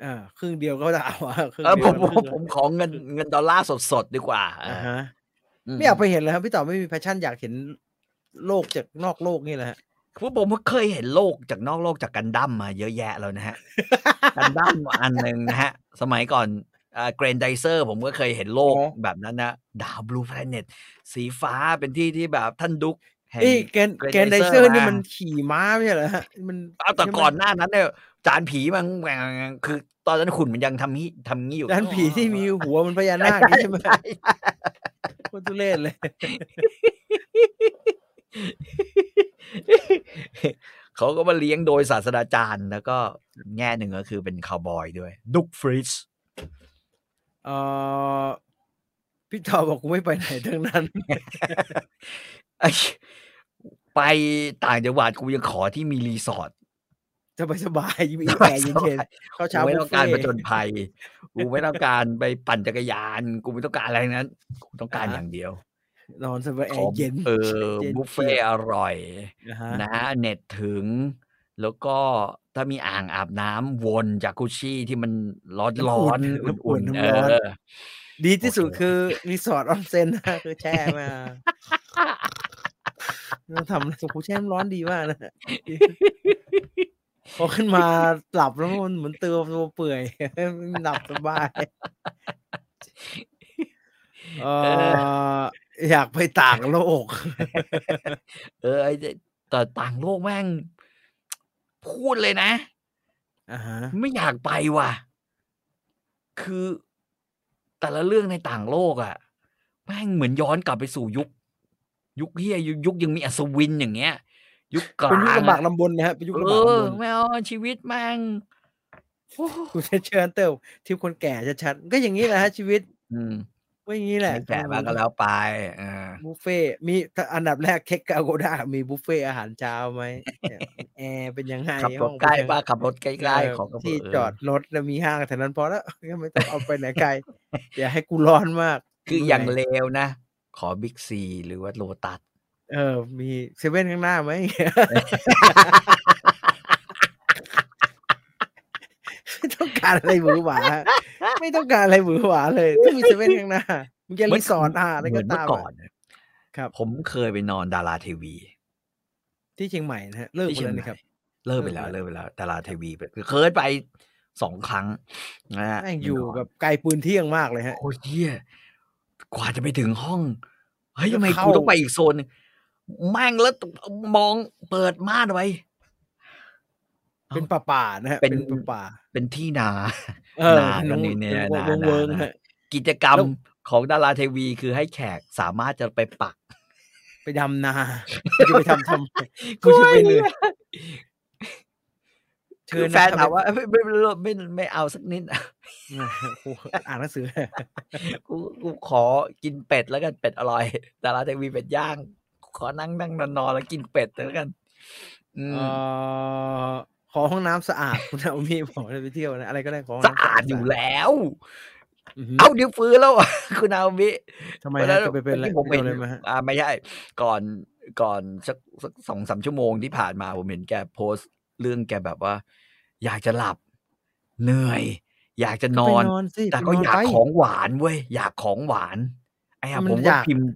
Speaker 1: อ่าครึ่งเดียวก็จะเอาอะครึ่ง
Speaker 2: เออ
Speaker 1: เดี
Speaker 2: ผ
Speaker 1: ยว
Speaker 2: ม
Speaker 1: นะ
Speaker 2: ผม
Speaker 1: ครึ่ง
Speaker 2: ผมขอเงินเงินดอลลาร์สดๆดีกว่า
Speaker 1: อ่าฮะ
Speaker 2: ม
Speaker 1: ไม่อยากไปเห็นเลยครับพี่ต่อไม่มีแพชชั่นอยากเห็นโลกจากนอกโลกนี่แหละฮะ
Speaker 2: เพราะผมเคยเห็นโลกจากนอกโลกจากกันดั้มมาเยอะแยะแล้วนะฮะ กันดั้มอันหนึ่งนะฮะ สมัยก่อนเกรนไดเซอร์ผมก็เคยเห็นโลก
Speaker 1: อ๋อ
Speaker 2: แบบนั้นนะดาวบลูแพลเน็ตสีฟ้าเป็นที่ที่แบบท่านดุ๊กแห่ง
Speaker 1: นี่แกน
Speaker 2: Grand
Speaker 1: แกนไดเซอร์
Speaker 2: Racer
Speaker 1: นี่
Speaker 2: มามั
Speaker 1: มันขี่ม้าไม่ใช่เหรอฮะมัน
Speaker 2: เอาแต่
Speaker 1: ใช่ไหม
Speaker 2: ก่อนหน้านั้นเนี่ยจานผีมันแหว่งคือ ตอนนั้นขุนมันยังทำนี้ทำนี้อยู่
Speaker 1: ด้านผีที่มีหัวมันพญานาคนี่ใช่ไหม
Speaker 2: ใช่ใช่
Speaker 1: โคตรทุเรศเลย
Speaker 2: เขาก็มาเลี้ยงโดยศาสตราจารย์ แล้วก็แง่หนึ่งก็คือเป็นคาวบอยด้วย ดุกฟริส
Speaker 1: เออพี่ต่อบอกกูไม่ไปไหนทั้งนั้น
Speaker 2: ไอ้ ไปต่างจังหวัดกูยังขอที่มีรีสอร์ท
Speaker 1: สบายสบายๆมี แอ ร์เย็นเย็นๆเข้า
Speaker 2: กู
Speaker 1: เช้า
Speaker 2: ไม่
Speaker 1: บุ
Speaker 2: ต้อ
Speaker 1: ฟ
Speaker 2: ง
Speaker 1: เฟ่
Speaker 2: การ
Speaker 1: ต์
Speaker 2: ปจนภัย กูไม่ต้องการไปปั่นจักรยาน กูไม่ต้องการอะไรทั้งนั้น กูต้องการอย่างเดียวน
Speaker 1: อนสบายแอ
Speaker 2: ขอ
Speaker 1: ร์เย็น
Speaker 2: เออบุฟเฟ่ต์อร่อย
Speaker 1: นะฮะ
Speaker 2: นะเน็ตถึง แล้วก็ถ้ามีอ่างอาบน้ำวนจากกุชชี่ที่มันร้อนร้อนๆ
Speaker 1: น้ำ
Speaker 2: อุ่
Speaker 1: อุ่น
Speaker 2: นๆ
Speaker 1: น้ำ
Speaker 2: เอ
Speaker 1: ร้อน
Speaker 2: อ
Speaker 1: ดีที่สุด
Speaker 2: โอเค
Speaker 1: คือ รีสอร์ทออนเซนนะ คือแช่มาเราทำสุขุแช่น้ำร้อนดีมากนะพอขึ้นมาหลับแล้วมันเหมื อนเตือตัวเปื่อย หลับสบาย เอ่ออยากไปต่างโลก
Speaker 2: เออไอ้แต่ต่างโลกแม่ง พูดเลยนะ
Speaker 1: อ่าฮะ
Speaker 2: ไม่อยากไปว่ะ คือแต่ละเรื่องในต่างโลกอะ่ะ แม่งเหมือนย้อนกลับไปสู่ยุค ยุคเฮียยุคยุคยังมีอัศวินอย่างเงี้ย ยุคกลาง
Speaker 1: เป็นยุคลำบาก
Speaker 2: อะ
Speaker 1: ลำบนนะฮะเป็นยุคลำา
Speaker 2: เอบ
Speaker 1: ก
Speaker 2: อ
Speaker 1: ลำบน
Speaker 2: ไม่เอาชีวิตแม่งโอ้
Speaker 1: คุณเชิญเติมทีมคนแก่ชัดๆก็อย่างนี้แหละฮะชีวิต
Speaker 2: อืม
Speaker 1: ก็อย่างนี้แหละ
Speaker 2: ไม่แก่มางก็แล้วไปเออ
Speaker 1: บุฟเฟ่ต์มีถ้าอันดับแรกเค้กกาโกด้ามีบุฟเฟ่ต์อาหารเช้าไหมเนี่ยแอร์เป็นยังไง
Speaker 2: ขับร
Speaker 1: ห้อ
Speaker 2: ถ
Speaker 1: ง
Speaker 2: ใกล้
Speaker 1: เป็นยังไง
Speaker 2: ป่ะขับรถใกล้
Speaker 1: เ
Speaker 2: ๆของกระเบื้
Speaker 1: ที่
Speaker 2: ง
Speaker 1: จอดรถแล้วมีห้างแถวนั้นพอแล้ว ไม่ต้องเอาไปไหนไกลอย่าให้กูร้อนมาก
Speaker 2: คืออย่าง
Speaker 1: เหนื่
Speaker 2: เลวนะ ขอบิ๊กซีหรือว่าโลตัส
Speaker 1: เออ มีเซเว่นข้างหน้าไหม ไม่ต้องการอะไรหวือหวา ไม่ต้องการอะไรหวือหวาเลยต้องมีเซเว่นข้างหน้ามึงจะ
Speaker 2: เหมือ
Speaker 1: รี
Speaker 2: น
Speaker 1: สอร์ทอ่ะแล้ว
Speaker 2: เหมื
Speaker 1: ก็
Speaker 2: อนเมื่
Speaker 1: ตา
Speaker 2: อ
Speaker 1: ม
Speaker 2: ก่อ
Speaker 1: อะ
Speaker 2: นเนี่ย
Speaker 1: ครับ
Speaker 2: ผมเคยไปนอนดาราทีวี
Speaker 1: ที่เชียงใหม่นะฮะเลิก
Speaker 2: ที่
Speaker 1: หมด
Speaker 2: เชีย
Speaker 1: แล้ว
Speaker 2: งใหม่
Speaker 1: นะครับ
Speaker 2: เลิกไปแล้วเลิกไปแล้วดาราทีวีไปคือเคยไปสองครั้งนะฮะ
Speaker 1: แม่งอยู่กับไกลปืนเที่ยงมากเลยฮะ
Speaker 2: โอ้ยเหี้ยกว่าจะไปถึงห้องเฮ้ยทำไม
Speaker 1: เข้า
Speaker 2: กูต้องไปอีกโซนหนึ่งแม่งแล้วมองเปิดม่านไว้ เอ้า
Speaker 1: เป็นป่าป่าๆนะฮะ
Speaker 2: เป็
Speaker 1: เป็น นป่าป่า
Speaker 2: เป็นที่นา
Speaker 1: ๆเออ
Speaker 2: นา
Speaker 1: เป็น
Speaker 2: ตรงนี้
Speaker 1: เป็
Speaker 2: เนี่ย
Speaker 1: น
Speaker 2: นา
Speaker 1: เวิร์ง
Speaker 2: นา
Speaker 1: ๆฮะ
Speaker 2: กิจกรรม
Speaker 1: แล้ว
Speaker 2: ของดาราทีวี คือให้แขกสามารถจะไปปัก
Speaker 1: ไปดำ นาจะไปทำทำกูจะไปเลย
Speaker 2: เชิญแฟนถามว่าเอ้ยไม่ไม่ไม่ไม่เอาสักนิด อะ
Speaker 1: กูอ่านหนังสือ
Speaker 2: กูกูขอกินเป็ดแล้วกันเป็ดอร่อย ดาราทีวีเป็ดย่าง ขอนั่งนั่งนอนนอนแล้วกินเป็ดแล้วกัน อืม
Speaker 1: เอ่อขอห้องน้ำสะอาด คุณเอามีบอกเลยไปเที่ยวนะอะไรก็ได้ขอห้ง
Speaker 2: สะ
Speaker 1: น้ำ
Speaker 2: อาดอยู่แล้ว
Speaker 1: อือฮึ
Speaker 2: เอ้าเดี๋ยวฟื้นแล้ว คุณอาวิ
Speaker 1: ทำไม
Speaker 2: วัน
Speaker 1: ฮะ
Speaker 2: นั้น
Speaker 1: จะไปเป็นอะไร
Speaker 2: ที่ผม
Speaker 1: ไป
Speaker 2: เห็
Speaker 1: โดน
Speaker 2: น
Speaker 1: อะไรมาฮะ
Speaker 2: อ่าไม่ใช่ก่อนก่อนสักสักสองสามชั่วโมงที่ผ่านมาผมเห็นแกโพสต์เรื่องแกแบบว่า อยากจะหลับ เหนื่อย อยากจะนอน
Speaker 1: ไปนอนสิ
Speaker 2: แต่ก็
Speaker 1: ไปนน
Speaker 2: อยาก
Speaker 1: ไป
Speaker 2: ของหวานเว้ยอยากของหวานไอ้อะ
Speaker 1: มัน
Speaker 2: ผม
Speaker 1: อ
Speaker 2: ก็
Speaker 1: ยาก
Speaker 2: พิมพ์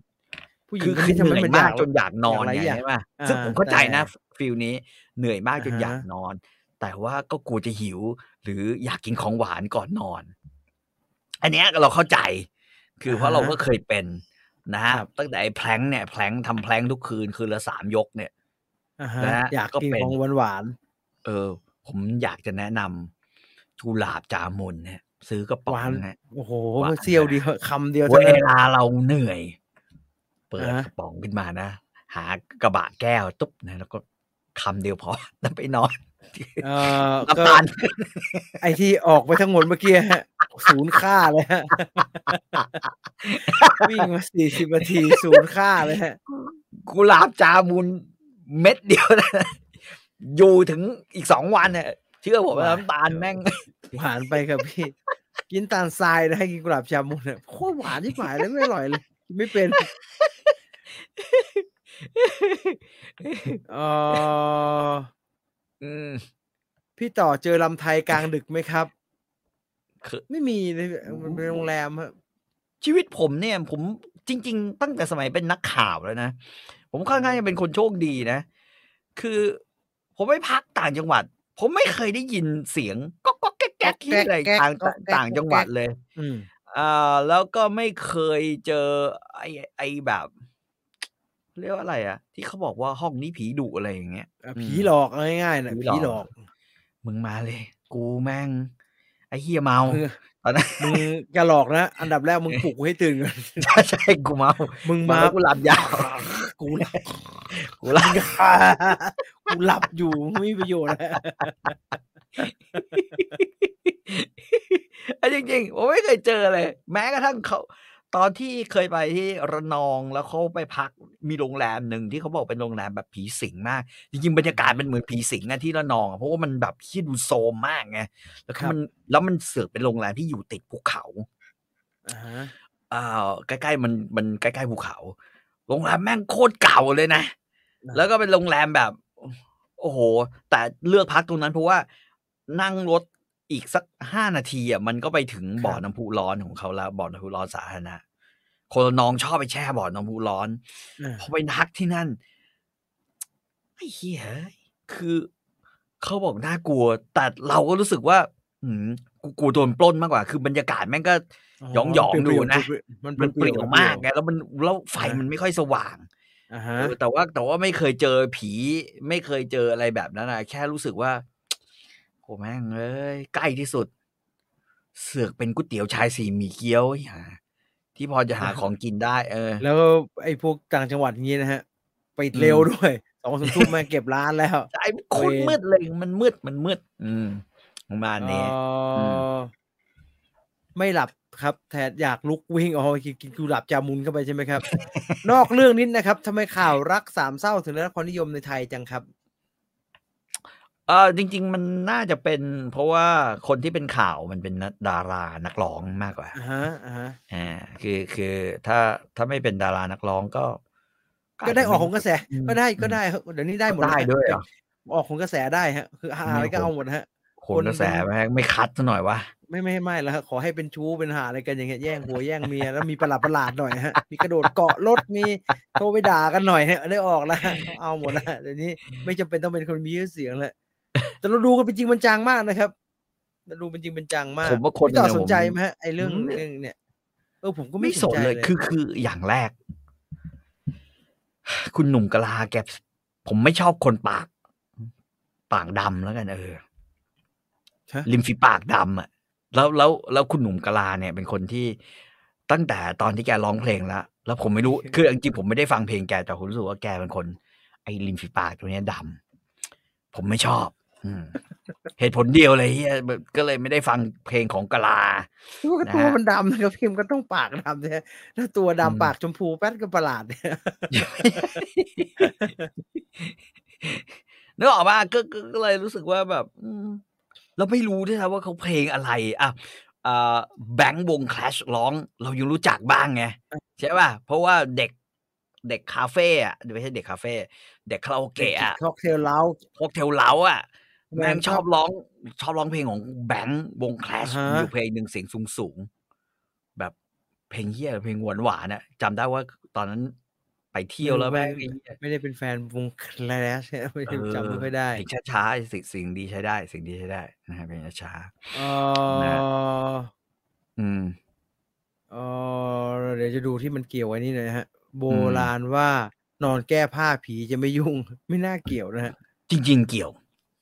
Speaker 1: ผู้หญิ
Speaker 2: คื
Speaker 1: ง
Speaker 2: อน คือ
Speaker 1: นี้
Speaker 2: เหนื่อย
Speaker 1: ทำไน
Speaker 2: มาก
Speaker 1: ห
Speaker 2: จนอยากนอน
Speaker 1: อยากหลาย
Speaker 2: ไง
Speaker 1: อย่าง
Speaker 2: ใช่ไหมซึ่ง
Speaker 1: อ่า
Speaker 2: ผมเข้าใจนะ
Speaker 1: แต่
Speaker 2: ฟิลนี้เหนื่อยมากจน
Speaker 1: อ่าฮะ
Speaker 2: อยากนอน แต่ว่าก็กลัวจะหิว หรืออยากกินของหวานก่อนนอน อันเนี้ยเราเข้าใจ คือเพราะเราก็เคยเป็นนะฮะตั้งแต่ไอ้แพลงก์เนี่ยแพลงก์ทำแพลงก์ทุกคืนคืนละสามยกเนี่ย
Speaker 1: อ่าฮะ
Speaker 2: นะฮะ
Speaker 1: อยาก
Speaker 2: ก็
Speaker 1: กิน
Speaker 2: เป็น
Speaker 1: ของหวานหวาน
Speaker 2: เออ ผมอยากจะแนะนำกุหลาบจามุนเนี่ยซื้อกระป๋องนะฮะ
Speaker 1: ๆโอ้โห
Speaker 2: หวาน
Speaker 1: เซียวเดียวคำเดียว
Speaker 2: เว
Speaker 1: เท่านั้น
Speaker 2: ลาเราเหนื่อย เปิด
Speaker 1: อ่าฮะ
Speaker 2: กระป๋องขึ้นมานะ หากระบะแก้วตุ๊บนะแล้วก็คำเดียวพอ แล้วไปนอน
Speaker 1: เอ่อ
Speaker 2: น้ำ
Speaker 1: ก็
Speaker 2: ตาล
Speaker 1: ไอที่ออกไปทั้งหมดเมื่อกี้ฮะศูนย์ค่าเลยฮะวิ่งมาสี่สิบนาทีศูนย์ค่าเลยฮะ
Speaker 2: กุหลาบจามุนเม็ดเดียวนะ อยู่ถึงอีกสองวันเนี่ยเชื่อผมว่า
Speaker 1: ว้าย
Speaker 2: น้ำตาลแม่ง
Speaker 1: หวานไปครับพี่ กินตาลทรายนะกินกุหลาบชามุนเนี่ยโคตรหวานที่หมายเลยไม่อร่อยเลยกินไม่เป็น เออ
Speaker 2: อืม
Speaker 1: พี่ต่อเจอลำไทยกลางดึกไหมครับ
Speaker 2: คือ
Speaker 1: ไม่มีเลยมันเป็นโรงแรมฮะ
Speaker 2: ชีวิตผมเนี่ยผมจริง ๆ ตั้งแต่สมัยเป็นนักข่าวแล้วนะ ผมค่อนข้างจะเป็นคนโชคดีนะ คือผมไปพักต่างจังหวัด ผมไม่เคยได้ยินเสียงก็ก็แก๊กแก๊กที่อะไรต่างต่างจังหวัดเลย
Speaker 1: อืม
Speaker 2: อ่าแล้วก็ไม่เคยเจอไอ้ไอ้แบบ เรียกว่าอะไรอะที่เขาบอกว่าห้องนี้ผีดุอะไรอย่างเงี้ย
Speaker 1: อ่ะผีหลอกเอาง่ายๆนะ
Speaker 2: ผีหลอก
Speaker 1: ผีหลอก
Speaker 2: มึงมาเลย กูแม่ง ไอ้เฮียเมา
Speaker 1: มึง
Speaker 2: ตอนนั้น
Speaker 1: มึงอย่าหลอกนะอันดับแรกมึงปลุกกูให้ตื่น ก่อน
Speaker 2: ใช่ใช่ กูเมา
Speaker 1: มึง
Speaker 2: มา
Speaker 1: มา
Speaker 2: แล้วกูหลับยาว
Speaker 1: กูหลับ
Speaker 2: กูหลับ
Speaker 1: กูหลับอยู่มึงไม่มีประโยชน์นะ
Speaker 2: ไอ้จริงๆผมไม่เคยเจอเลย แม้กระทั่งเขา ตอนที่เคยไปที่ระนองแล้วเขาไปพักมีโรงแรมหนึ่งที่เขาบอกเป็นโรงแรมแบบผีสิงมาก จริงๆบรรยากาศมันเหมือนผีสิงอะที่ระนองอะเพราะว่ามันแบบที่ดูโซมมากไง แล้วคือมันแล้วมันเสือกเป็นโรงแรมที่อยู่ติดภูเขา
Speaker 1: อ่าฮะ
Speaker 2: อ่าใกล้ๆมันมันใกล้ๆภูเขา โรงแรมแม่งโคตรเก่าเลยนะ แล้วก็เป็นโรงแรมแบบ โอ้โห แต่เลือกพักตรงนั้นเพราะว่านั่งรถอีกสักห้านาทีอ่ะมันก็ไปถึงบ่อน้ำพุร้อนของเขาแล้วบ่อน้ำพุร้อนสาธารณะคนละนองชอบไปแช่บ่อน้ำพุร้อน
Speaker 1: อ่ะ
Speaker 2: พอไปนักที่นั่นไอ้เหี้ยเอ้ยคือเขาบอกน่ากลัว แต่เราก็รู้สึกว่า อืมกูกลัวโดนปล้นมากกว่า คือบรรยากาศแม่งก็ หยองๆดูนะ มันเป
Speaker 1: รี้
Speaker 2: ลี่
Speaker 1: ๆ
Speaker 2: ยว
Speaker 1: รี้
Speaker 2: มากไงแล้วมันแล้วไฟมันไม่ค่อยสว่าง
Speaker 1: อ่าฮะ
Speaker 2: เออแต่ว่าแต่ว่าไม่เคยเจอผีไม่เคยเจออะไรแบบนั้นนะแค่รู้สึกว่า โอ้แม่งเอ้ยใกล้ที่สุด เสือกเป็นก๋วยเตี๋ยวชายสี่หมี่เกี๊ยวไอ้ห่าที่พอจะหาของกินได้ เออ
Speaker 1: แล้วก็ไอ้พวกต่างจังหวัดอย่างงี้นะฮะปิดเร็ว
Speaker 2: อืม
Speaker 1: ด้วยสองสามทุ่มมาเก็บร้านแล้ว
Speaker 2: ใช่มันโคตรมืดเลยมันมืดมันมืด อืมประมาณนี้
Speaker 1: เอ่ออ
Speaker 2: ม
Speaker 1: ไม่หลับครับแทนอยากลุกวิ่งออกไปกินกินกูหลับจามุนเข้าไปใช่ไหมครับ นอกเรื่องนิดนะครับทำไมข่าวรักสามเศร้าถึงได้รับความนิยมในไทยจังครับ
Speaker 2: เออจริง ๆ มันน่าจะเป็น เพราะว่าคนที่เป็นข่าวมันเป็นนักดารานักร้องมากกว่า
Speaker 1: อ่าฮะอ่าฮะ
Speaker 2: อ่า คือคือถ้าถ้าไม่เป็นดารานักร้องก็าจ
Speaker 1: ก็
Speaker 2: จะ
Speaker 1: ได้ออกข
Speaker 2: ม่
Speaker 1: องกระแส
Speaker 2: อืม
Speaker 1: ก็ได้ก็
Speaker 2: อืม
Speaker 1: ได้ครับเดี๋ยวนี้ได้หมด
Speaker 2: ได้
Speaker 1: นะฮะ
Speaker 2: ด้วยเหรอ
Speaker 1: ออกของกระแสได้ฮะ คือหาอะไรก็เอาหมดฮะ
Speaker 2: โห
Speaker 1: คน น
Speaker 2: กระแสแม่งไม่คัดซะหน่อยวะ
Speaker 1: ไม่ไม่ไม่แล้วฮะขอให้เป็นชู้เป็นหาอะไรกันอย่างเงี้ยแย่งหัวแย่งเมียแล้วมีประหลาดประหลาดหน่อยฮะมีกระโดดเกาะรถมีโทรไปด่ากันหน่อยฮะได้ออกแล้วฮะเอาหมดแล้วฮะเดี๋ยวนี้ไม่จำเป็นต้องเป็นคนมีชื่อเสียงแล้วแต่เราดูกันเป็นจริงเป็นจังมากนะครับเราดูเป็นจริงเป็นจังมาก
Speaker 2: ผมว่าคน
Speaker 1: พี่ต่อ
Speaker 2: เนี่ย
Speaker 1: สนใจ
Speaker 2: ผม
Speaker 1: ไหมฮะไอ้เรื่อง
Speaker 2: อืม
Speaker 1: เรื่องเนี่ยเออผมก็ไม่
Speaker 2: ไม่สน
Speaker 1: ใจ
Speaker 2: เลยคือคืออย่างแรก คุณหนุ่มกะลาแกผมไม่ชอบคนปาก ปากดำแล้วกันเออ
Speaker 1: ฮะ
Speaker 2: ริมฝีปากดำอ่ะ แล้วแล้วแล้วคุณหนุ่มกะลาเนี่ย เป็นคนที่ตั้งแต่ตอนที่แกร้องเพลงแล้วแล้วผม ไม่รู้ คือจริงๆผมไม่ได้ฟังเพลงแกแต่ผมรู้สึกว่าแกเป็นคน ไอ้ริมฝีปากตัวเนี้ยดำผมไม่ชอบ อืม เหตุผลเดียวเลยเฮียแบบก็เลยไม่ได้ฟังเพลงของกะลา
Speaker 1: คือว่า
Speaker 2: นะฮะ
Speaker 1: ตัวมันดำนะครับพิมพ์ก็ต้องปากดำเนี่ยถ้าตัว
Speaker 2: อืม
Speaker 1: ดำปากชมพูแป๊ดก็ประหลาดเนี่ย
Speaker 2: นึกออกป่ะก็ก็ก็เลยรู้สึกว่าแบบ อืมเราไม่รู้ด้วยนะว่าเขาเพลงอะไร อ่ะอ่าแบงค์วง Clash ร้อง เรายังรู้จักบ้างไงใช่ป่ะ เพราะว่าเด็กเด็กคาเฟ่อะไม่ใช่เด็กคาเฟ่เด็กคาราโอเกะอะ
Speaker 1: ค็อกเทลเล้า
Speaker 2: พวกเทลเล้าอะ
Speaker 1: แม่
Speaker 2: แม่
Speaker 1: ง
Speaker 2: งชอบร้อง ชอบร้องเพลงของแบงค์วง Clash
Speaker 1: อ่าฮะ
Speaker 2: อยู่เพลงหนึ่งเสียงสูงสูงๆแบบเพลงเฮียเพลงหวานหวานๆอะจำได้ว่าตอนนั้นไปเที่ยวแล้วแม่งไอ้เหี้ย
Speaker 1: ไม่ได้เป็นแฟนวงแคลชไม่ได้จำไม่ค่อยได้
Speaker 2: เพลงช้าๆสิ่งสิ่งดีใช้ได้ สิ่งดีใช้ได้นะฮะเพลงช้า
Speaker 1: เอ
Speaker 2: นะ
Speaker 1: อ
Speaker 2: ๆอืม
Speaker 1: เออเดี๋ยวจะดูที่มันเกี่ยวไว้นี่หน่อยนะฮะ โบ
Speaker 2: อืม
Speaker 1: ราณว่านอนแก้ผ้าผีจะไม่ยุ่ง ไม่น่าเกี่ยวนะฮะ
Speaker 2: จริง ๆ เกี่ยว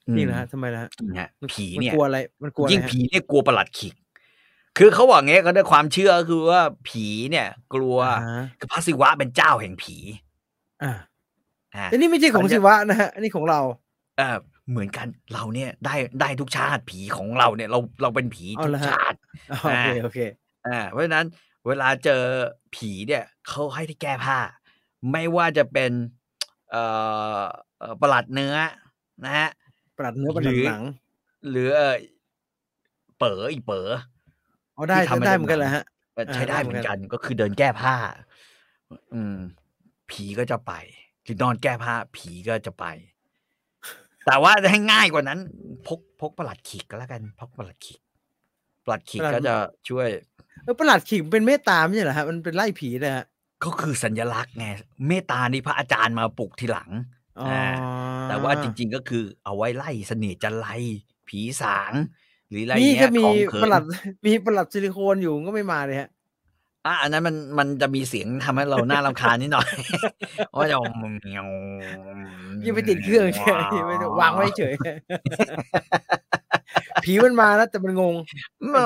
Speaker 2: อืม
Speaker 1: นี่นะฮะทำไมนะฮะ
Speaker 2: จริงฮะ
Speaker 1: มัน
Speaker 2: ผี
Speaker 1: มัน
Speaker 2: เนี่ย
Speaker 1: กลัวอะไรมันกลัวอะไร
Speaker 2: ยิ่ง
Speaker 1: ฮะ
Speaker 2: ผีเนี่ยกลัวประหลัดขิก คือเขาบอกงี้เขาได้ความเชื่อก็คือว่าผีเนี่ย กลัว
Speaker 1: อ่าฮะ
Speaker 2: คือพระศิวะเป็นเจ้าแห่งผี
Speaker 1: อ่ะ
Speaker 2: อ่ะ
Speaker 1: แต่นี่ไม่ใช่ของ
Speaker 2: มันจะ
Speaker 1: ศิวะนะฮะอันนี้ของเรา
Speaker 2: เออเหมือนกันเราเนี่ยได้ได้ทุกชาติผีของเราเนี่ย เราเราเป็นผี
Speaker 1: เอา
Speaker 2: ทุก
Speaker 1: ละฮะ
Speaker 2: ชาติ
Speaker 1: อ๋อโอเค
Speaker 2: อ่า
Speaker 1: โอเค
Speaker 2: อ่าเพราะฉะนั้นเวลาเจอผีเนี่ยเขาให้ที่แก้ผ้า ไม่ว่าจะเป็น เอ่อเอ่อประหลัดเนื้อนะฮะ
Speaker 1: ปรัดเนื้อปรัด
Speaker 2: หรือ
Speaker 1: หนัง
Speaker 2: หรือเอ่อเป๋ออีเป๋อ
Speaker 1: เอาได้
Speaker 2: ที่ทำมา
Speaker 1: ได้
Speaker 2: จาก
Speaker 1: เหมือนกัน
Speaker 2: ห
Speaker 1: แห
Speaker 2: นั
Speaker 1: ละ
Speaker 2: ง
Speaker 1: ฮะ
Speaker 2: เอ่อใช้
Speaker 1: อ่า
Speaker 2: ได้
Speaker 1: ได้
Speaker 2: เห
Speaker 1: เหมื
Speaker 2: มื
Speaker 1: อ
Speaker 2: อน น
Speaker 1: กั
Speaker 2: กัน นก็คือเดินแก้ผ้า อืม ผีก็จะไปหรือนอนแก้ผ้า ผีก็จะไป แต่ว่าให้ง่ายกว่านั้น พกพกประหลัดขิกก็แล้วกันพกประหลัดขิกประหลัดขิกก็จะช่วย
Speaker 1: เออประหลัดขิงเป็นเมตตาไม่ใช่เหรอฮะมันเป็นไล่ผีนะฮะ
Speaker 2: ก็คือสัญลักษณ์ไงเมตตานี่พระอาจารย์มาปลุกทีหลัง
Speaker 1: อ๋ออ
Speaker 2: า แต่ว่าจริง ๆ ก็คือเอาไว้ไล่เสน่ห์จันไรผีสาง หรืออะไร
Speaker 1: นี่
Speaker 2: เงี้
Speaker 1: ก็
Speaker 2: ย
Speaker 1: มี
Speaker 2: ของเขิ
Speaker 1: ประ
Speaker 2: น
Speaker 1: หลัด มีประหลัดซิลิโคนอยู่ก็ไม่มาเลยฮะ
Speaker 2: อ่ะอันนั้นมันมันจะมีเสียงทำให้เราหน้ารำคาญนิดหน่อย ว่าจะเมียว
Speaker 1: ยังไปติดเครื่องแค่ ยังไม่ได้วางไว้เฉ ย ผีมันมาแล้วแต่มันงง
Speaker 2: เออ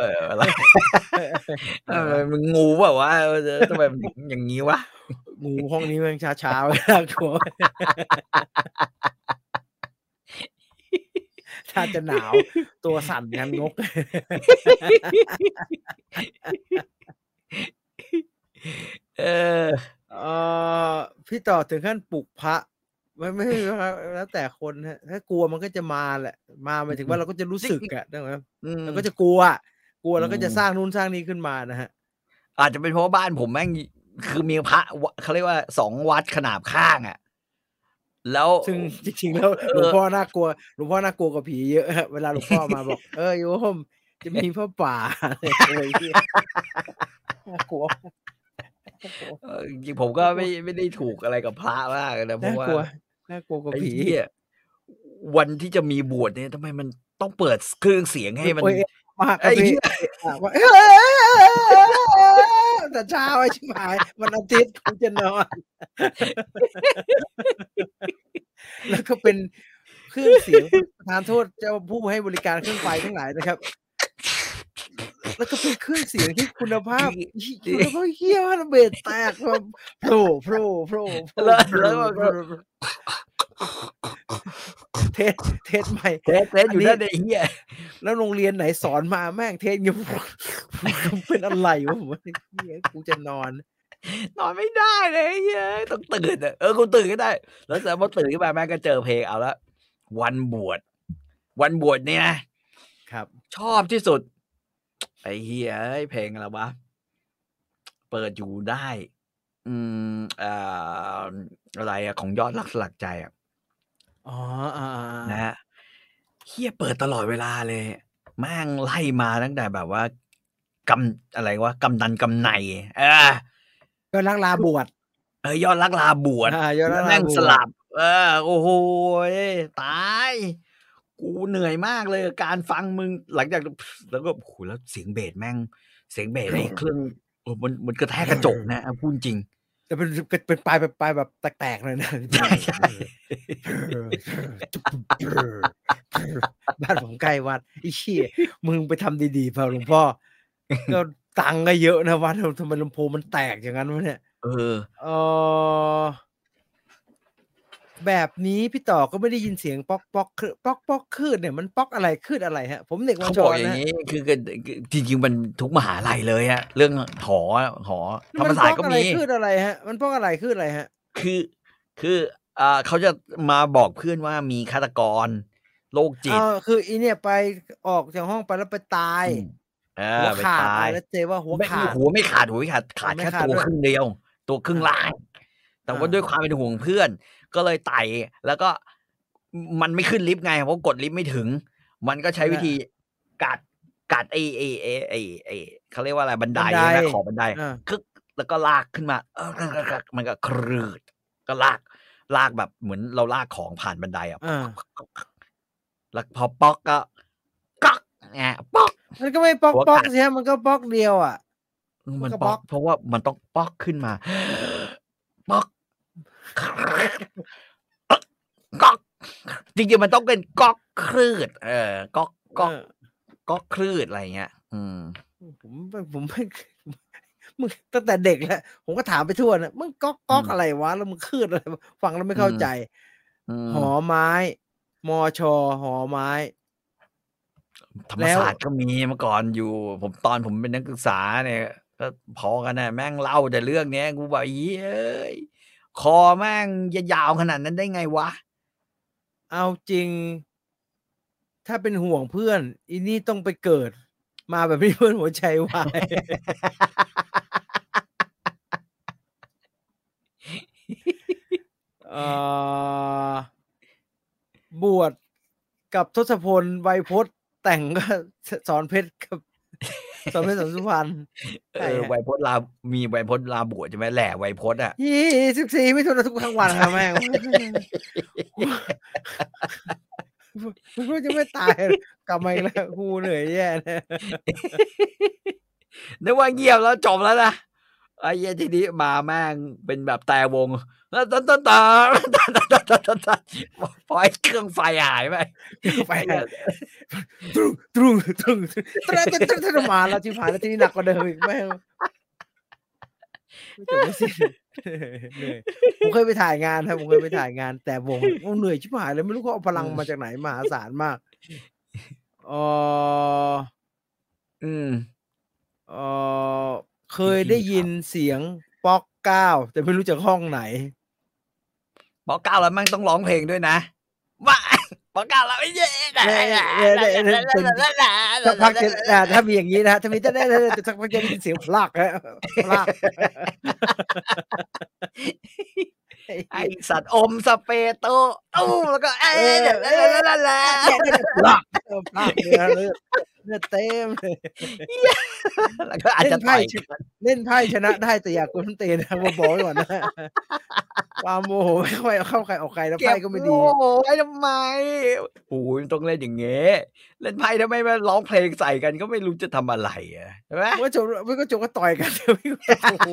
Speaker 2: เออเอออะไรเออมันงูเปล่าวะเออทำไมมันถึงอย่างนี้วะ
Speaker 1: งูห้องนี้มันช้าช้าๆ น่ากลัวถ้าจะหนาวตัวสั่นงันงก
Speaker 2: เออ
Speaker 1: เออพี่ต่อถึงขั้นปลุกพระไม่ไม่ไม่ครับแล้วแต่คนฮะถ้ากลัวมันก็จะมาแหละ มาหมายถึงว่าเราก็จะรู้สึกอะได้ไหม
Speaker 2: อืม
Speaker 1: เราก็จะกลัว กลัวแล้วก็จะ
Speaker 2: อืม
Speaker 1: สร้างนู่นสร้างนี้ขึ้นมานะฮะ
Speaker 2: อาจจะเป็นเพราะว่าบ้านผมแม่งคือมีพระวะเขาเรียกว่าสองวัดขนาบข้างอ่ะ แล้ว
Speaker 1: ซึ่ง จริงๆแล้ว
Speaker 2: เอ
Speaker 1: หล
Speaker 2: อ
Speaker 1: วงพ่อน่ากลัว หลวงพ่อน่ากลัวกว่าผีเยอะ ฮะเวลาหลวงพ่อมา บอก เออโยมจะมีพ่อป่า อะไรโอ้ย เหี้ยน่ากลัว
Speaker 2: เออจริงๆผมก็ไม่ไม่ได้ถูกอะไรกับพระมากนะเพ
Speaker 1: น่า
Speaker 2: ราะว่าก
Speaker 1: ลัว น่ากลัวกว่า
Speaker 2: ไอ้
Speaker 1: ผี
Speaker 2: เหี้ยวันที่จะมีบวชเนี่ยทำไมมันต้องเปิดเครื่องเสียงให้มัน
Speaker 1: โอ้ย มากครับ
Speaker 2: ไอ้
Speaker 1: พี่
Speaker 2: เหี้ย
Speaker 1: อ่ะว่าเอ้ยแต่เช้าไอ้ชิบหายวันอาทิตย์กูจะนอน แล้วก็เป็นเครื่องเสียงประธานโทษเจ้าผู้ให้บริการเครื่องไฟทั้งหลายนะครับ แล้วก็เป็นเครื่องเสียงที่คุณภาพคุณภาพเฮี้ยมากเบสแตกแบบโผล่โผล่โผล่โผล่
Speaker 2: แล้ว
Speaker 1: โผ
Speaker 2: แล้วมันก็
Speaker 1: เทสเทสใหม่
Speaker 2: เทสเทสอยู่นั่นไอ้เหี้ย
Speaker 1: แล้วโรงเรียนไหนสอนมาแม่ง เทศเงี้ย เป็นอะไรวะผมว่าไอ้เหี้ยกูจะนอน
Speaker 2: นอนไม่ได้เลยไอ้เหี้ยต้องตื่นอะเออกูตื่นก็ได้ แล้วแต่พอตื่นขึ้นมาแม่งก็เจอเพลงเอาละวันบวชวันบวชเนี่ยนะ
Speaker 1: ครับ
Speaker 2: ชอบที่สุด ไอ้เฮียเอ้ยเพลงอะไรวะ เปิดอยู่ได้ อืมอ่าอะไรอะของยอดรักสลักใจอะ
Speaker 1: อ๋ออ่า
Speaker 2: นะฮะเฮียเปิดตลอดเวลาเลยแม่งไล่มาตั้งแต่แบบว่ากำอะไรวะกำนันกำในเออ
Speaker 1: ๆก็ลังลาบ วช
Speaker 2: เออยอดรักลาบวช
Speaker 1: อ่ายอดลักลา
Speaker 2: นั่ง
Speaker 1: บวช
Speaker 2: สลับ เออ โอ้โหยตาย กูเหนื่อยมากเลยกับการฟังมึงหลังจาก แล้วก็โอ้โหแล้วเสียงเบสแม่ง เสียงเบสในเครื่องเออมันมันกระแทกกระจกนะเอาพูดจริง
Speaker 1: แต่เป็นเป็นเป็นปลายแบบปลายแบบแตกๆเลย นะ
Speaker 2: ใช่ใช่
Speaker 1: บ้านผมใกล้วัดไอ้เชี่ยมึงไปทำดีๆเปล่าหลวงพ่อ ก็ตังค์ก็เยอะนะวัดทำไมลำโพงมันแตกอย่างนั้นวะเนี่ย
Speaker 2: เออ
Speaker 1: เออแบบนี้พี่ต่อก็ไม่ได้ยินเสียงป๊อกป๊อกคือป๊อกป๊อกคืดเนี่ยมันป๊อกอะไรคืดอะไรฮะ ผมเด็กวั
Speaker 2: เขา
Speaker 1: นช
Speaker 2: บ
Speaker 1: อ
Speaker 2: อ
Speaker 1: น
Speaker 2: กอย่า
Speaker 1: นะ
Speaker 2: งนี้ คือคือจริงๆมันทุกมหาลัยเลยอะเรื่องหอหอธรรมศาสตร์ก็
Speaker 1: มันป๊อกอะไร
Speaker 2: มี
Speaker 1: คืดอะไรฮะ มันป๊อกอะไรคืดอะไรฮะ
Speaker 2: คือคืออ่าเขาจะมาบอกเพื่อนว่ามีฆาตกรโรคจิต
Speaker 1: เออคืออีเนี่ยไปออกจากห้องไปแล้วไปตาย
Speaker 2: อืมเอ
Speaker 1: หั
Speaker 2: อ
Speaker 1: ว
Speaker 2: ไป
Speaker 1: ขาด
Speaker 2: ตาย
Speaker 1: แล้วเจอว่าหัว
Speaker 2: ไม่
Speaker 1: ขาด
Speaker 2: หัวไม่ขาดหัวไม่ขาดขาด
Speaker 1: หัวไม่
Speaker 2: แค่
Speaker 1: ขาด
Speaker 2: ตัว
Speaker 1: ด้วย
Speaker 2: ครึ่งเดียว ตัวครึ่งล่าง แต่ว่า
Speaker 1: อ่า
Speaker 2: ด้วยความเป็นห่วงเพื่อน ก็เลยไต่แล้วก็มันไม่ขึ้นลิฟต์ไงเพราะกดลิฟต์ไม่ถึง มันก็ใช้วิธีกัดกัดไอ้ไอ้ไอ้ไอ้ไอ้เขาเรียกว่าอะไรบันไดใช่ไหมขอบบันได
Speaker 1: อ่า
Speaker 2: คึกแล้วก็ลากขึ้นมาเออมันก็ครืดก็ลากลากแบบเหมือนเราลากของผ่านบันไดอ่ะ
Speaker 1: อ่า
Speaker 2: แล้วพอป๊อกก็ก๊อกแงป๊อก
Speaker 1: มันก็ไม่ป๊อก
Speaker 2: หัวขาด
Speaker 1: ป๊อกสิฮะมันก็ป๊อกเดียวอ่ะ มั
Speaker 2: มัน
Speaker 1: นก็บล็
Speaker 2: ป๊อ
Speaker 1: อก ก
Speaker 2: เพราะว่ามันต้องป๊อกขึ้นมา ป๊อก ก๊อกจริงๆมันต้องเป็นก๊อกคลืด เออก๊อกก๊อก
Speaker 1: เออ
Speaker 2: ก๊อกคลืดอะไรเงี้ย อืม
Speaker 1: ผมผมไม่ มึงตั้งแต่เด็กแล้ว ผมก็ถามไปทั่วนะมึงก๊อกก๊อก
Speaker 2: อืม
Speaker 1: อะไรวะ แล้วมึงคืดอะไรวะฟังแล้วไม่เข้า
Speaker 2: อืม
Speaker 1: ใจ
Speaker 2: อืม
Speaker 1: หอไม้ มอชอหอไม้
Speaker 2: ธรรมศาสตร์ก็มีเมื่อก่อนอยู่ ผมตอนผมเป็นนักศึกษาเนี่ยก็พอกันนะแม่งเล่าแต่เรื่องเนี้ยกูแบบเย้ยคอแม่งจะยาวขนาดนั้นได้ไงวะ
Speaker 1: เอาจริง ถ้าเป็นห่วงเพื่อน อีนี่ต้องไปเกิด มาแบบนี้เพื่อนหัวใจวาย เอ่อบวชกับทศพลไวยพจน์แต่งก็ สอนเพชรกับ สอนเพชรสอนสุพรรณ
Speaker 2: เอ
Speaker 1: ใช่
Speaker 2: อ
Speaker 1: ฮะ
Speaker 2: ไวยพจน์ลามีไวยพจน์ลาบวชใช่ไหมแหล่ไวยพจน์อ่ะ
Speaker 1: ยี่สิบสี่ไม่ทุนทุกทั้งวันครับแม่งกูกูจะไม่ตายหรอกกลับมาอีกแล้วกูเหนื่อยแย่เนย
Speaker 2: นึกว่าเงียบแล้วจบแล้วนะไอ้เหี้ยทีนี้มาแม่งเป็นแบบแต่วงแล้วตันตันตันตันตันตันตันตันพอไอ้เครื่องไฟหายไป
Speaker 1: ไปแล้วตรุงตรุงตรุงตรุงตรุงตรุงตรุงมาแล้วที่ผ่านแล้วที่นี่หนักกว่าเดิมอีกแม่งไม่จบไม่สิ้นเหนื่อยผมเคยไปถ่ายงานครับผมเคยไปถ่ายงาน แต่วงโอ้เหนื่อยชิบหายเลยไม่รู้เขาเอาพลังมาจากไหนมหาศาลมากเออ
Speaker 2: อืม
Speaker 1: เออเคย
Speaker 2: จริ
Speaker 1: ได้
Speaker 2: งๆครับ
Speaker 1: ยินเสียงป๊อกเก้าแต่ไม่รู้จากห้องไหน
Speaker 2: ปอเก้าแล้วแม่งต้องร้องเพลงด้วยนะว่าปอเก้าแล้วไอ้เหี้ย
Speaker 1: สักพักจะอ่าถ้ามีอย่างนี้นะฮะถ้ามีจะได้จะสักพักจะได้ยินเสียงพลากฮะพลาก
Speaker 2: ไอ้สัตว์อมสเปรย์โตอู้แล้วก็เอ๊ะ
Speaker 1: พลากเออพลากเนื้อเลือดเลือดเต็มเลย
Speaker 2: แล้วก็อาจจะต่อยกัน
Speaker 1: เล่นไพ่ชนะได้แต่อยากกวนเตนนะมาบอกไว้ก่อนนะ ความโมโหไม่ค่อยเอาเข้าใครออกใครแล้วไพ่ก็ไม่ดี
Speaker 2: โอ้โหไว้ทำไมโอ้ยต้องเล่นอย่างเงี้ยเล่นไพ่ทำไมมาร้องเพลงใส่กันก็ไม่รู้จะทำอะไรอะใช่ไหม
Speaker 1: มันก็จบมันก็จบก็ต่อยกัน พี่ก็โอ้โห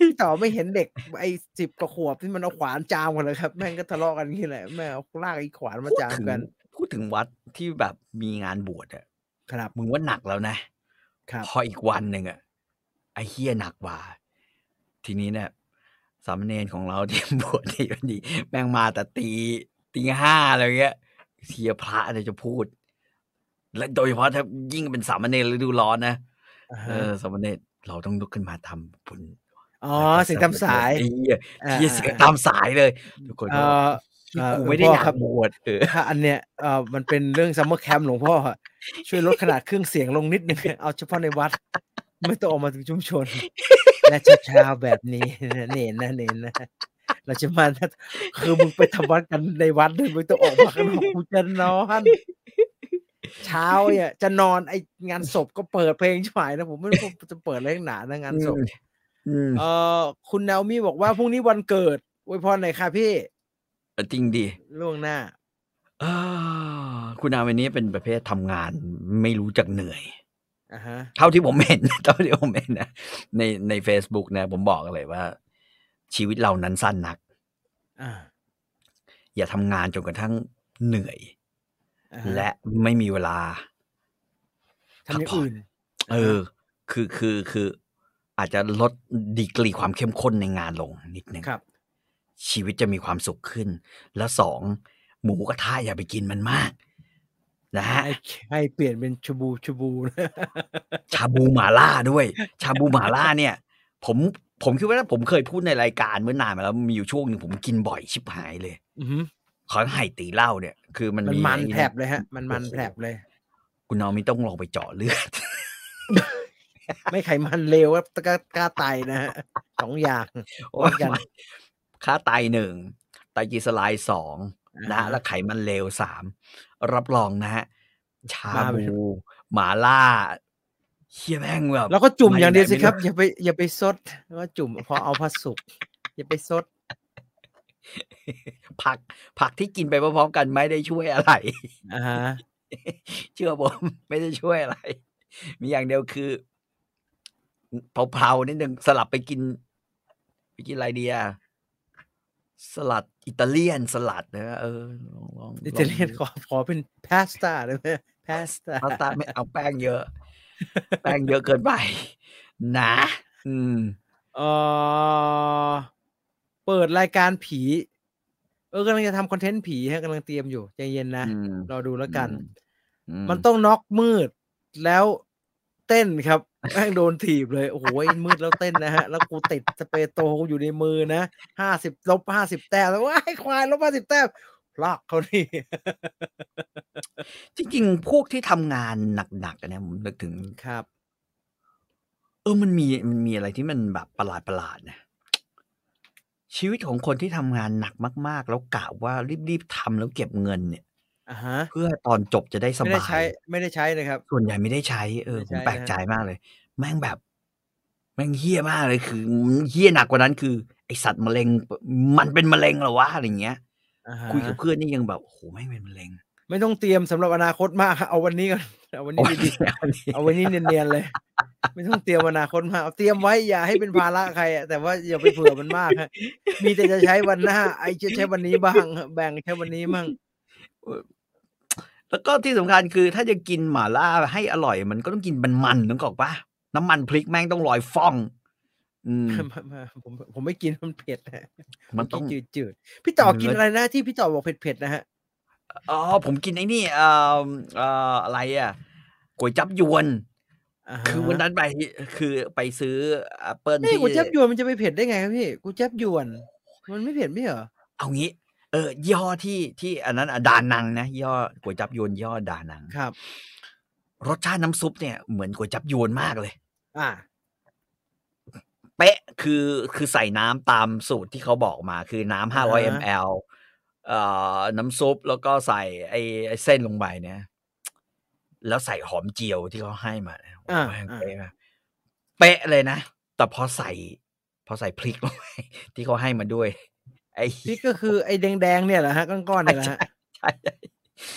Speaker 1: พี่ต่อไม่เห็นเด็ก ไอ้สิบกว่าขวบที่มันเอาขวานจามกันเลยครับ แม่งก็ทะเลาะกันอย่างนี่แหละแม่งเอาลากไอ้ขวานมาจาม
Speaker 2: พูดถึง
Speaker 1: กัน
Speaker 2: พูดถึงวัดที่แบบมีงานบวชอะ
Speaker 1: ครับ
Speaker 2: มึงว่าหนักแล้วนะ
Speaker 1: ครับ
Speaker 2: พออีกวันหนึ่งอะไอ้เฮียหนักกว่า ทีนี้เนี่ยสามเณรของเราที่ บวชที่วันนี้แม่งมาแต่ตีตีห้าอะไรเงี้ยเทียพระเนี่ยจะพูด และโดยเฉพาะถ้ายิ่งเป็นสามเณรฤดูร้อนนะ เออสามเณรเราต้องลุกขึ้นมาทำบุญ
Speaker 1: อ๋อ
Speaker 2: แล้วก็
Speaker 1: เสียงตามสาย
Speaker 2: ไอ้เหี้ย
Speaker 1: อ่า
Speaker 2: เหี้ยเสียงตามสายเลย ทุกคน
Speaker 1: เอ
Speaker 2: ก็
Speaker 1: อ
Speaker 2: ที่
Speaker 1: เอ่อ
Speaker 2: กู
Speaker 1: เอ่อ
Speaker 2: ไม่ได้
Speaker 1: พ่อ
Speaker 2: อยา
Speaker 1: ครั
Speaker 2: ก
Speaker 1: บ
Speaker 2: บวชเออ
Speaker 1: ถ้าอันเนี้ยเออมันเป็นเรื่องซัมเมอร์แคมป์หลวงพ่ออะช่วยลดขนาดเครื่องเสียงลงนิดนึง เอาเฉพาะในวัด ไม่ต้องออกมาถึงชุมชน และเช้าๆแบบนี้นะเน้นนะเน้นนะเราจะมานะคือมึงไปทำวัดกันในวัดเลยมึงต้องออกมาข้างนอกกูจะนอนเช้าเนี่ยจะนอนไองานศพก็เปิดเพลงฉายนะผมไม่รู้ผมจะเปิดอะไรข้างหนานะงานศพ
Speaker 2: อืม
Speaker 1: เออคุณแนวมี่บอกว่าพรุ่งนี้วันเกิดอวยพรหน่อยค่ะพี่
Speaker 2: อืมจริงดี
Speaker 1: ล่วงหน้า
Speaker 2: เออคุณอาวันนี้เป็นประเภททำงานไม่รู้จักเหนื่อย
Speaker 1: อ่ะฮะ
Speaker 2: เท่าที่ผมเห็น เท่าที่ผมเห็นนะในใน Facebook นะ ผมบอกเลยว่า ชีวิตเรานั้นสั้นนัก
Speaker 1: อ่า
Speaker 2: อย่าทำงานจนกระทั่งเหนื่อย
Speaker 1: อ่าฮะ
Speaker 2: และไม่มีเวลา
Speaker 1: ทำอย่างอื่น
Speaker 2: เออ คือคือคือ อาจจะลดดีกรีความเข้มข้นในงานลงนิดนึง
Speaker 1: ครับ
Speaker 2: ชีวิตจะมีความสุขขึ้น แล้วสองหมูกระทะอย่าไปกินมันมาก นะฮะ
Speaker 1: ให้ให้เปลี่ยนเป็นชบูชบูนะ
Speaker 2: ชาบูหมาล่าด้วย ชาบูหมาล่าเนี่ย ผมผมคิดว่า ผมเคยพูดในรายการเมื่อนานมาแล้วมีอยู่ช่วงหนึ่งผมกินบ่อยชิบหายเลย
Speaker 1: อื้อหือ
Speaker 2: ของไห่ตีเหล้าเนี่ย คือมัน
Speaker 1: มัน
Speaker 2: มี
Speaker 1: มัน
Speaker 2: ไอ้
Speaker 1: แผลบเลยฮะ มันมันแผลบเลย
Speaker 2: คุณน้องไม่ต้องลองไปเจาะเลือด
Speaker 1: ไม่ไขมันเลวครับตะกะกล้าไตนะฮะสองอย่าง ว่า
Speaker 2: ค่าไตหนึ่ง ไตรกลีสลายสอง นะ
Speaker 1: อ่า
Speaker 2: และไขมันเลวสามรับรองนะฮะชา
Speaker 1: บ้าไป
Speaker 2: บูหมาล่าเฮียแม่งแบบ
Speaker 1: แล้วก็จุ่ม
Speaker 2: ไม่
Speaker 1: อย่างเดียวสิครับอ
Speaker 2: ไม่
Speaker 1: ย่าไปอย่าไปซดแล้วก็จุ่มพอเอาพระสุกอย่าไปซด
Speaker 2: ผัก ผักที่กินไปพร้อมๆกันไม่ได้ช่วยอะไร
Speaker 1: อ่าฮะ
Speaker 2: เชื่อผม ไม่ได้ช่วยอะไร มีอย่างเดียวคือเผาๆนิดนึงสลับไปกิน ไปกินอะไรดีอะสลัดอิตาเลียนสลัดนะเออลองลอง
Speaker 1: อิตาเลียน
Speaker 2: ลองดู
Speaker 1: ขอขอเป็นพาสต้าได้ไหมพาสต้า
Speaker 2: พาสต้าไม่เอาแป้งเยอะ แป้งเยอะเกินไป นะ อืม
Speaker 1: เออเปิดรายการผี เออกำลังจะทำคอนเทนต์ผีฮะกำลังเตรียมอยู่ใจเย็นนะ
Speaker 2: อืม
Speaker 1: รอดูแล้วกัน
Speaker 2: อื
Speaker 1: มันต้องน็อกมืดแล้วเต้น ครับแม่งโดนถีบเลย โอ้โหไอ้มืดแล้วเต้นนะฮะ แล้วกูติดสเปรย์โตกูอยู่ในมือนะห้าสิบลบห้าสิบแต้มแล้วว้ายควายลบห้าสิบแต้มลากเขานี่
Speaker 2: จริงๆ พวกที่ทำงานหนักๆกันเนี่ยผมนึกถึง
Speaker 1: ครับ
Speaker 2: เออ มันมี มันมีอะไรที่มันแบบประหลาดประหลาดๆนะ ชีวิตของคนที่ทำงานหนักมาก ๆ แล้วกะว่ารีบ ๆทำแล้วเก็บเงินเนี่ย
Speaker 1: อ่ะฮะ
Speaker 2: เพื่อตอนจบจะได้ส
Speaker 1: ไม่ได้
Speaker 2: บา
Speaker 1: ใช้
Speaker 2: ย
Speaker 1: ไม่ได้ใช้นะครับ
Speaker 2: ส่วนใหญ่ไม่ได้ใช้ เออ
Speaker 1: ไม่ใช้นะ
Speaker 2: ผมแปลกใจมากเลย แม่งแบบ แม่งเฮี้ยมากเลยคือเฮี้ยหนักกว่านั้นคือ ไอสัตว์มะเร็ง มันเป็นมะเร็งเหรอวะอะไรอย่างเงี้ย
Speaker 1: อ่าฮะ
Speaker 2: คุยกับเพื่อนนี่ยังแบบโอ้โหแม่งเป็นมะเร็ง
Speaker 1: ไม่ต้องเตรียมสำหรับอนาคตมากฮะเอาวันนี้ก่อนเอาวันนี้
Speaker 2: โอ้ย
Speaker 1: ดีๆเอาวันนี้เนียนๆเลย ไม่ต้องเตรียมอนาคตมากเอาเตรียมไว้อย่าให้เป็นภาระใครอะแต่ว่าอย่าไปเผื่อมันมากฮะมีแต่จะใช้วันหน้า ไอ้จะใช้วันนี้บ้างฮะแบ่งใช้วันนี้มั่ง
Speaker 2: แล้วก็ที่สำคัญคือ ถ้าจะกินหม่าล่าให้อร่อย มันก็ต้องกินมันมันๆนึกออกปะน้ำมันพริกแม่งต้องลอยฟ่อง อื ม
Speaker 1: มามาผมผมไม่กินมันเผ็ดนะ
Speaker 2: มันต้อง
Speaker 1: จืดจืดๆพี่ต่อ
Speaker 2: เนื้อ
Speaker 1: กินอะไรนะที่พี่ต่อบอกเผ็ดๆนะฮะ
Speaker 2: อ๋อผมกินไอ้นี่เอ่อเอ่ออะไรอ่ะก๋วยจับยวน
Speaker 1: าฮะ
Speaker 2: คือวันนั้นไปคือไปซื้อแอปเปิล
Speaker 1: นี่
Speaker 2: ที่
Speaker 1: กูจับยวนมันจะไปเผ็ดได้ไงครับพี่กูจับยวน มันไม่เผ็ดไม่เหรอ
Speaker 2: เอางี้ เออยี่ห้อที่ที่อันนั้นอะดานังนะยี่ห้อก๋วยจับยวนยี่ห้อดานัง
Speaker 1: ครับ
Speaker 2: รสชาติน้ำซุปเนี่ยเหมือนก๋วยจับยวนมากเลย
Speaker 1: อ่า
Speaker 2: เป๊ะคือคือใส่น้ำตามสูตรที่เขาบอกมาคือน้ำห้าร้อยมลเอ่อน้ำซุปแล้วก็ใส่ไอ้ไอ้เส้นลงไปเนี่ยแล้วใส่หอมเจียวที่เขาให้มาเนี่ยโอ้
Speaker 1: อ่า
Speaker 2: โหแม่ง
Speaker 1: อ่า
Speaker 2: เป๊ะมาก เป๊ะเลยนะ แต่พอใส่ พอใส่พริกลงไป ที่เขาให้มาด้วย ไอ้
Speaker 1: นี่ก็คือไอ้แดงๆเนี่ยแหละฮะก้อนๆเนี่ยแหละฮะ
Speaker 2: ใช่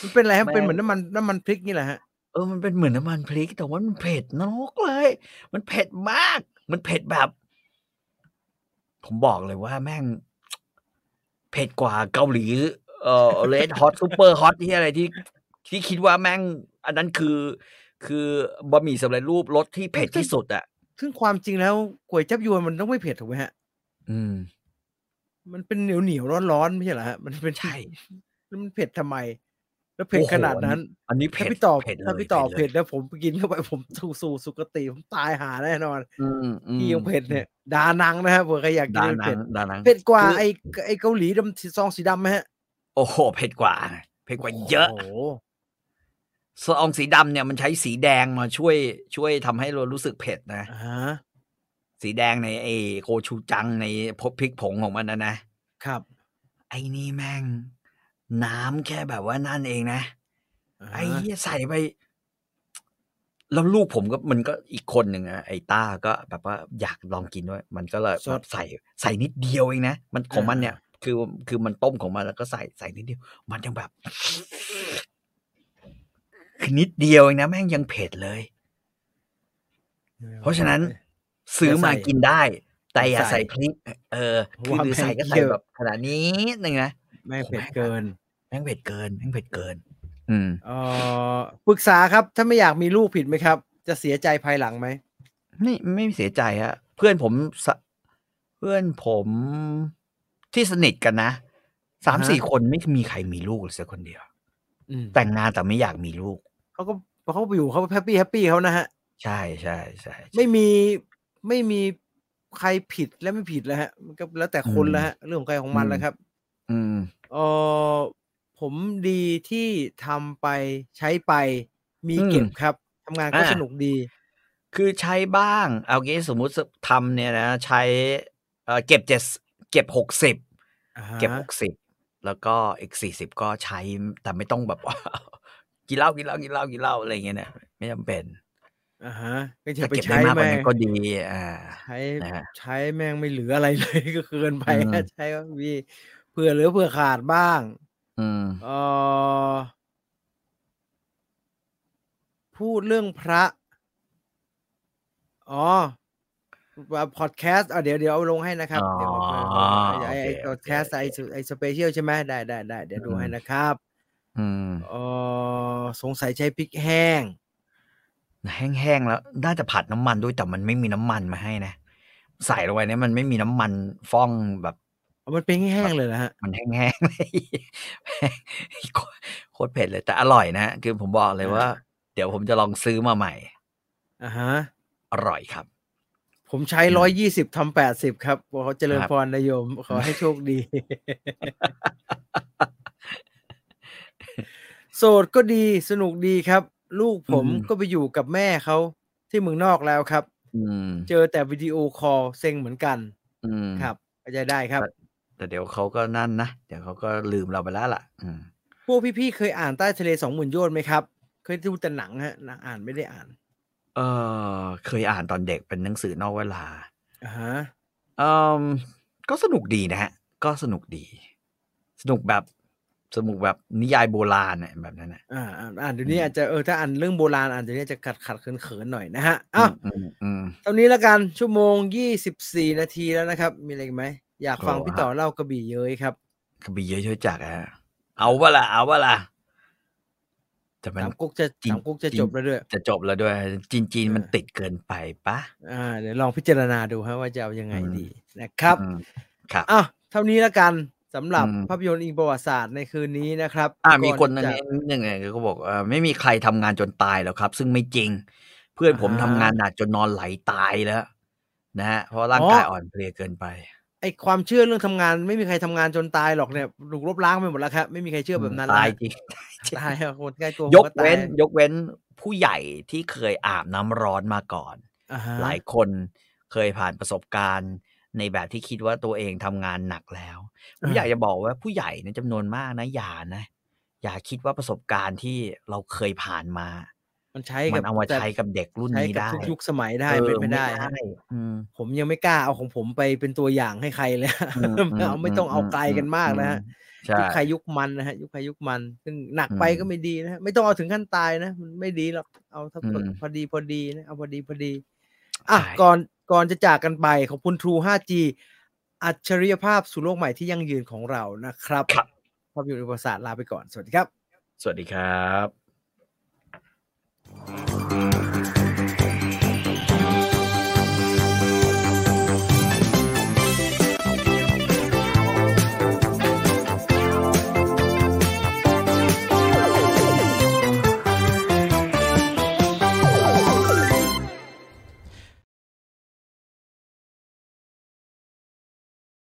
Speaker 1: มันเป็นอะไรฮะ
Speaker 2: แม่ง
Speaker 1: เป็นเหมือนน้ำมันน้ำมันพริกนี่แหละฮะ
Speaker 2: เออ มันเป็นเหมือนน้ำมันพริก แต่ว่ามันเผ็ดนกเลย มันเผ็ดมาก มันเผ็ดแบบ ผมบอกเลยว่าแม่ง เผ็ดกว่าเกาหลี เอ่อเลดฮอตซูเปอร์ฮอตที่อะไรที่ ที่คิดว่าแม่ง อันนั้นคือ คือบะหมี่สำเร็จรูปรสที่เผ็ดที่สุดอ่ะ
Speaker 1: ซึ่งความจริงแล้วก๋วยจับยวนมันต้องไม่เผ็ดถูกไหมฮะ
Speaker 2: อืม
Speaker 1: มันเป็นเหนียวเหนียวร้อนร้อนๆไม่ใช่เหรอฮะมันเป็น
Speaker 2: ใช่
Speaker 1: แล้วมันเผ็ดทำไม แล้วเผ็ด
Speaker 2: โอ้โห
Speaker 1: ขนาดนั้น
Speaker 2: อันนี้เผ็
Speaker 1: ถ้า
Speaker 2: ด
Speaker 1: พี่ต่อ
Speaker 2: เผ็ดเลย
Speaker 1: ถ้าพี่ต่อ
Speaker 2: ลย
Speaker 1: เผ็ดแล้วผมกินเข้าไปผมสู่สู่สุคติผมตายหาแน่นอน
Speaker 2: อืมอืม
Speaker 1: พี่ยังเผ็ดเนี่ยดานังนะฮะเผื่อใครอยากกิน
Speaker 2: ดา
Speaker 1: มัน
Speaker 2: นั
Speaker 1: เผ็ด
Speaker 2: งดานัง
Speaker 1: เผ็ดกว่า
Speaker 2: คือ
Speaker 1: ไอ้ไอ้เกาหลีดำสีซองสีดำไหมฮะ
Speaker 2: โอ้โห เผ็ดกว่า เผ็ดกว่าเยอะ
Speaker 1: โอ้โห
Speaker 2: ซองสีดำเนี่ยมันใช้สีแดงมาช่วย ช่วยทำให้เรารู้สึกเผ็ดนะ
Speaker 1: อ่าฮะ
Speaker 2: สีแดงในไอโกชูจังในพพริกผงของมันนะนะ
Speaker 1: ครับ
Speaker 2: ไอ้นี่แม่ง น้ำแค่แบบว่านั่นเองนะ
Speaker 1: า
Speaker 2: ไอ้
Speaker 1: ฮะ
Speaker 2: เหี้ยใส่ไป แล้วลูกผมก็มันก็อีกคนหนึ่งอะไอ้ต้าก็แบบว่าอยากลองกินด้วย มันก็เลย
Speaker 1: สด
Speaker 2: แบบใส่ใส่นิดเดียวเองนะมันของมัน
Speaker 1: อ่า
Speaker 2: เนี่ย คือคือมันต้มของมันแล้วก็ใส่ใส่นิดเดียว มันยังแบบ คือนิดเดียวเองนะแม่งยังเผ็ดเลย เพราะฉะนั้น ซื้อมากินได้ แต่อย่าใส่พริก เออคือหรือใส่ก็ใส่แบบขนาดนี้นึงนะ
Speaker 1: ไม่เผ็ดเกิน
Speaker 2: แม่งเผ็ดเกินแม่งเผ็ดเกิน อืม
Speaker 1: เออปรึกษาครับ ถ้าไม่อยากมีลูกผิดไหมครับ จะเสียใจภายหลังไหม
Speaker 2: ไม่ไม่เสียใจฮะ เพื่อนผมสะเพื่อนผมที่สนิทกันนะสามสี่คนไม่มีใครมีลูกเลยสักคนเดียว
Speaker 1: อืม
Speaker 2: แต่งงานแต่ไม่อยากมีลูก
Speaker 1: เขาก็เขาก็อยู่เขาแฮปปี้แฮปปี้เขานะฮะ
Speaker 2: ใช่ใช่ใช่ใช่
Speaker 1: ไม่มีไม่มีใครผิดและไม่ผิดแล้วฮะ มันก็แล้วแต่คน
Speaker 2: อืม
Speaker 1: แล้วฮะ เรื่องของใครของมัน
Speaker 2: อืม
Speaker 1: แล้วครับ
Speaker 2: อืม
Speaker 1: เออผมดีที่ทำไปใช้ไปมี
Speaker 2: อืม
Speaker 1: เก็บครับทำงานก็
Speaker 2: อ่า
Speaker 1: สนุกดี
Speaker 2: คือใช้บ้าง เอางี้สมมุติทำเนี่ยนะ ใช้เอ่อเก็บเจ็ดเก็บหกสิบ
Speaker 1: อ่าฮะ
Speaker 2: เก็บหกสิบแล้วก็อีกสี่สิบก็ใช้แต่ไม่ต้องแบบ ว่า กินเหล้ากินเหล้ากินเหล้ากินเหล้าอะไรอย่างเงี้ยนะไม่จำเป็น
Speaker 1: อ่าฮะก็จะ
Speaker 2: ถ้า
Speaker 1: ไป
Speaker 2: เก็บได้
Speaker 1: ใช้
Speaker 2: มากกว่า
Speaker 1: แม่ง
Speaker 2: นั้นก็ดีอ่า
Speaker 1: ใช้
Speaker 2: นะฮะ
Speaker 1: ใช้แม่งไม่เหลืออะไรเลย ก็เกินไป
Speaker 2: อืม
Speaker 1: ฮะใช้ก็มีเผื่อเหลือเผื่อขาดบ้าง
Speaker 2: อืม
Speaker 1: เออพูดเรื่องพระ อ๋อพอดแคสต์เดี๋ยวเดี๋ยวเอาลงให้นะครับ เดี๋ยวเอาไป
Speaker 2: อ๋อ
Speaker 1: ไอ้ไอ้
Speaker 2: โอเค
Speaker 1: พอดแคสต์
Speaker 2: โอเค
Speaker 1: ไอ้สุไอ้สเปเชียลใช่ไหมได้ได้ได้เดี๋ยวดู
Speaker 2: อืม
Speaker 1: ให้นะครับ
Speaker 2: อืม
Speaker 1: เออสงสัยใช้พริกแห้ง
Speaker 2: แห้งๆแล้ว น่าจะผัดน้ำมันด้วยแต่มันไม่มีน้ำมันมาให้นะ ใส่ลงไปเนี่ยมันไม่มีน้ำมันฟองแบบ
Speaker 1: มันเป็นแห้งๆเลยนะฮะ
Speaker 2: มันแห้งๆเลย โคตรโคตรเผ็ดเลยแต่อร่อยนะคือผมบอกเลยว่า เดี๋ยวผมจะลองซื้อมาใหม่
Speaker 1: อ่าฮะ
Speaker 2: อร่อยครับ
Speaker 1: ผมใช้ร้อยยี่สิบทำแปดสิบครับบอกเขาเจริญ
Speaker 2: ครับ
Speaker 1: พรนายม ขอให้โชค ดี โสดก็ดีสนุกดีครับ ลูกผมก็ไปอยู่กับแม่เขาที่เมืองนอกแล้วครับ
Speaker 2: อืม
Speaker 1: เจอแต่วิดีโอคอลเซ็งเหมือนกัน
Speaker 2: อืม
Speaker 1: ครับเข้าใจได้ครับ
Speaker 2: แต่เดี๋ยวเขาก็นั่นนะ เดี๋ยวเขาก็ลืมเราไปแล้วล่ะ อืม
Speaker 1: พวกพี่ๆเคยอ่านใต้ทะเลสองหมื่นโยชน์ไหมครับ เคยดูแต่หนังฮะหนังอ่านไม่ได้อ่าน
Speaker 2: เออเคยอ่านตอนเด็กเป็นหนังสือนอกเวลา
Speaker 1: อ่าฮะ
Speaker 2: อืมก็สนุกดีนะฮะ ก็สนุกดี สนุกแบบ สนุกแบบนิยายโบราณน่ะแบบนั้นนะ
Speaker 1: อ่าอ่านอ่านเดี๋ยวนี้อาจจะเออถ้าอ่านเรื่องโบราณอ่านเดี๋ยวนี้จะขัดขัดเขินเขินๆหน่อยนะฮะอ้าว
Speaker 2: อืมอืม
Speaker 1: ตอนนี้แล้วกันชั่วโมงยี่สิบสี่นาทีแล้วนะครับ มีอะไรอีกไหม อยากฟัง
Speaker 2: โอ้
Speaker 1: พี่
Speaker 2: ฮะ
Speaker 1: ต่อเล่ากระบี่เย้ยครับ
Speaker 2: กระบี่เยอะช่วยจักรอะเอาว่าล่ะ เอาว่าล่ะแต่มัน
Speaker 1: สามกุ๊กจะ
Speaker 2: จริง
Speaker 1: สามกุ๊กจะ
Speaker 2: จริง
Speaker 1: จบแล้วด้วย
Speaker 2: จะจบแล้วด้วยจีนจีน
Speaker 1: เออ
Speaker 2: มันติดเกินไปปะ
Speaker 1: อ่าเดี๋ยวลองพิจารณาดูฮะว่าจะเอายังไง
Speaker 2: อืม
Speaker 1: ดีนะครับ
Speaker 2: อืมครับ
Speaker 1: อ้าวเท่านี้แล้วกันสำหรับ
Speaker 2: อืม
Speaker 1: ภาพยนตร์อิงประวัติศาสตร์ในคืนนี้นะครับ
Speaker 2: อ่ามี
Speaker 1: ก่
Speaker 2: คน
Speaker 1: ที่
Speaker 2: อัน
Speaker 1: จะ
Speaker 2: นี้นิดหนึ่งเนี่ยเขาบอกเอ่อไม่มีใครทำงานจนตายหรอกครับ ซึ่งไม่จริง เพื่อนผม
Speaker 1: อ่า
Speaker 2: ทำงานหนักจนนอนไหลตายแล้วนะฮะเพราะร่าง
Speaker 1: อ๋อ
Speaker 2: กายอ่อนเพลียเกินไป
Speaker 1: ไอความเชื่อเรื่องทำงาน ไม่มีใครทำงานจนตายหรอกเนี่ยถูกลบล้างไปหมดแล้วครับ ไม่มีใครเชื่อแบบนั้น
Speaker 2: ตา
Speaker 1: แล้
Speaker 2: ยว จริง
Speaker 1: ตายครับคนใกล้ตัวผม
Speaker 2: ยกเว้น
Speaker 1: ตาย
Speaker 2: ยกเว้นผู้ใหญ่ที่เคยอาบน้ำร้อนมาก่อน
Speaker 1: อ่าฮะ
Speaker 2: หลายคนเคยผ่านประสบการณ์ ในแบบที่คิดว่าตัวเองทำงานหนักแล้วผมอยากจะบอกว่าผู้ใหญ่เนยจำนวนมากนะอย่านะ อย่าคิดว่าประสบการณ์ที่เราเคยผ่านมา
Speaker 1: มันใช้
Speaker 2: มั
Speaker 1: กับ
Speaker 2: นเอามา
Speaker 1: แต่
Speaker 2: ใช้กับเด็กรุ่น
Speaker 1: ใช้
Speaker 2: นี้
Speaker 1: กับ
Speaker 2: ได้
Speaker 1: ทุกยุคสมัยได้
Speaker 2: เออ
Speaker 1: เป็นไม่ได้ฮะ
Speaker 2: อืม
Speaker 1: ผมยังไม่กล้าเอาของผมไปเป็นตัวอย่างให้ใครเลย
Speaker 2: อื ม
Speaker 1: เอา ไม่ต้องเอาไกลกันมากนะฮะ
Speaker 2: ใช่
Speaker 1: ยุคใครยุคมันนะฮะยุคใครยุคมัน ซึ่งหนักไปก็ไม่ดีนะฮะไม่ต้องเอาถึงขั้นตายนะมันไม่ดีหรอกเอาเท่าพอพอดีพอดีนะเอาพอดีพอดี อ่ะ
Speaker 2: ใช่
Speaker 1: ก่อนก่อนจะจากกันไปขอบคุณ True 5G อัจฉริยภาพสู่โลกใหม่ที่ยั่งยืนของเรานะครับ
Speaker 2: ครับ
Speaker 1: ภาพยนตร์อุปสรรคลาไปก่อนสวัสดีครับ
Speaker 2: สวัสดีครับ